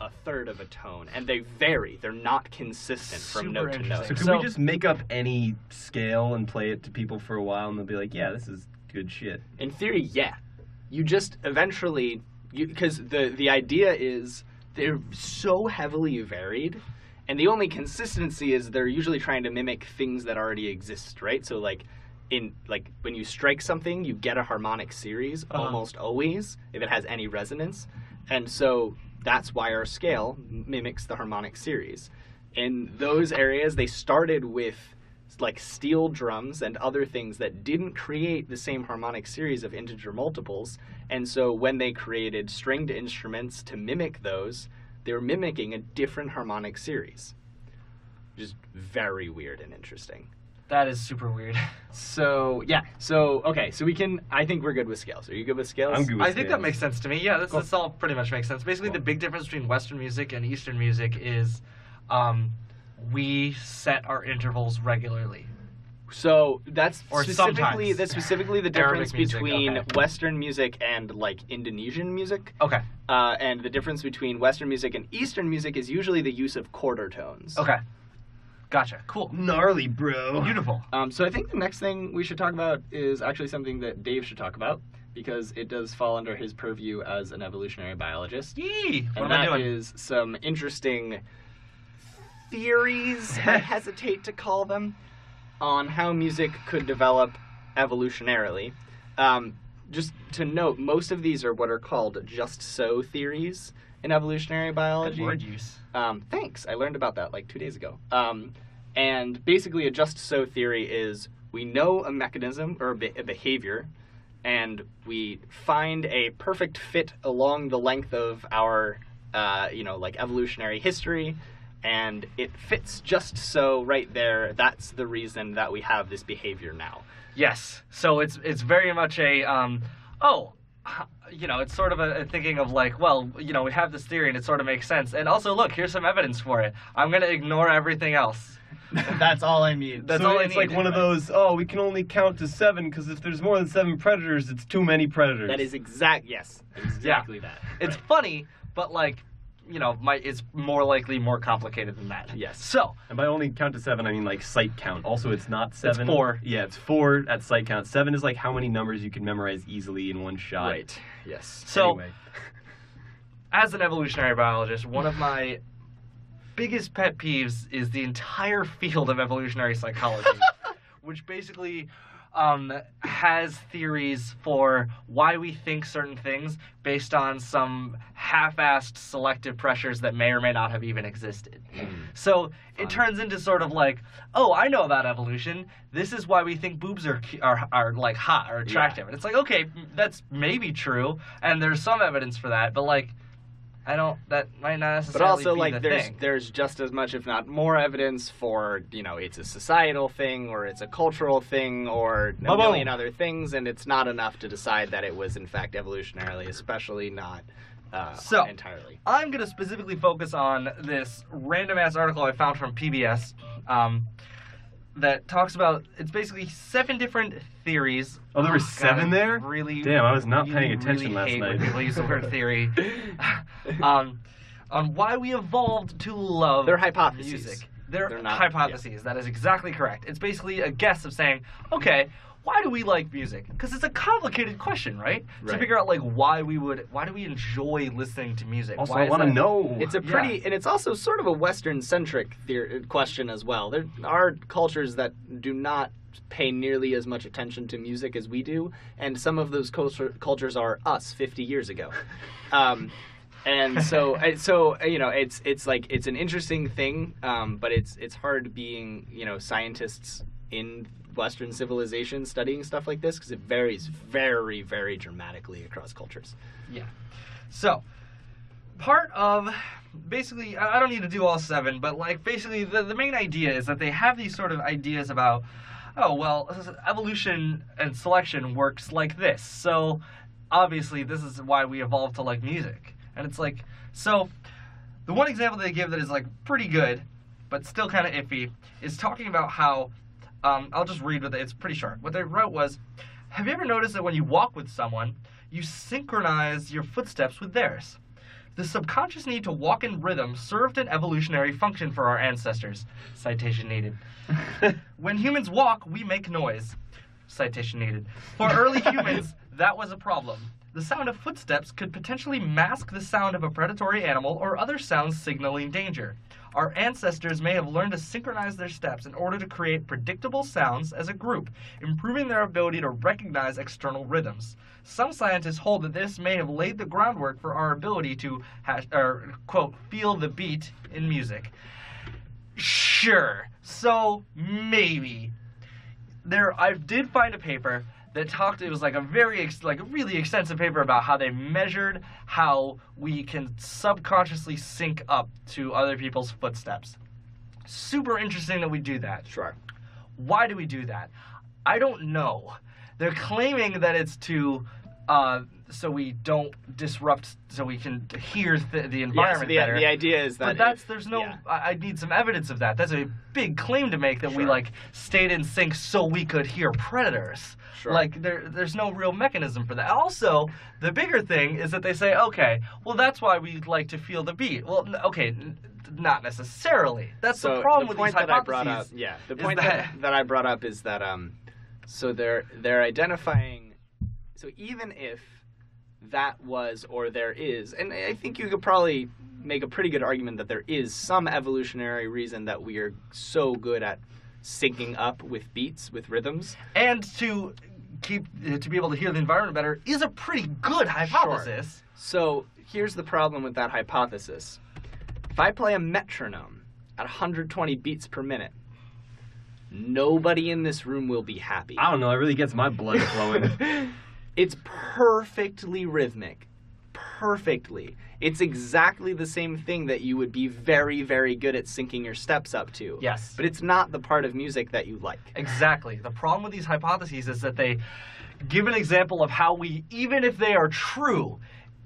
a third of a tone, and they vary. They're not consistent from
Super
note to
interesting.
note.
So can
So-
we just make up any scale and play it to people for a while and they'll be like, yeah, this is good shit.
In theory, yeah. You just eventually, because the the idea is they're so heavily varied, and the only consistency is they're usually trying to mimic things that already exist, right? So like. In like when you strike something, you get a harmonic series almost always if it has any resonance, and so that's why our scale mimics the harmonic series. In those areas, they started with like steel drums and other things that didn't create the same harmonic series of integer multiples. And so when they created stringed instruments to mimic those, they were mimicking a different harmonic series. Just very weird and interesting.
That is super weird.
So yeah, so okay, so we can. I think we're good with scales. Are you good with scales?
I'm good with
I think that
scales.
makes sense to me. Yeah, this, this all pretty much makes sense. Basically, the big difference between Western music and Eastern music is um, we set our intervals regularly.
So that's
Or
specifically
sometimes.
that's specifically the
Arabic
difference
music,
between
okay.
Western music and like Indonesian music.
Okay.
Uh, and the difference between Western music and Eastern music is usually the use of quarter tones.
Okay. Gotcha. Cool.
Gnarly, bro.
Beautiful.
Um, so I think the next thing we should talk about is actually something that Dave should talk about because it does fall under his purview as an evolutionary biologist.
Yee. What
and
am I
that
doing?
is some interesting theories, I hesitate to call them, on how music could develop evolutionarily. Um, just to note, most of these are what are called just so theories in evolutionary
Good
biology.
word use.
Um, thanks. I learned about that like two days ago. Um, and basically, a just so theory is we know a mechanism or a, be- a behavior, and we find a perfect fit along the length of our, uh, you know, like evolutionary history, and it fits just so right there. That's the reason that we have this behavior now.
Yes. So it's it's very much a um, oh, h- you know, it's sort of a, a thinking of like, well, you know, we have this theory and it sort of makes sense. And also, look, here's some evidence for it. I'm gonna ignore everything else.
That's all I need.
That's
so
all I
it's
need.
like one of those. Oh, we can only count to seven because if there's more than seven predators, it's too many predators.
That is exact. Yes, exactly that.
It's funny, but like, you know, my it's more likely more complicated than that.
Yes.
So
And by only count to seven, I mean like site count. Also, it's not seven.
four.
Yeah, it's four at site count. Seven is like how many numbers you can memorize easily in one shot.
right. Yes.
so
Anyway.
as an evolutionary biologist, one of my biggest pet peeves is the entire field of evolutionary psychology, which basically um, has theories for why we think certain things based on some half assed selective pressures that may or may not have even existed.
Hmm.
So it turns into sort of like, oh, I know about evolution. This is why we think boobs are cu- are, are like hot or attractive. And it's like, okay, m- that's maybe true, and there's some evidence for that, but like, I don't. That might not
But
necessarily
also,
be
like,
the
there's
thing.
there's just as much, if not more, evidence for you know it's a societal thing or it's a cultural thing or a
Bobo.
million other things, and it's not enough to decide that it was in fact evolutionarily, especially not uh,
So-
entirely.
I'm going to specifically focus on this random ass article I found from PBS um, that talks about it's basically seven different theories.
Oh, there were
God,
seven
I
there?
Really?
Damn, I was not
really,
paying attention
really
last
hate
night.
When people use the word theory. um, on why we evolved to love
They're hypotheses.
music. They're,
They're not-
hypotheses. That is exactly correct. It's basically a guess of saying, okay, why do we like music? Because it's a complicated question, right? To
Right.
figure out like why we would, why do we enjoy listening to music?
Also,
Why
I
is
want to
that-
know.
It's a
Yeah.
pretty, and it's also sort of a Western-centric theor question as well. There are cultures that do not pay nearly as much attention to music as we do, and some of those culture, cultures are us 50 years ago. Um, and so, and so you know, it's it's like it's an interesting thing, um, but it's it's hard being you know scientists in Western civilization studying stuff like this because it varies very very dramatically across cultures.
Yeah. So, part of basically, I I don't need to do all seven, but like basically, the, the main idea is that they have these sort of ideas about, oh, well, s- evolution and selection works like this. So, obviously, this is why we evolved to like music. And it's like, so the one example they give that is like pretty good, but still kind of iffy, is talking about how um, I'll just read with it. It's pretty short. What they wrote was, "Have you ever noticed that when you walk with someone, you synchronize your footsteps with theirs?" The subconscious need to walk in rhythm served an evolutionary function for our ancestors. Citation needed. when humans walk, we make noise. Citation needed. For early humans, that was a problem. The sound of footsteps could potentially mask the sound of a predatory animal or other sounds signaling danger. Our ancestors may have learned to synchronize their steps in order to create predictable sounds as a group, improving their ability to recognize external rhythms. Some scientists hold that this may have laid the groundwork for our ability to, hash, or, quote, feel the beat in music. Sure. So maybe there. I did find a paper that talked. It was like a very ex, like a really extensive paper about how they measured how we can subconsciously sync up to other people's footsteps. Super interesting that we do that.
Sure.
Why do we do that? I don't know. They're claiming that it's to. Uh, so we don't disrupt, so we can hear th- the
Yeah, so
environment
the,
better.
the idea is that
But
if-
that's there's no.
yeah.
I, I need some evidence of that. That's a big claim to make that we
Sure.
like stayed in sync so we could hear predators.
Sure.
Like there, there's no real mechanism for that. Also, the bigger thing is that they say, okay, well that's why we like to feel the beat. Well, n- okay, n- not necessarily. That's the problem with these
that I brought up,
hypotheses.
yeah, the
is
point that, that, I brought up is that um, so they're they're identifying, so even if that was or there is, and I I think you could probably make a pretty good argument that there is some evolutionary reason that we are so good at syncing up with beats with rhythms.
And to keep to be able to hear the environment better is a pretty good hypothesis.
So here's the problem with that hypothesis. If I play a metronome at 120 beats per minute, nobody in this room will be happy.
I don't know. It really gets my blood flowing.
it's perfectly rhythmic. perfectly. It's exactly the same thing that you would be very, very good at syncing your steps up to.
Yes.
But it's not the part of music that you like.
Exactly. The problem with these hypotheses is that they give an example of how we, even if they are true,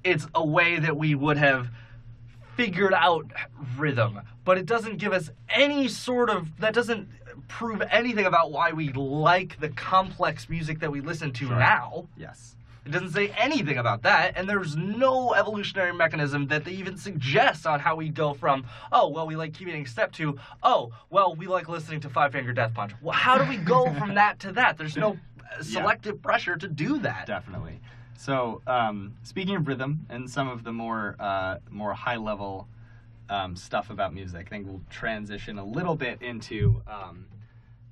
it's a way that we would have figured out rhythm. But it doesn't give us any sort of, that doesn't prove anything about why we like the complex music that we listen to now.
Yes.
It doesn't say anything about that, and there's no evolutionary mechanism that they even suggest on how we go from, oh, well, we like keeping step to, oh, well, we like listening to Five Finger Death Punch. Well, how do we go from that to that? There's no uh, selective pressure to do that.
Definitely. So, um, speaking of rhythm and some of the more uh, more high level um, stuff about music, I think we'll transition a little bit into. Um,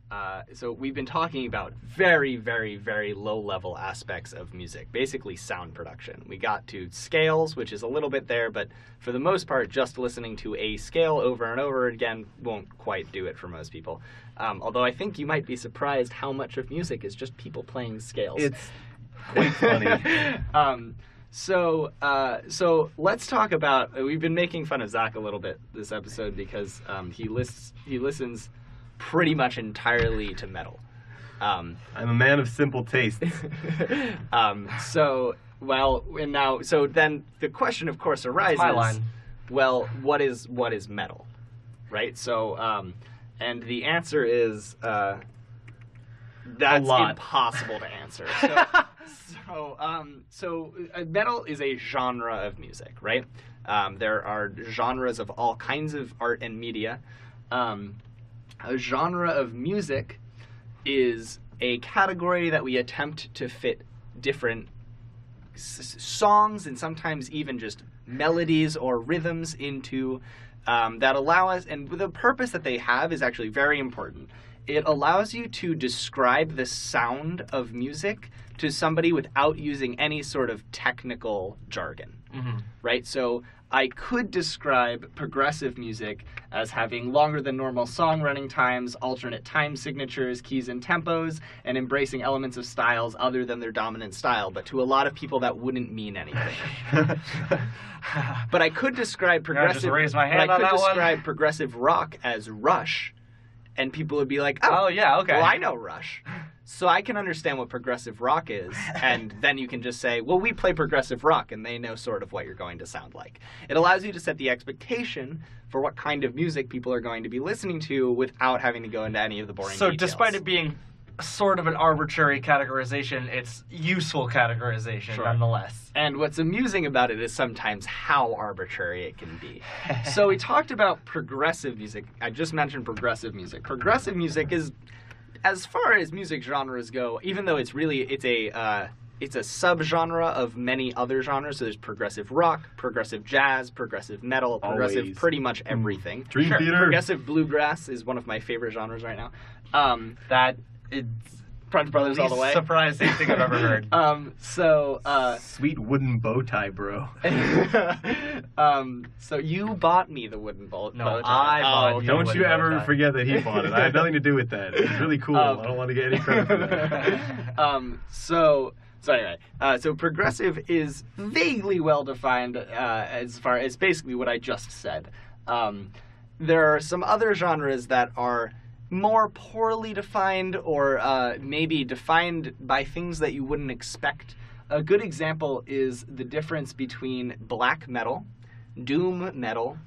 uh, so we've been talking about very, very, very low level aspects of music, basically sound production. We got to scales, which is a little bit there, but for the most part, just listening to a scale over and over again won't quite do it for most people. Um, although I think you might be surprised how much of music is just people playing scales.
It's quite funny.
um, so uh, so let's talk about. We've been making fun of Zach a little bit this episode because um, he lists he listens pretty much entirely to metal. Um,
I'm a man of simple tastes.
um, so well, and now so then the question, of course, arises.
line.
Well, what is what is metal, right? So um, and the answer is uh, that's
lot.
impossible to answer. So, so, um, so uh, metal is a genre of music, right? Um, there are genres of all kinds of art and media. Um, a genre of music is a category that we attempt to fit different s- s- songs and sometimes even just melodies or rhythms into um, that allow us and the purpose that they have is actually very important it allows you to describe the sound of music to somebody without using any sort of technical jargon right? So I could describe progressive music as having longer than normal song running times, alternate time signatures, keys and tempos, and embracing elements of styles other than their dominant style. But to a lot of people, that wouldn't mean anything. but I could describe
I
progressive.
just raised my
but
hand
I
on
could
that one?
describe progressive rock as Rush, and people would be like, "Oh,
Oh, yeah, okay.
well, I know Rush. So I can understand what progressive rock is, and then you can just say, well, we play progressive rock, and they know sort of what you're going to sound like. It allows you to set the expectation for what kind of music people are going to be listening to without having to go into any of the boring
So,
details.
despite it being sort of an arbitrary categorization, it's useful categorization
Sure.
nonetheless.
And what's amusing about it is sometimes how arbitrary it can be. so we talked about progressive music. I just mentioned progressive music. Progressive music is, as far as music genres go, even though it's really it's a uh, it's a subgenre of many other genres. So there's progressive rock, progressive jazz, progressive metal, progressive
Always. Mm.
pretty much everything.
Dream theater.
Progressive bluegrass is one of my favorite genres right now. Um,
That it's
Punch Brothers all the
least
way.
surprising thing I've ever heard.
Um, so. Uh,
Sweet wooden bow tie, bro.
um, so you bought me the wooden bolt.
No,
bow tie.
I bought
Oh,
you.
Don't
wooden
you
bow
ever
tie.
forget that he bought it. I had nothing to do with that. It's really cool.
Um,
I don't want to get any credit for that.
um, so so anyway, uh, so progressive is vaguely well defined uh, as far as basically what I just said. Um, there are some other genres that are more poorly defined or uh, maybe defined by things that you wouldn't expect. A good example is the difference between black metal, doom metal,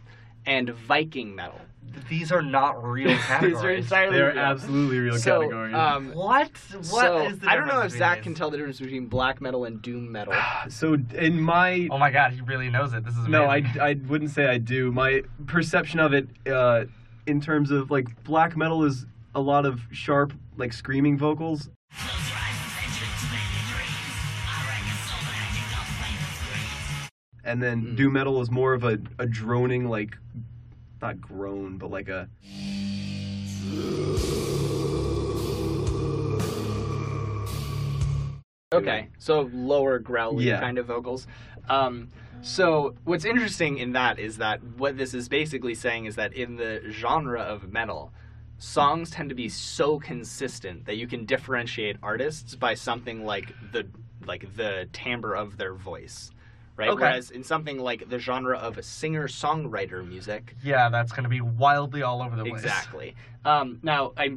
and Viking metal.
These are not real
These are
categories.
entirely
They are
real.
absolutely real
So,
categories.
uh,
um,
What? What is
so,
the
I don't know if
difference between
Zach
these?
can tell the difference between black metal and doom metal.
so in my
Oh my god, he really knows it. This is
no, I,
amazing.
I wouldn't say I do. My perception of it, uh, in terms of like black metal, is a lot of sharp like screaming vocals, and then
Hmm.
doom metal is more of a, a droning like, not groan, but like a
Okay, so lower growly
Yeah.
kind of vocals. Um, so what's interesting in that is that what this is basically saying is that in the genre of metal, songs tend to be so consistent that you can differentiate artists by something like the like the timbre of their voice, right?
Okay.
Whereas in something like the genre of singer-songwriter music,
Yeah, that's going to be wildly all over the place.
exactly. Um, now I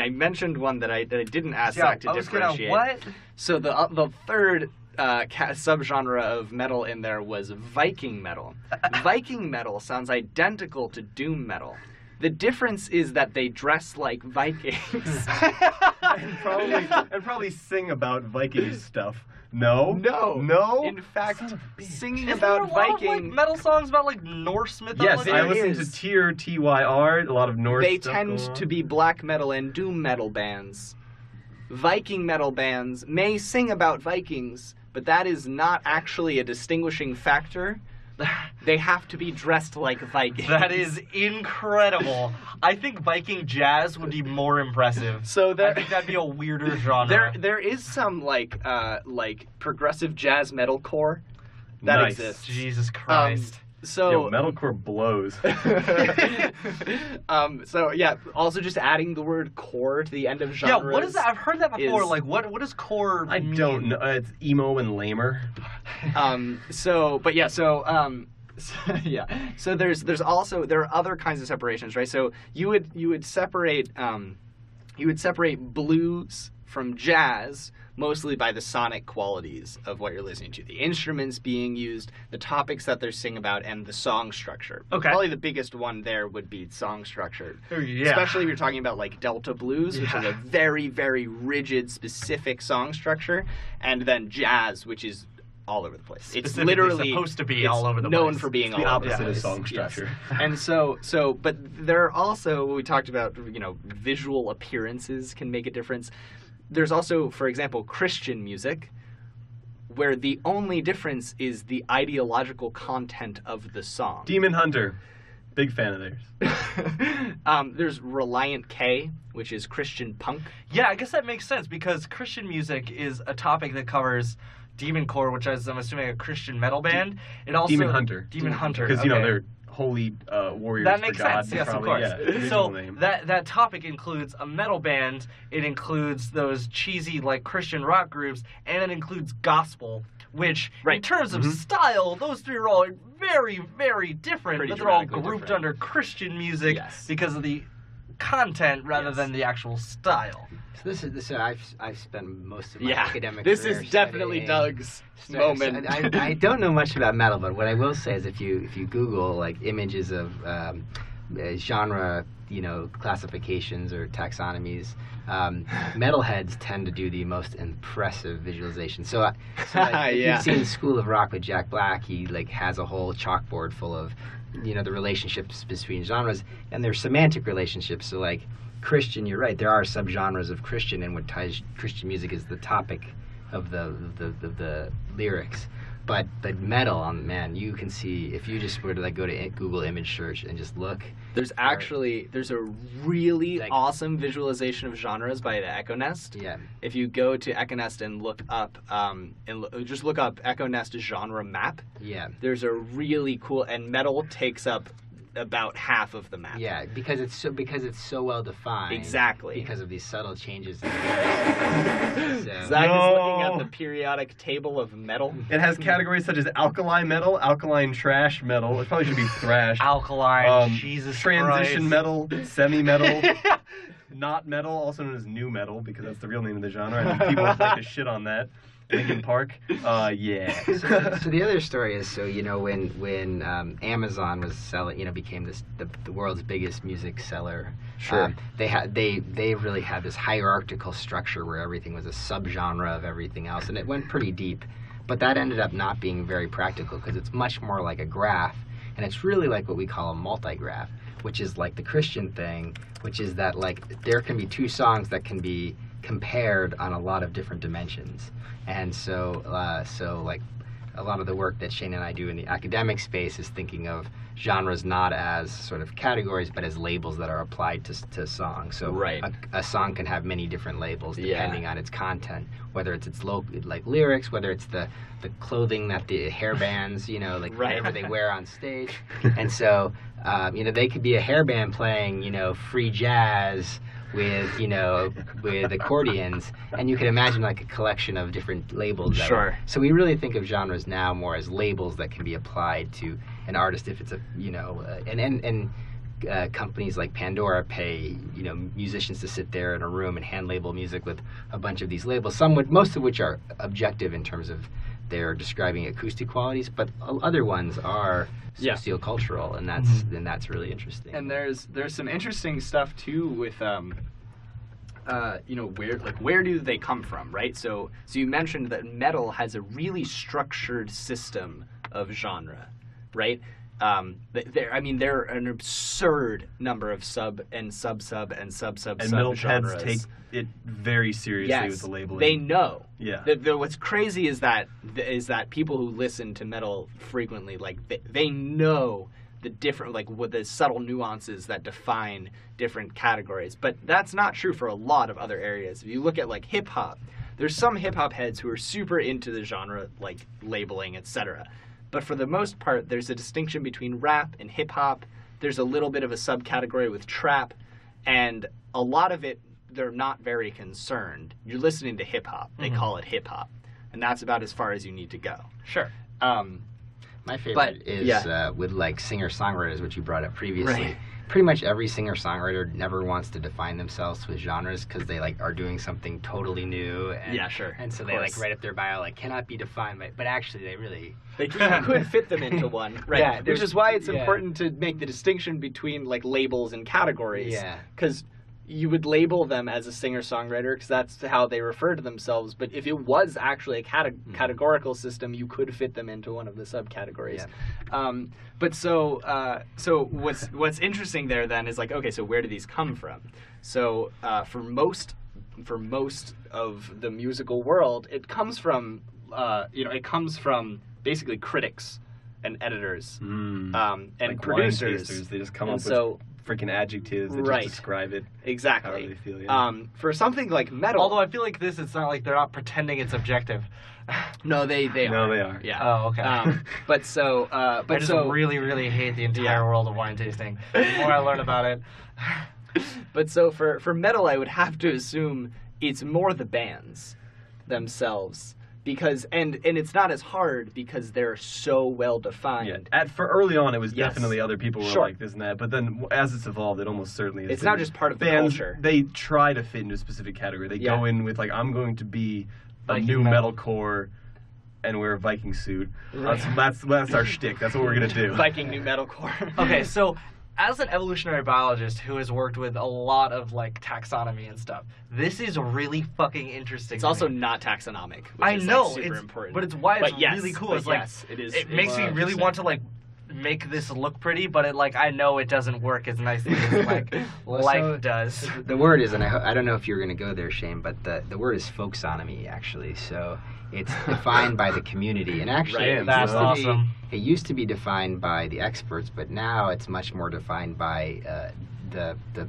I mentioned one that I that I didn't ask
Yeah,
Zach to
I was gonna-
differentiate.
what?
So the uh, the third uh, ca- subgenre of metal in there was Viking metal. Viking metal sounds identical to doom metal. The difference is that they dress like Vikings.
and probably and probably sing about Viking stuff. No.
no,
No.
In fact,
Son of a bitch.
singing
Isn't there a lot
about
of, like,
Viking
metal songs about like Norse
Yes,
mythology.
I
There
listen to
is.
Tyr T Y R. A lot of Norse.
they
stuff
tend
going on.
to be black metal and doom metal bands. Viking metal bands may sing about Vikings, but that is not actually a distinguishing factor. They have to be dressed like Vikings.
that is incredible. I think Viking jazz would be more impressive.
so
I
there,
think that'd be a weirder genre.
there there is some like uh like progressive jazz metalcore that
Nice.
exists.
Jesus Christ.
So
Yo, metalcore blows.
um so yeah, also just adding the word core to the end of
yeah,
genres.
what is that? I've heard that before.
is-
like, what what does core?
I
mean?
don't know. Uh, It's emo and lamer.
um so but yeah so um so, yeah so there's there's also there are other kinds of separations right so you would you would separate um you would separate blues from jazz mostly by the sonic qualities of what you're listening to the instruments being used the topics that they're singing about and the song structure
Okay. Oh,
probably the biggest one there would be song structure
Yeah.
Especially if you're talking about like Delta blues, which is a
Yeah.
very, very rigid, specific song structure, and then jazz, which is all over the place. It's
Specifically
literally
supposed to be
it's
all over the
known
place.
for being
It's
all
the
over the
opposite of
place.
song
Yes.
structure.
and so, so, but there are also we talked about. You know, visual appearances can make a difference. There's also, for example, Christian music, where the only difference is the ideological content of the song.
Demon Hunter. Big fan of theirs.
um, there's Reliant K, which is Christian punk.
Yeah, I guess that makes sense because Christian music is a topic that covers Demon Core, which is I'm assuming a Christian metal band. It also
Demon Hunter.
Demon Hunter.
Because you know
okay.
they're holy uh, warriors
that
for
makes
God.
sense. Yes,
probably.
of
Yeah,
course.
original
so
name.
that that topic includes a metal band. It includes those cheesy like Christian rock groups, and it includes gospel. Which, in
Right.
terms of
Mm-hmm.
style, those three are all very, very different,
Pretty
but they're all
dramatically
grouped
different.
under Christian music
Yes.
because of the content rather
Yes.
than the actual style.
So this is this. is- I've I've spent most of my academic.
this
career
is definitely
studying-
Doug's
So-
moment.
so I, I don't know much about metal, but what I will say is if you if you Google like images of um, uh, genre, you know, classifications or taxonomies, um, metalheads tend to do the most impressive visualization. So, I so like,
Yeah.
you've seen School of Rock with Jack Black. He like has a whole chalkboard full of you know the relationships between genres and their semantic relationships. So like. Christian, you're right. There are subgenres of Christian, and what ties Christian music is the topic of the the, the, the lyrics. But but metal on man, you can see if you just were to like go to i- Google image search and just look.
there's actually there's a really
Like-
awesome visualization of genres by the Echo Nest.
Yeah,
If you go to Echo Nest and look up um, and lo- just look up Echo Nest genre map,
yeah,
there's a really cool and metal takes up about half of the map.
yeah. Because it's so because it's so well defined.
Exactly.
Because of these subtle changes. so,
Zach is looking
No.
at the periodic table of metal.
It has categories such as alkali metal, alkaline trash metal. It probably should be thrash.
Alkaline,
um,
Jesus
transition
Christ.
metal, semi metal, not metal, also known as new metal because that's the real name of the genre. And people like to shit on that. Linkin Park, uh, yeah.
so, so the other story is so you know when when um, Amazon was selling you know became this the, the world's biggest music seller.
Sure.
um, they had they they really had this hierarchical structure where everything was a subgenre of everything else, and it went pretty deep. But that ended up not being very practical because it's much more like a graph, and it's really like what we call a multigraph, which is like the Christian thing, which is that like there can be two songs that can be compared on a lot of different dimensions, and so uh, so like a lot of the work that Shane and I do in the academic space is thinking of genres not as sort of categories, but as labels that are applied to, to songs. So
Right.
a, a song can have many different labels
Yeah.
depending on its content, whether it's its lo- like lyrics, whether it's the, the clothing that the hairbands, you know, like
Right.
whatever they wear on stage. and so Um, you know, they could be a hair band playing, you know, free jazz with, you know, with accordions, and you could imagine like a collection of different labels. that-
Sure.
So we really think of genres now more as labels that can be applied to an artist if it's a, you know, uh, and and and. Uh, companies like Pandora pay you know musicians to sit there in a room and hand label music with a bunch of these labels. Some would, most of which are objective in terms of they're describing acoustic qualities, but o- other ones are
Yeah. Mm-hmm.
sociocultural, and that's and that's really interesting.
and there's there's some interesting stuff too with um uh, you know where like where do they come from right so so you mentioned that metal has a really structured system of genre right um th- there i mean there are an absurd number of sub and sub sub and sub sub
And
sub
metal heads
genres
take it very seriously
yes,
with the labeling.
They know.
Yeah.
The, the, what's crazy is that is that people who listen to metal frequently, like they, they know the different, like what the subtle nuances that define different categories. But that's not true for a lot of other areas. If you look at like hip hop, there's some hip hop heads who are super into the genre, like labeling, etc. But for the most part, there's a distinction between rap and hip hop. There's a little bit of a subcategory with trap and a lot of it they're not very concerned you're listening to hip-hop they call it hip-hop and that's about as far as you need to go
Sure.
um,
My favorite is
yeah.
uh, with like singer songwriters, which you brought up previously.
Right.
Pretty much every singer songwriter never wants to define themselves with genres because they like are doing something totally new. And,
Yeah, sure,
And so
of
they like
course.
write up their bio like cannot be defined by, but actually they really
they c- you could fit them into one right
Yeah,
which
there's-
is why it's
yeah.
important to make the distinction between like labels and categories
Yeah.
because you would label them as a singer-songwriter because that's how they refer to themselves but if it was actually a cate-
Hmm.
categorical system you could fit them into one of the subcategories
Yeah.
Um, but so uh, so what's what's interesting there then is like okay, so where do these come from? So uh, for most for most of the musical world, it comes from uh, you know it comes from basically critics and editors
Mm.
um, and
Like wine
producers.
tasters, They just come
And
up
so-
with freaking adjectives that
Right.
just describe it.
Exactly.
How they feel, yeah.
um, for something like metal,
Although I feel like this, it's not like they're not pretending it's objective.
no, they they
No,
are.
they are.
yeah.
Oh, okay.
um, but so uh,
I
but
just
so
really, really hate the entire
Yeah.
world of wine tasting. The more I learn about it,
But so for, for metal, I would have to assume it's more the bands themselves because and and it's not as hard because they're so well
Yeah.
defined.
At for early on, it was
Yes.
definitely other people were
Sure.
like this and that. But then, w- as it's evolved, it almost certainly is.
It's
been-
now just part of the
bands,
culture.
They try to fit into a specific category. They go
Yeah.
in with like, I'm going to be a
Viking
new
metal.
metalcore, and wear a Viking suit. That's that's that's our shtick. That's what we're gonna do.
Viking new metalcore.
okay, so as an evolutionary biologist who has worked with a lot of like taxonomy and stuff, this is really fucking interesting.
it's
to
also
me.
not taxonomic. Which
I
is, like,
know
super
it's
important,
but it's why it's
But yes,
really cool.
but
It's like
yes, it is.
it makes me really want to like make this look pretty, but it like I know it doesn't work as nicely as like
Well,
life
so-
does.
the word is, and I, ho- I don't know if you're going to go there, Shane, but the, the word is folksonomy, actually. So it's defined by the community. And actually,
Right,
it
that's
used to be-
awesome.
it used to be defined by the experts, but now it's much more defined by uh, the, the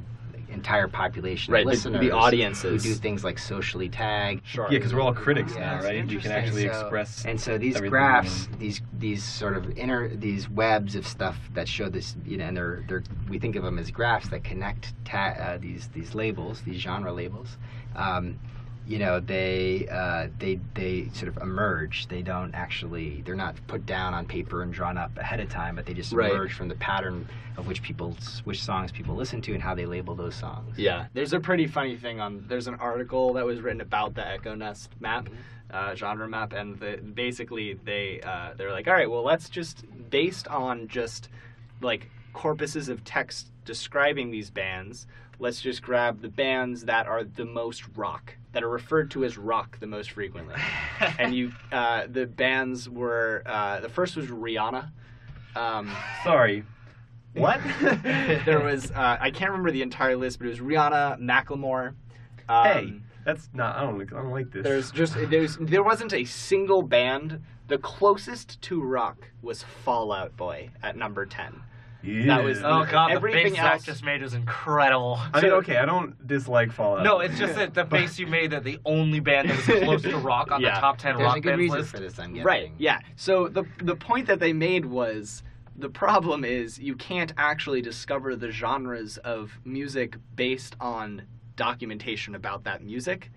entire population
Right,
of
the-
listeners.
the audiences.
Who do things like socially tag.
Sure.
Yeah, because we're all critics
Yeah,
now,
it's
right? We can
interesting.
actually
So-
express.
And so these
everything
graphs, these these sort of inner these webs of stuff that show this, you know, and they're they're we think of them as graphs that connect ta- uh, these these labels, these genre labels. Um, you know, they uh, they they sort of emerge. They don't actually they're not put down on paper and drawn up ahead of time, but they just
Right.
emerge from the pattern of which people which songs people listen to and how they label those songs.
Yeah, there's a pretty funny thing on. There's an article that was written about the Echo Nest map, uh, genre map, and the, basically they uh, they're like, all right, well, let's just based on just like corpuses of text describing these bands, let's just grab the bands that are the most rock, that are referred to as rock the most frequently, and you uh, the bands were uh, the first was Rihanna. Um,
Sorry. What?
there was uh, I can't remember the entire list, but it was Rihanna, Macklemore. Um,
hey, that's not. I don't. I don't like this.
there's just there's there wasn't a single band. The closest to rock was Fallout Boy at number ten.
Yeah.
was-
Oh god, the
Everything
face Zach
else-
just made was incredible.
I mean, okay, I don't dislike Fallout.
No, it's just that the face you made that the only band that was close to rock on
Yeah.
the top ten
There's
rock
a good
bands
reason
list.
for this, I'm guessing.
Right. Yeah. So the the point that they made was The problem is you can't actually discover the genres of music based on documentation about that music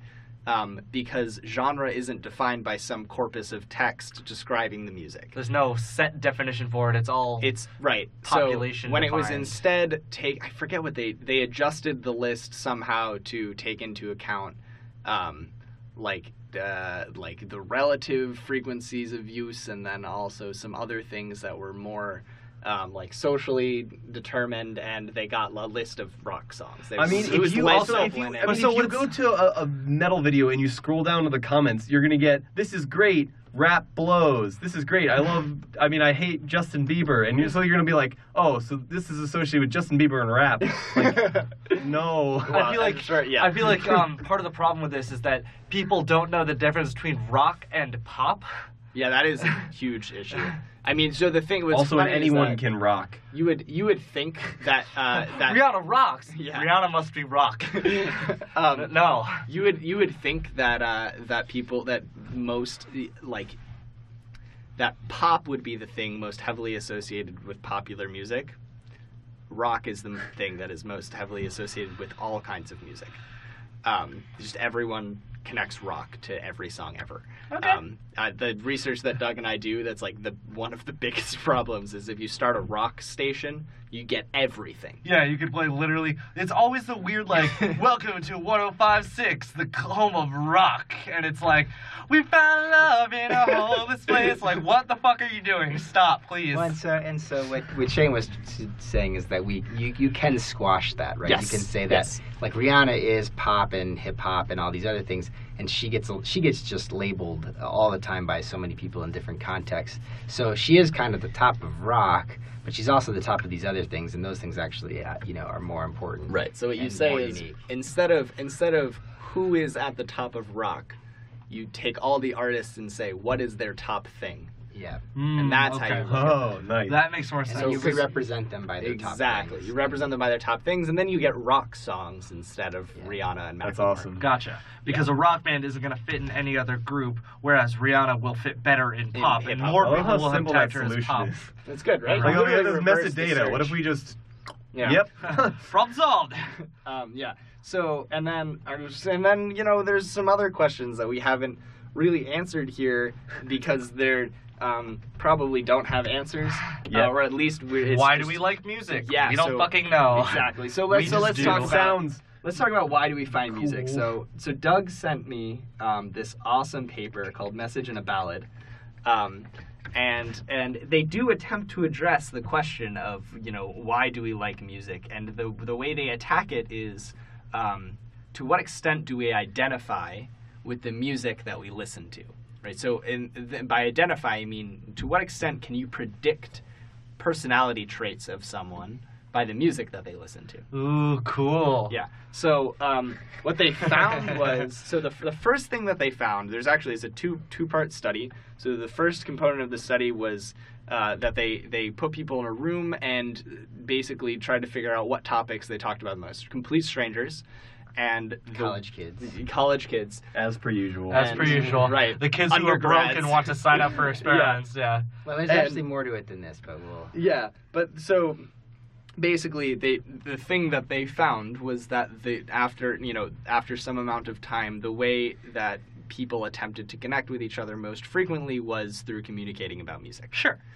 um, because genre isn't defined by some corpus of text describing the music.
There's no set definition for it. It's all
It's right.
Population
So when it was
defined.
instead take, I forget what they they adjusted the list somehow to take into account, um, like uh, like the relative frequencies of use, and then also some other things that were more. Um, like socially determined, and they got a list of rock songs. They-
I mean,
it
if
was
you
Led
also if you,
Zeppelin
I
and-
mean, if you go to a, a metal video and you scroll down to the comments, you're gonna get this is great. Rap blows. This is great. I love. I mean, I hate Justin Bieber, and you're, so you're gonna be like, oh, so this is associated with Justin Bieber and rap. Like, no.
I feel
Well,
like
sure, yeah.
I feel like um, part of the problem with this is that people don't know the difference between rock and pop.
yeah, that is a huge issue. I mean, so the thing was
also, and
funny is
anyone
that
can rock.
You would you would think that uh, that
Rihanna rocks.
Yeah.
Rihanna must be rock.
um,
no.
you would you would think that uh, that people that most like that pop would be the thing most heavily associated with popular music. Rock is the thing that is most heavily associated with all kinds of music. Um, just everyone connects rock to every song ever. Okay. Um, uh, the research that Doug and I do, that's like the one of the biggest problems is if you start a rock station, you get everything.
Yeah, you could play literally. It's always the weird, like, welcome to 1056, the home of rock. And it's like, we found love in a homeless place. Like, what the fuck are you doing? Stop, please.
Well, and so and so what, what Shane was s- saying is that we you, you can squash that, right?
Yes,
You can say that
yes.
like Rihanna is pop and hip hop and all these other things, and she gets she gets just labeled all the time by so many people in different contexts. So she is kind of the top of rock, but she's also the top of these other things, and those things actually uh, you know are more important.
Right. So what you
and
say
more
is
unique.
instead of instead of who is at the top of rock, you take all the artists and say what is their top thing.
Yeah,
Mm,
that's how you look at
Oh, nice.
That makes more sense.
and so you represent them by their top
exactly.
things.
You represent them by their top things, and then you get rock songs instead of Rihanna and Macklemore.
That's awesome.
Gotcha. Because a rock band isn't going to fit in any other group, whereas Rihanna will fit better in pop, and
hip-hop.
more
I love
people
how
will have
simple that
tagged her as
solution
pop.
is.
That's good, right?
Like,
You
oh, we got
literally
this
reverse the
metadata. What if
search.
we just?
Yeah.
Yep.
From Zold.
Um, yeah. So, and then, I was- and then, you know, there's some other questions that we haven't really answered here because they're um, probably don't have answers,
Yeah.
uh, or at least we it's
Why
just-
do we like music?
Yeah,
we don't
so-
fucking know.
exactly. So
We
let's so
just
let's
do.
talk about
sounds.
let's talk about why do we find music.
Cool.
So so Doug sent me um, this awesome paper called "Message in a Ballad." Um, and and they do attempt to address the question of you know why do we like music and the the way they attack it is um, to what extent do we identify with the music that we listen to right so in, th- by identify I mean to what extent can you predict personality traits of someone by the music that they listen to
Ooh, cool.
yeah. So um, what they found was so the, the first thing that they found there's actually it's a two two part study. So the first component of the study was uh, that they they put people in a room and basically tried to figure out what topics they talked about the most. Complete strangers, and the-
college kids.
college kids.
As per usual.
As
And-
per usual.
right.
The kids who are broke
Undergrads.
and want to sign up for experiments. yeah.
Well, there's
And-
actually more to it than this, but we'll.
Yeah, but so basically, they the thing that they found was that the after you know after some amount of time, the way that people attempted to connect with each other most frequently was through communicating about music.
Sure.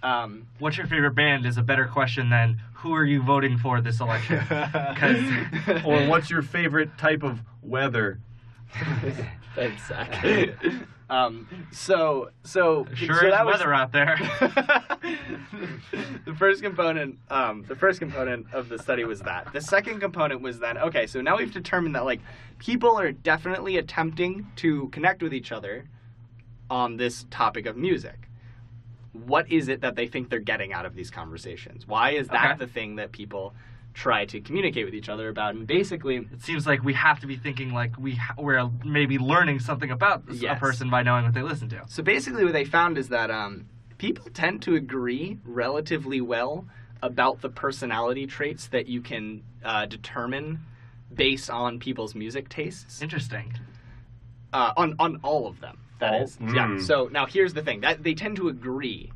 Um,
What's your favorite band is a better question than who are you voting for this election? 'Cause-
or what's your favorite type of weather?
uh,
exactly. um, so so
Sure
so
is
that was
weather out there.
the first component, um, the first component of the study was that. The second component was then okay. So now we've determined that like people are definitely attempting to connect with each other on this topic of music. What is it that they think they're getting out of these conversations? Why is that
Okay.
the thing that people try to communicate with each other about? And basically,
It seems like we have to be thinking like we ha- we're maybe learning something about this,
Yes.
a person by knowing what they listen to.
So basically, what they found is that um, people tend to agree relatively well about the personality traits that you can uh, determine based on people's music tastes,
Interesting.
uh, on on all of them. That
All?
is, yeah.
Mm.
So now here's the thing that they tend to agree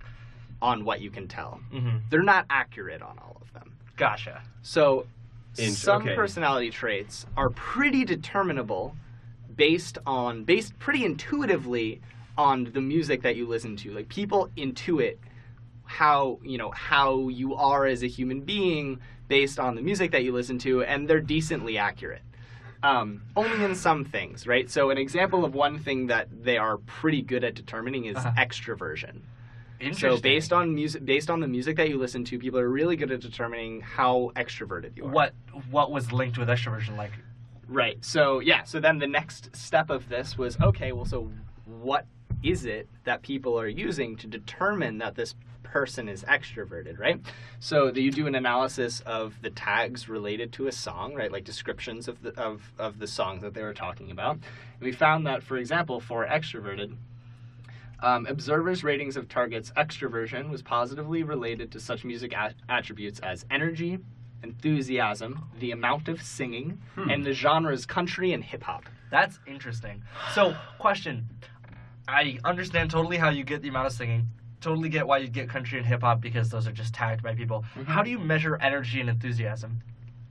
on what you can tell.
Mm-hmm.
They're not accurate on all of them.
Gotcha.
So
Int-
some
okay.
personality traits are pretty determinable based on based pretty intuitively on the music that you listen to. Like people intuit how, you know, how you are as a human being based on the music that you listen to and they're decently accurate. Um, only in some things, right? So an example of one thing that they are pretty good at determining is
Uh-huh.
extroversion.
Interesting.
So based on music, based on the music that you listen to, people are really good at determining how extroverted you are.
what what was linked with extroversion, like
Right. So yeah. So then the next step of this was okay. Well, so what is it that people are using to determine that this person is extroverted? Right. So that you do an analysis of the tags related to a song, right? Like descriptions of the of of the song that they were talking about. And we found that, for example, for extroverted. Um, observers' ratings of targets' extroversion was positively related to such music a- attributes as energy, enthusiasm, the amount of singing,
Hmm.
and the genres country and hip hop.
That's interesting. So, question. I understand totally how you get the amount of singing. Totally get why you get country and hip hop because those are just tagged by people. How do you measure energy and enthusiasm?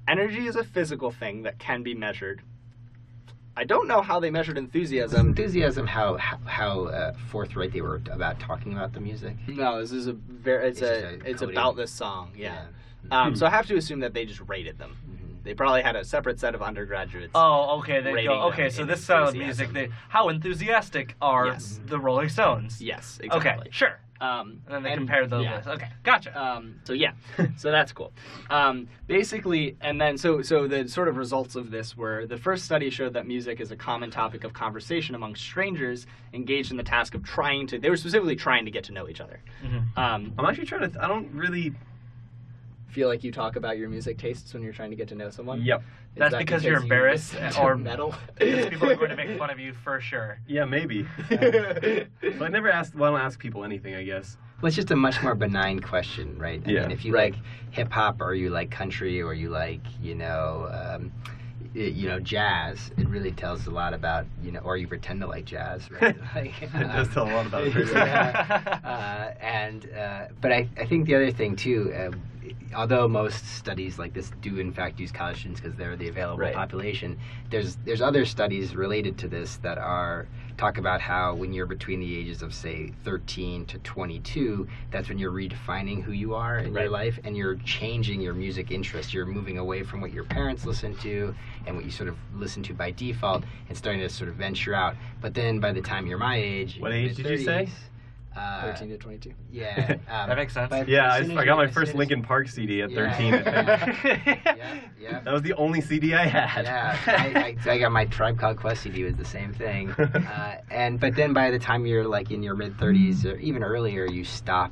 Energy is a physical thing that can be measured. I don't know how they measured enthusiasm.
enthusiasm how how, how uh, forthright they were about talking about the music.
No, this is a very. It's,
It's
a.
just a
It's
coding.
about this song. Yeah.
Hmm.
Um, so I have to assume that they just rated them. They probably had a separate set of undergraduates.
Mm-hmm. Oh, okay. They
Rating
go,
them
okay, so
in
this style of music,
enthusiasm.
they, how enthusiastic are
Yes.
the Rolling Stones?
yes.
Okay,
Exactly.
sure.
Um,
And then they compare those.
yeah.
Okay, gotcha.
Um, so yeah, so that's cool. Um, basically, and then so so the sort of results of this were the first study showed that music is a common topic of conversation among strangers engaged in the task of trying to. They were specifically trying to get to know each other.
Mm-hmm.
Um,
I'm actually trying to. Th- I don't really.
feel like you talk about your music tastes when you're trying to get to know someone.
Yep.
Is
That's
that
because you're
you
embarrassed
listen to
or-
metal.
Because people are going to make fun of you for sure.
Yeah, maybe. but I never asked. Well, I don't ask people anything. I guess.
Well, it's just a much more benign question, right? I
Yeah.
mean, if you
Right.
like hip hop, or you like country, or you like you know, um, y- you know, jazz, it really tells a lot about you know, or you pretend to like jazz, right? like,
It does
um,
tell a lot about a person.
Yeah. uh, and uh, but I, I think the other thing too, uh, although most studies like this do in fact use college students because they're the available
Right.
population, there's there's other studies related to this that are talk about how when you're between the ages of say 13 to 22 that's when you're redefining who you are in your
Right.
life and you're changing your music interest you're moving away from what your parents listen to and what you sort of listen to by default and starting to sort of venture out but then by the time you're my age
What
in your
age did you say?
mid-thirties, uh,
13 to 22.
yeah, um,
That makes sense.
but
Yeah, I,
as soon
I
as
got
you-
my
as
first
soon as-
Linkin Park CD at
Yeah.
13. I think.
Yeah, yeah.
That was the only CD I had.
Yeah, I, I, I got my Tribe Called Quest CD was the same thing, uh, and but then by the time you're like in your mid 30s or even earlier, you stop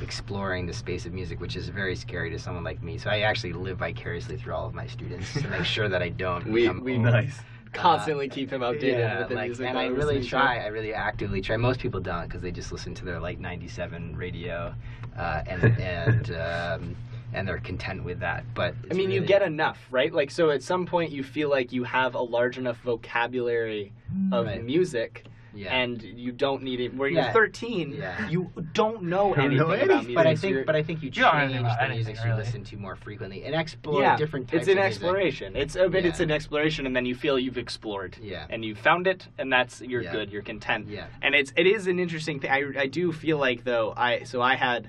exploring the space of music, which is very scary to someone like me. So I actually live vicariously through all of my students to make sure that I don't.
We-
become
we-
old.
nice.
Um, Constantly keep him updated
Yeah,
with the
like,
music.
and
that
I
I'm
really
listening to.
try. I really actively try. Most people don't because they just listen to their like '97 radio, uh, and and um, and they're content with that. But
I mean, you get enough, right? Like, so at some point, you feel like you have a large enough vocabulary of
Right.
music,
yeah.
and you don't need it. Where you're
Yeah.
13,
Yeah.
you don't know
Don't
anything
know
about
anything.
music.
but I
so
think,
you're-
but I think you
You don't
change
know about
the
anything,
music you
really.
listen to more frequently and explore
Yeah,
different types.
it's an
of music.
exploration. It's a bit. It's
Yeah.
an exploration, and then you feel you've explored.
Yeah.
And you found it, and that's you're
Yeah.
good. You're content.
Yeah.
And it's it is an interesting thing. I I do feel like though I so I had.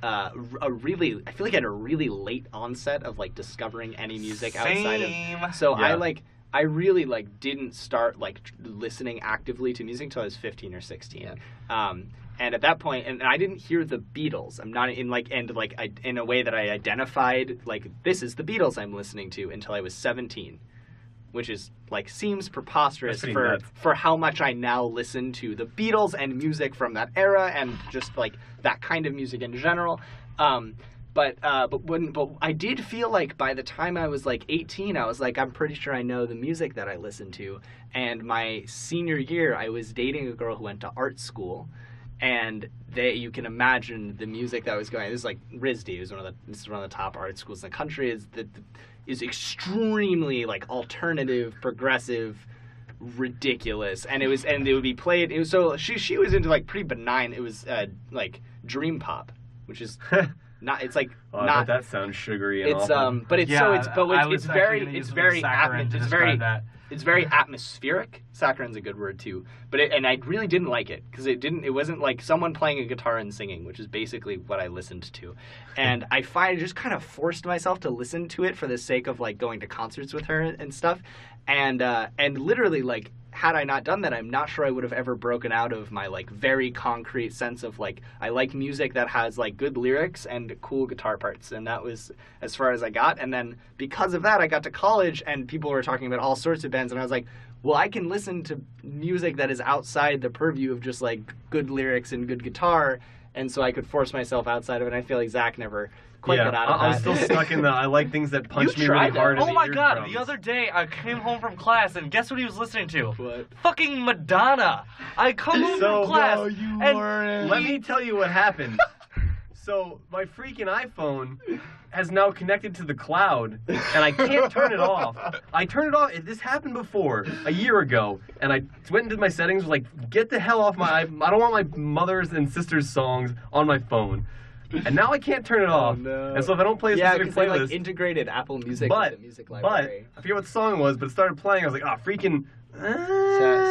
Uh, a really, I feel like I had a really late onset of like discovering any music outside of
Same.
So I
Yeah.
like I really like didn't start like tr- listening actively to music until I was 15 or 16.
Yeah.
Um and at that point and I didn't hear the Beatles. I'm not in like and like I, in a way that I identified like this is the Beatles I'm listening to until I was 17. Which is like seems preposterous
That's pretty
for
nuts.
for how much I now listen to the Beatles and music from that era and just like that kind of music in general. Um, but uh, but when but I did feel like by the time I was like 18, I was like I'm pretty sure I know the music that I listen to. And my senior year, I was dating a girl who went to art school, and they you can imagine the music that was going. This is like RISD, who's one of the this is one of the top art schools in the country. Is that is extremely like alternative, progressive ridiculous and it was and it would be played it was so she she was into like pretty benign it was uh like dream pop, which is not. It's like
Oh, I bet
not.
that sounds sugary and
it's
awful.
um, but it's so
Yeah,
it's but
I
it's,
was
it's
actually
very
gonna use
it's
the
very
word
atmo-
saccharin to
it's
describe
very
that.
it's very atmospheric. Saccharin's a good word too, but it, and I really didn't like it because it didn't. It wasn't like someone playing a guitar and singing, which is basically what I listened to. And I find I just kind of forced myself to listen to it for the sake of like going to concerts with her and stuff. And uh, and literally like had I not done that, I'm not sure I would have ever broken out of my like very concrete sense of like I like music that has like good lyrics and cool guitar parts, and that was as far as I got. And then because of that, I got to college and people were talking about all sorts of bands, and I was like, well, I can listen to music that is outside the purview of just like good lyrics and good guitar, and so I could force myself outside of it. And I feel like Zach never quite
yeah,
got out of
I- I'm
that.
still stuck in the I like things that punch me really
tried that.
hard. in
Oh
the
my god,
eardrums.
the other day I came home from class and guess what he was listening to?
What?
Fucking Madonna. I come home
So-
from class.
No,
you and weren't.
Let me tell you what happened. So my freaking iPhone has now connected to the cloud, and I can't turn it off. I turned it off. This happened before a year ago, and I went into my settings was like, "Get the hell off my! I don't want my mother's and sister's songs on my phone." And now I can't
Oh,
turn it off.
no.
And so if I don't play a
yeah,
specific
because they
playlist,
like integrated Apple Music with
but
the music
but
library.
I forget what the song was, but it started playing. I was like, "Ah, freaking!" So,
So,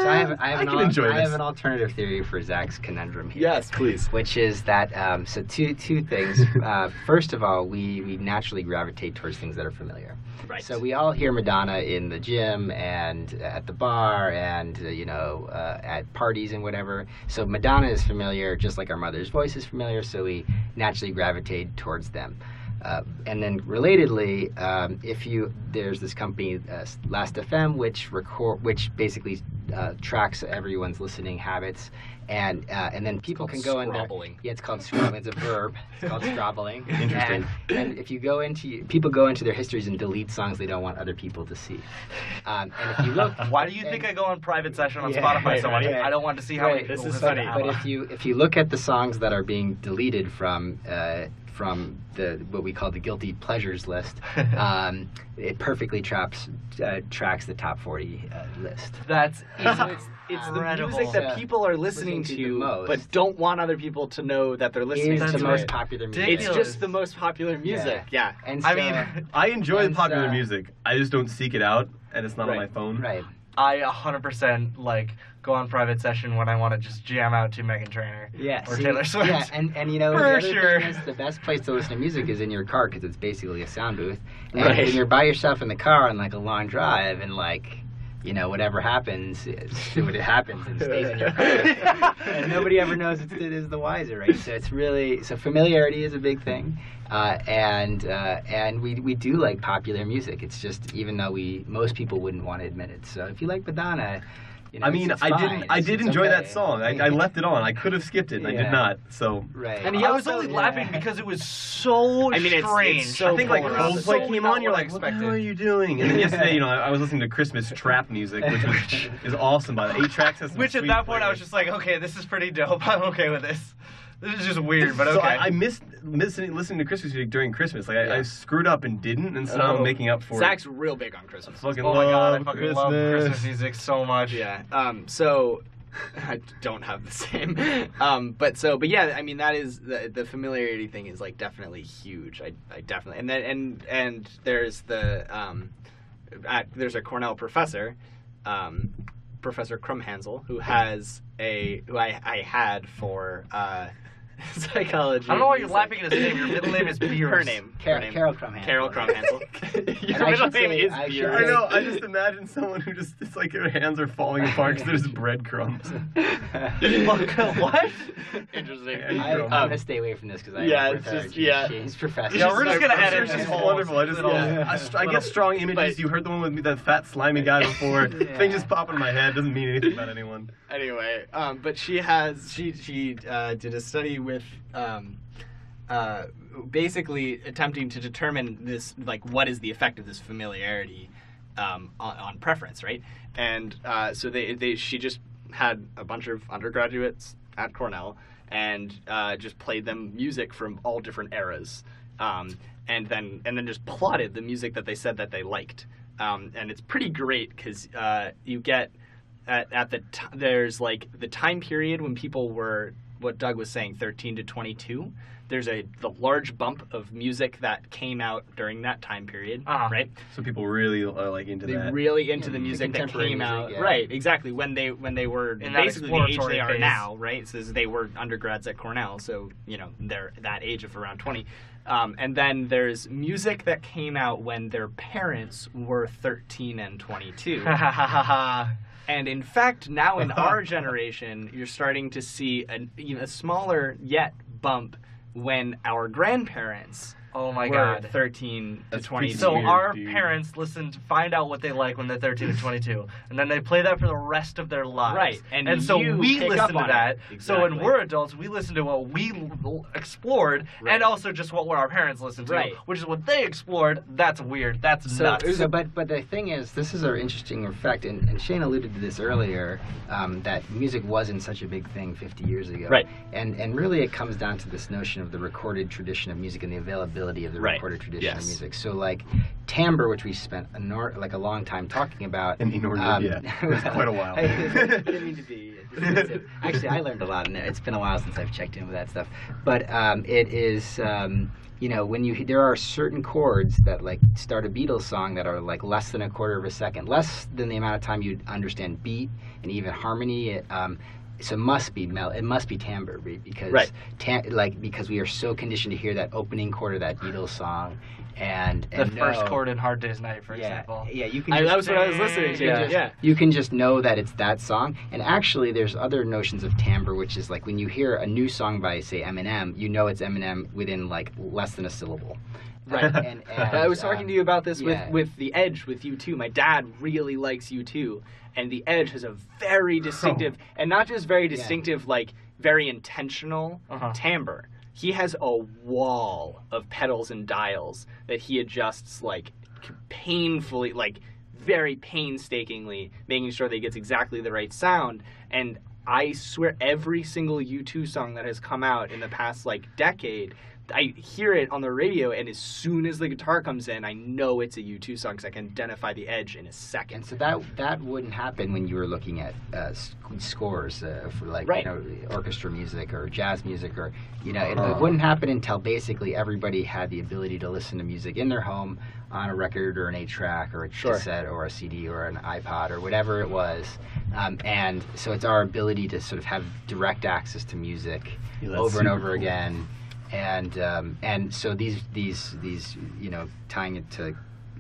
so I have, I have, an,
can
al-
enjoy
I
this.
have an alternative theory for Zach's conundrum here.
yes, please.
Which is that um, so two two things. Uh, first of all, we we naturally gravitate towards things that are familiar.
Right.
So we all hear Madonna in the gym and at the bar and uh, you know uh, at parties and whatever. So Madonna is familiar, just like our mother's voice is familiar. So we naturally gravitate towards them. Uh, and then relatedly, um, if you there's this company uh, Last FM, which record, which basically uh, tracks everyone's listening habits, and uh, and then people can go in there.
scrobbling.
Yeah, it's called scrobbling. It's a verb. It's called scrobbling.
Interesting.
And, and if you go into people go into their histories and delete songs they don't want other people to see. Um, and if you look,
Why do you think I go on private session on Spotify so much?
right, right.
I don't want to see how
Right,
many people
this is
listen to
funny.
ABBA.
but if you if you look at the songs that are being deleted from uh, from the what we call the guilty pleasures list, um, it perfectly traps uh, tracks the top forty uh, list.
That's
it's, it's the
Incredible.
music that
Yeah.
people are listening
Listening to the
to,
most.
but don't want other people to know that they're listening
Is
to
the
That's
most
it.
popular music.
It's
Ridiculous.
just the most popular music. Yeah.
And
I
so-
mean,
I enjoy
And,
popular
uh,
music. I just don't seek it out, and it's not on my
Right.
phone.
right.
I 100% like go on private session when I want to just jam out to Megan Trainor
Yeah.
or
see,
Taylor Swift.
Yeah, and, and you know,
For
the, other
sure.
thing is the best place to listen to music is in your car because it's basically a sound booth. And
Right.
when you're by yourself in the car on like a long drive and like, you know, whatever happens, it's, what it happens and stays in your car. and nobody ever knows it's, it is the wiser, right? So it's really so familiarity is a big thing, uh, and uh, and we we do like popular music. It's just even though we most people wouldn't want to admit it. So if you like Madonna, you know,
I mean,
it's-
I
it's
didn't.
fine.
I
It's-
did
it's
enjoy that
okay.
song. I, I left it on. I could have skipped it. and I
Yeah.
did not. So
Right.
And he
I was
also-
only laughing because it was so
I mean, it's-
strange.
it's so
I think like
Cold.
It was
Coldplay
so
came
not
on. You're
what I
like, what the hell
expected.
are you doing? And then yesterday, you know, I, I was listening to Christmas trap music, which was, is awesome. By the eight tracks. has some
Which at
sweet
that point I
flavor.
was just like, okay, this is pretty dope. I'm okay with this. This is just weird, but okay.
So I, I missed listening listening to Christmas music during Christmas. Like I, I screwed up and didn't, and so now
Oh.
I'm making up for
Zach's real big on Christmas.
it. Fucking
oh my god, I
love
fucking
Christmas.
love Christmas music so much.
Yeah. Um, so I don't have the same. Um, but so, but yeah, I mean, that is the, the familiarity thing is like definitely huge. I, I definitely, and then, and, and there's the, um, at, there's a Cornell professor, um, Professor Crumhansel, who has a, who I, I had for, uh, psychology.
I don't know why
and
you're
music.
laughing at his name. Your middle name is Beers.
Her name. her
Carol,
name.
Carol Crumham.
Carol Crumhansel.
And
Your
I
middle
should
name
say-
is
I should
Beer.
I know. I just imagine someone who just it's like their hands are falling apart because there's breadcrumbs.
Look, what?
Interesting.
I, I'm
Um,
gonna stay away from this because I
yeah,
work
it's
with her.
just-
She's-
yeah.
she's professor.
Yeah, we're just
My
gonna
brother,
edit
She's
this whole
wonderful. I just
little-
I, st- I get strong images.
But-
you heard the one with me, that fat slimy guy before.
Yeah.
Thing just pop in my head. Doesn't mean anything about anyone.
anyway, um, but she has she she uh, did a study with um, uh, basically attempting to determine this like what is the effect of this familiarity um, on, on preference, right? And uh, so they they she just had a bunch of undergraduates at Cornell and uh, just played them music from all different eras, um, and then and then just plotted the music that they said that they liked. Um, and it's pretty great because uh, you get at, at the t- there's like the time period when people were what Doug was saying, 13 to 22. There's a the large bump of music that came out during that time period,
Uh-huh.
right?
So people really are like into
They
that.
really into
Yeah,
the
the
music that
contemporary
came
music,
out,
yeah.
right? Exactly when they when they were
In that
basically the age they
exploratory
are
phase.
now, right? So they were undergrads at Cornell, so you know they're that age of around twenty. Um, and then there's music that came out when their parents were thirteen and twenty-two.
Ha ha ha ha ha.
And in fact, now in our generation, you're starting to see an, even a smaller yet bump when our grandparents
Oh my
were
god.
13 to
That's
22.
pretty
So
Weird,
our
dude.
parents listen to find out what they like when they're 13 and 22, and then they play that for the rest of their lives.
Right, and
so
you
we
pick
listen
up
to
on it.
that. So when
Exactly.
we're adults, we listen to what we l- l- explored,
Right.
and also just what our parents listened to,
Right.
which is what they explored. That's weird. That's
So,
nuts.
so but but the thing is, this is an interesting effect, and, and Shane alluded to this earlier, um, that music wasn't such a big thing 50 years ago.
Right.
And and really, it comes down to this notion of the recorded tradition of music and the availability of the
Right.
recorded tradition of
Yes.
music. So like timbre, which we spent a nor- like a long time talking about. um,
An inordinate, yeah. It was quite a while.
I didn't mean to be dismissive. Actually, I learned a lot, and it's been a while since I've checked in with that stuff. But um, it is, um, you know, when you there are certain chords that like start a Beatles song that are like less than a quarter of a second, less than the amount of time you'd understand beat and even harmony. It, um, so it must be mel. It must be timbre be- because
Right.
tam- like because we are so conditioned to hear that opening chord of that Beatles song, and,
the
and
first
know-
chord in Hard Day's Night, for
yeah,
example.
yeah, you can.
I,
just-
that was what I was listening to.
Yeah.
Yeah.
you can just know that it's that song. And actually, there's other notions of timbre, which is like when you hear a new song by, say, Eminem, you know it's Eminem within like less than a syllable.
Right.
And, and,
I was talking
um,
to you about this
yeah.
with, with The Edge with U2. My dad really likes U2, and The Edge has a
Oh.
very distinctive, and not just very distinctive, like very intentional
Uh-huh.
timbre. He has a wall of pedals and dials that he adjusts like painfully, like very painstakingly, making sure that he gets exactly the right sound. And I swear, every single U2 song that has come out in the past like decade, I hear it on the radio, and as soon as the guitar comes in, I know it's a U2 song because I can identify the edge in a
And
second.
so that that wouldn't happen when you were looking at uh, sc- scores uh, for like
Right.
you know orchestra music or jazz music or you know it,
Uh-huh.
it wouldn't happen until basically everybody had the ability to listen to music in their home on a record or an eight track or a
Sure.
cassette or a CD or an iPod or whatever it was, um, and so it's our ability to sort of have direct access to music
Yeah, that's
over and
super
over
cool.
again, and um, and so these these these you know tying it to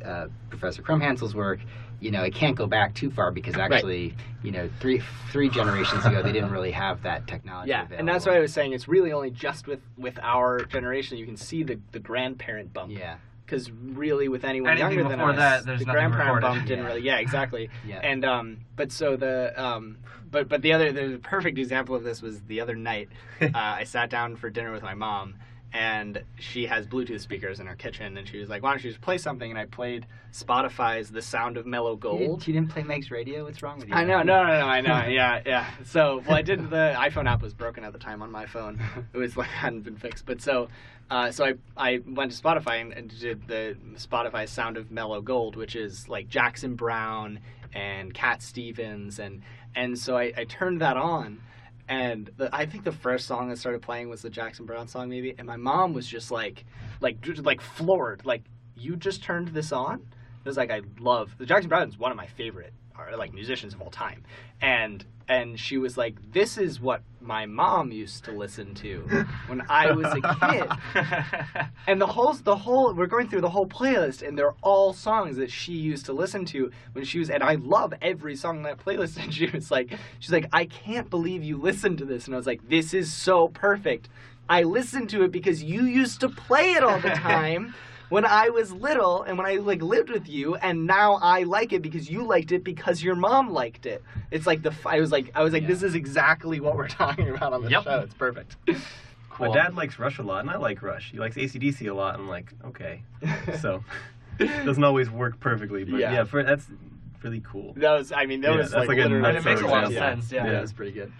uh, Professor Crumhansel's work, you know, it can't go back too far because actually, you know, three three generations ago, they didn't really have that technology.
Yeah,
available.
and that's what I was saying. It's really only just with with our generation you can see the the grandparent bump.
Yeah,
because really with anyone
Anything
younger than
before
us,
that, there's
the
nothing
grandparent
recorded.
bump didn't
Yeah.
really. Yeah, exactly.
Yeah.
And um, but so the um, but but the other the perfect example of this was the other night. uh, I sat down for dinner with my mom, and she has Bluetooth speakers in her kitchen, and she was like, "Why don't you just play something?" And I played Spotify's "The Sound of Mellow
you
Gold."
didn't, you didn't play Meg's radio. What's wrong with you?
I know, no, no, no, I know, yeah, yeah. So, well, I did. The iPhone app was broken at the time on my phone. It was like hadn't been fixed, but so, uh, so I I went to Spotify and, and did the Spotify Sound of Mellow Gold, which is like Jackson Brown and Cat Stevens, and and so I, I turned that on, and the, I think the first song that started playing was the Jackson Brown song, maybe, and my mom was just like, like, just, like floored, like you just turned this on. It was like I love the Jackson Brown is one of my favorite uh, like musicians of all time, and and she was like, this is what my mom used to listen to when I was a kid, and the whole the whole we're going through the whole playlist, and they're all songs that she used to listen to when she was, and I love every song on that playlist. And she was like, she's like, I can't believe you listened to this, and I was like, this is so perfect. I listened to it because you used to play it all the time when I was little and when I like lived with you, and now I like it because you liked it because your mom liked it. It's like the f- I was like I was like this is exactly what we're talking about on the
Yep.
show. It's perfect.
My dad likes Rush a lot, and I like Rush. He likes ACDC a lot, and I'm like, okay. So, it doesn't always work perfectly, but
Yeah.
yeah, for, that's really cool.
That was I mean that
Yeah,
was like,
that's like a
literally
nice
and it makes a lot of
Yeah.
sense. Yeah.
Yeah,
Yeah.
it was pretty good.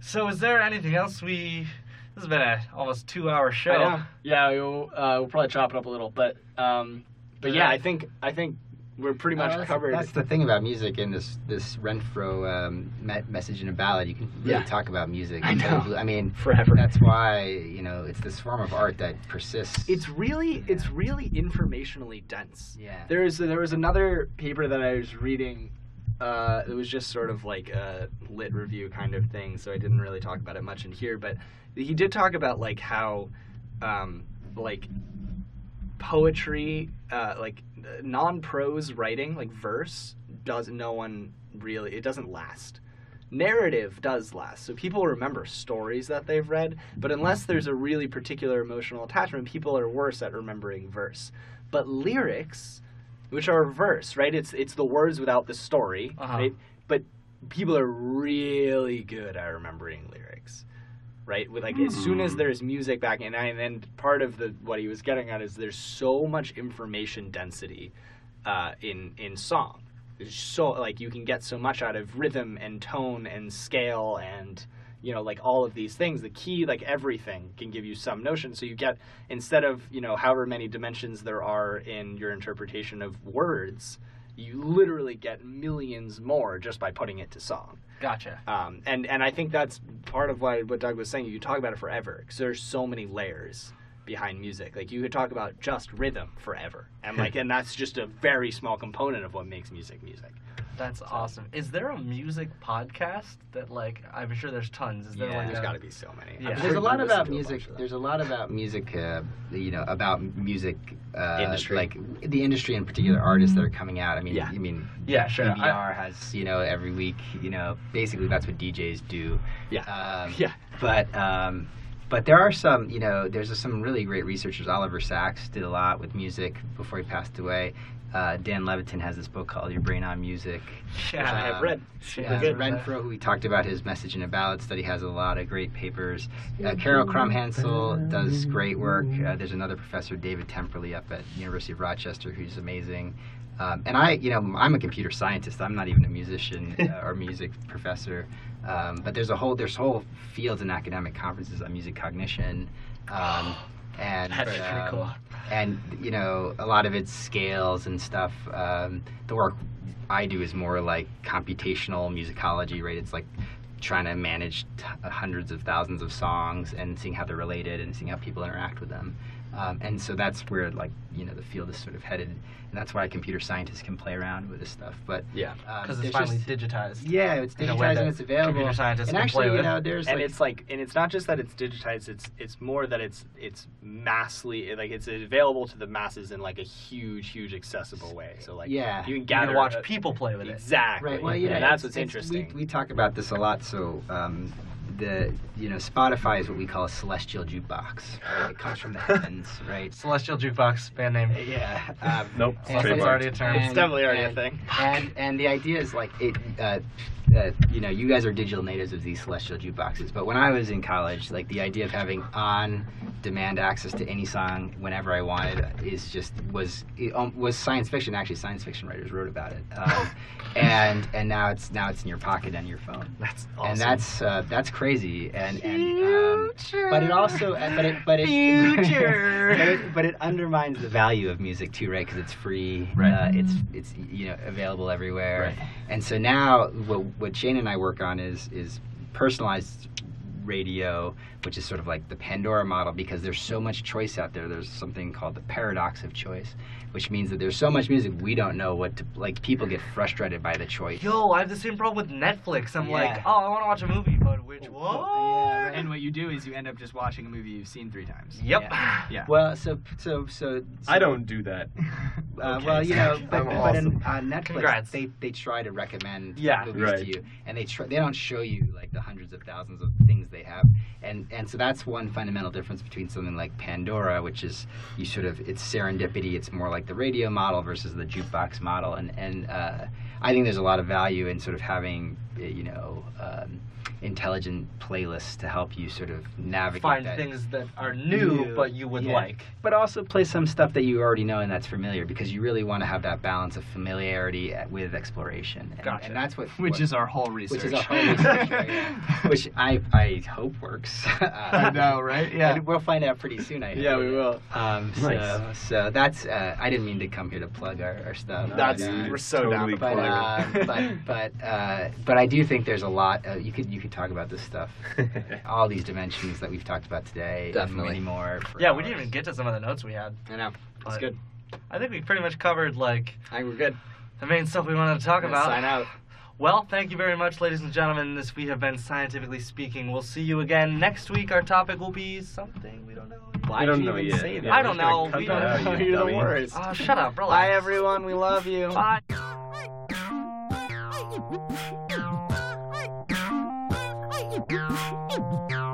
So is there anything else we? This has been a almost two-hour show.
Yeah, we'll, uh, we'll probably chop it up a little, but um, but yeah, I think I think We're pretty
Oh,
much
that's-
covered.
That's the thing about music in this this Renfro um, me- message in a ballad. You can really
Yeah.
talk about music.
I
until
know.
blue- I mean,
Forever.
That's why you know it's this form of art that persists.
it's really it's really informationally dense.
yeah.
There is there was another paper that I was reading. Uh, it was just sort of like a lit review kind of thing, so I didn't really talk about it much in here. But he did talk about like how, um, like poetry, uh, like non prose writing, like verse, does no one really it doesn't last. Narrative does last, so people remember stories that they've read. But unless there's a really particular emotional attachment, people are worse at remembering verse. But lyrics, which are verse, right? It's it's the words without the story,
Uh-huh.
right? But people are really good at remembering lyrics, right? With like as soon as there's music back, and I, and part of the what he was getting at is there's so much information density uh, in in song. There's so like you can get so much out of rhythm and tone and scale and you know like all of these things the key like everything can give you some notion so you get instead of you know however many dimensions there are in your interpretation of words you literally get millions more just by putting it to song
Gotcha.
um, and and I think that's part of why what Doug was saying. You could talk about it forever because there's so many layers behind music. Like you could talk about just rhythm forever, and like and that's just a very small component of what makes music music.
That's awesome. Is there a music podcast that like I'm sure there's tons. Is there
Yeah.
like
There's
a-
got to be so many. I'm
Yeah.
sure
There's a
you
lot
listen
about
to a bunch
music.
of them.
There's a lot about music, uh, you know, about music uh,
Industry.
like the industry in particular, artists that are coming out. I mean,
Yeah.
you mean
Yeah, sure. I-
DBR has you know every week. You know, basically that's what DJs do.
Yeah.
Um,
Yeah.
But um, but there are some you know there's some really great researchers. Oliver Sacks did a lot with music before he passed away. Uh, Dan Levitin has this book called Your Brain on Music.
Which I have
um,
read.
Yeah,
Yeah,
good.
Renfro, who we talked about his message in a ballad study, has a lot of great papers. Uh, Carol Crum Hansel does great work. Uh, there's another professor, David Temperley, up at University of Rochester, who's amazing. Um, and I, you know, I'm a computer scientist. I'm not even a musician uh, or music professor. Um, but there's a whole there's whole fields and academic conferences on music cognition. Um, and
That's
but,
pretty
um,
cool.
and you know a lot of its scales and stuff um, the work i do is more like computational musicology right it's like trying to manage t- uh, hundreds of thousands of songs and seeing how they're related and seeing how people interact with them um, and so that's where like you know the field is sort of headed and that's why computer scientists can play around with this stuff but
Yeah.
um,
because
there's
Uh, it's finally
just-
digitized.
yeah it's
in a way
digitized
that
and it's available
computer scientists
and
can
actually
play
you
with.
know there's
and
like,
it's like and it's not just that it's digitized it's it's more that it's it's massively like it's available to the masses in like a huge huge accessible way so like
Yeah.
you can
You
gather
can watch
a-
people play with it.
exactly
Right. Well, you know,
and that's
it's-
what's
it's- we-
interesting
We, talk about this a lot. So, um, the you know, Spotify is what we call a celestial jukebox. Right? It comes from the heavens, right?
Celestial Jukebox band name.
Yeah. Um,
Nope.
and-
Plus, it's
trademarked.
already a term.
It's definitely already a
and-
thing.
And and the idea is like it, uh, uh, you know, you guys are digital natives of these celestial jukeboxes. But when I was in college, like the idea of having on-demand access to any song whenever I wanted is just was it, um, was science fiction. Actually, science fiction writers wrote about it. Um, and and now it's now it's in your pocket on your phone.
that's
And that's uh, that's crazy, and, and um, but it also but it but it,
Future.
but it but it undermines the value of music too, right? Because it's free,
Right.
Uh, it's it's you know available everywhere, and so now what what Shane and I work on is is personalized radio, which is sort of like the Pandora model because there's so much choice out there. There's something called the paradox of choice, which means that there's so much music we don't know what to like. People get frustrated by the choice.
Yo, I have the same problem with Netflix. I'm like,
Yeah.
oh, I want to watch a movie, but which one?
Yeah, right.
and what you do is you end up just watching a movie you've seen three times
Yep.
yeah, yeah.
Well, so so so, so
I don't do that.
Uh,
Okay,
well, you know,
sorry. I'm
but, but in, on Netflix,
Congrats.
they they try to recommend
Yeah,
movies
right.
to you, and they try, they don't show you like the hundreds of thousands of things they have, and and so that's one fundamental difference between something like Pandora, which is you sort of it's serendipity, it's more like the radio model versus the jukebox model, and and uh, I think there's a lot of value in sort of having uh, you eh, know. Um, intelligent playlists to help you sort of navigate
Find
that.
things that are new,
New.
but you would
Yeah.
like.
But also play some stuff that you already know and that's familiar because you really want to have that balance of familiarity eh, with exploration. And,
Gotcha.
and that's what
Which
what-
is our whole research.
which is our whole research, right? Yeah. which I I hope works.
I know, right? Yeah.
And we'll find out pretty soon. I hope.
Yeah, we will.
Um, so,
Nice.
so that's uh, I didn't mean to come here to plug our, our stuff.
That's
but, uh,
we're so down
totally
with
but,
that.
uh, but but uh, but I do think there's a lot uh, you could you could talk about this stuff, all these dimensions that we've talked about today, and
Definitely.
many more. for
Yeah, we didn't
hours.
even get to some of the notes we had.
I know. It's
but
good.
I think we pretty much covered like
I think we're good.
the main stuff we wanted to talk
I'm gonna
about.
Sign out.
Well, thank you very much, ladies and gentlemen. This we have been scientifically speaking. We'll see you again next week. Our topic will be something we don't know.
I
Why
don't
did you
know
even
yet.
say that?
I don't know.
Cut
We
that
don't
out,
know.
you
You're the
dummy.
worst.
Oh, shut up, relax.
Bye, everyone. We love you.
Bye.
Hey!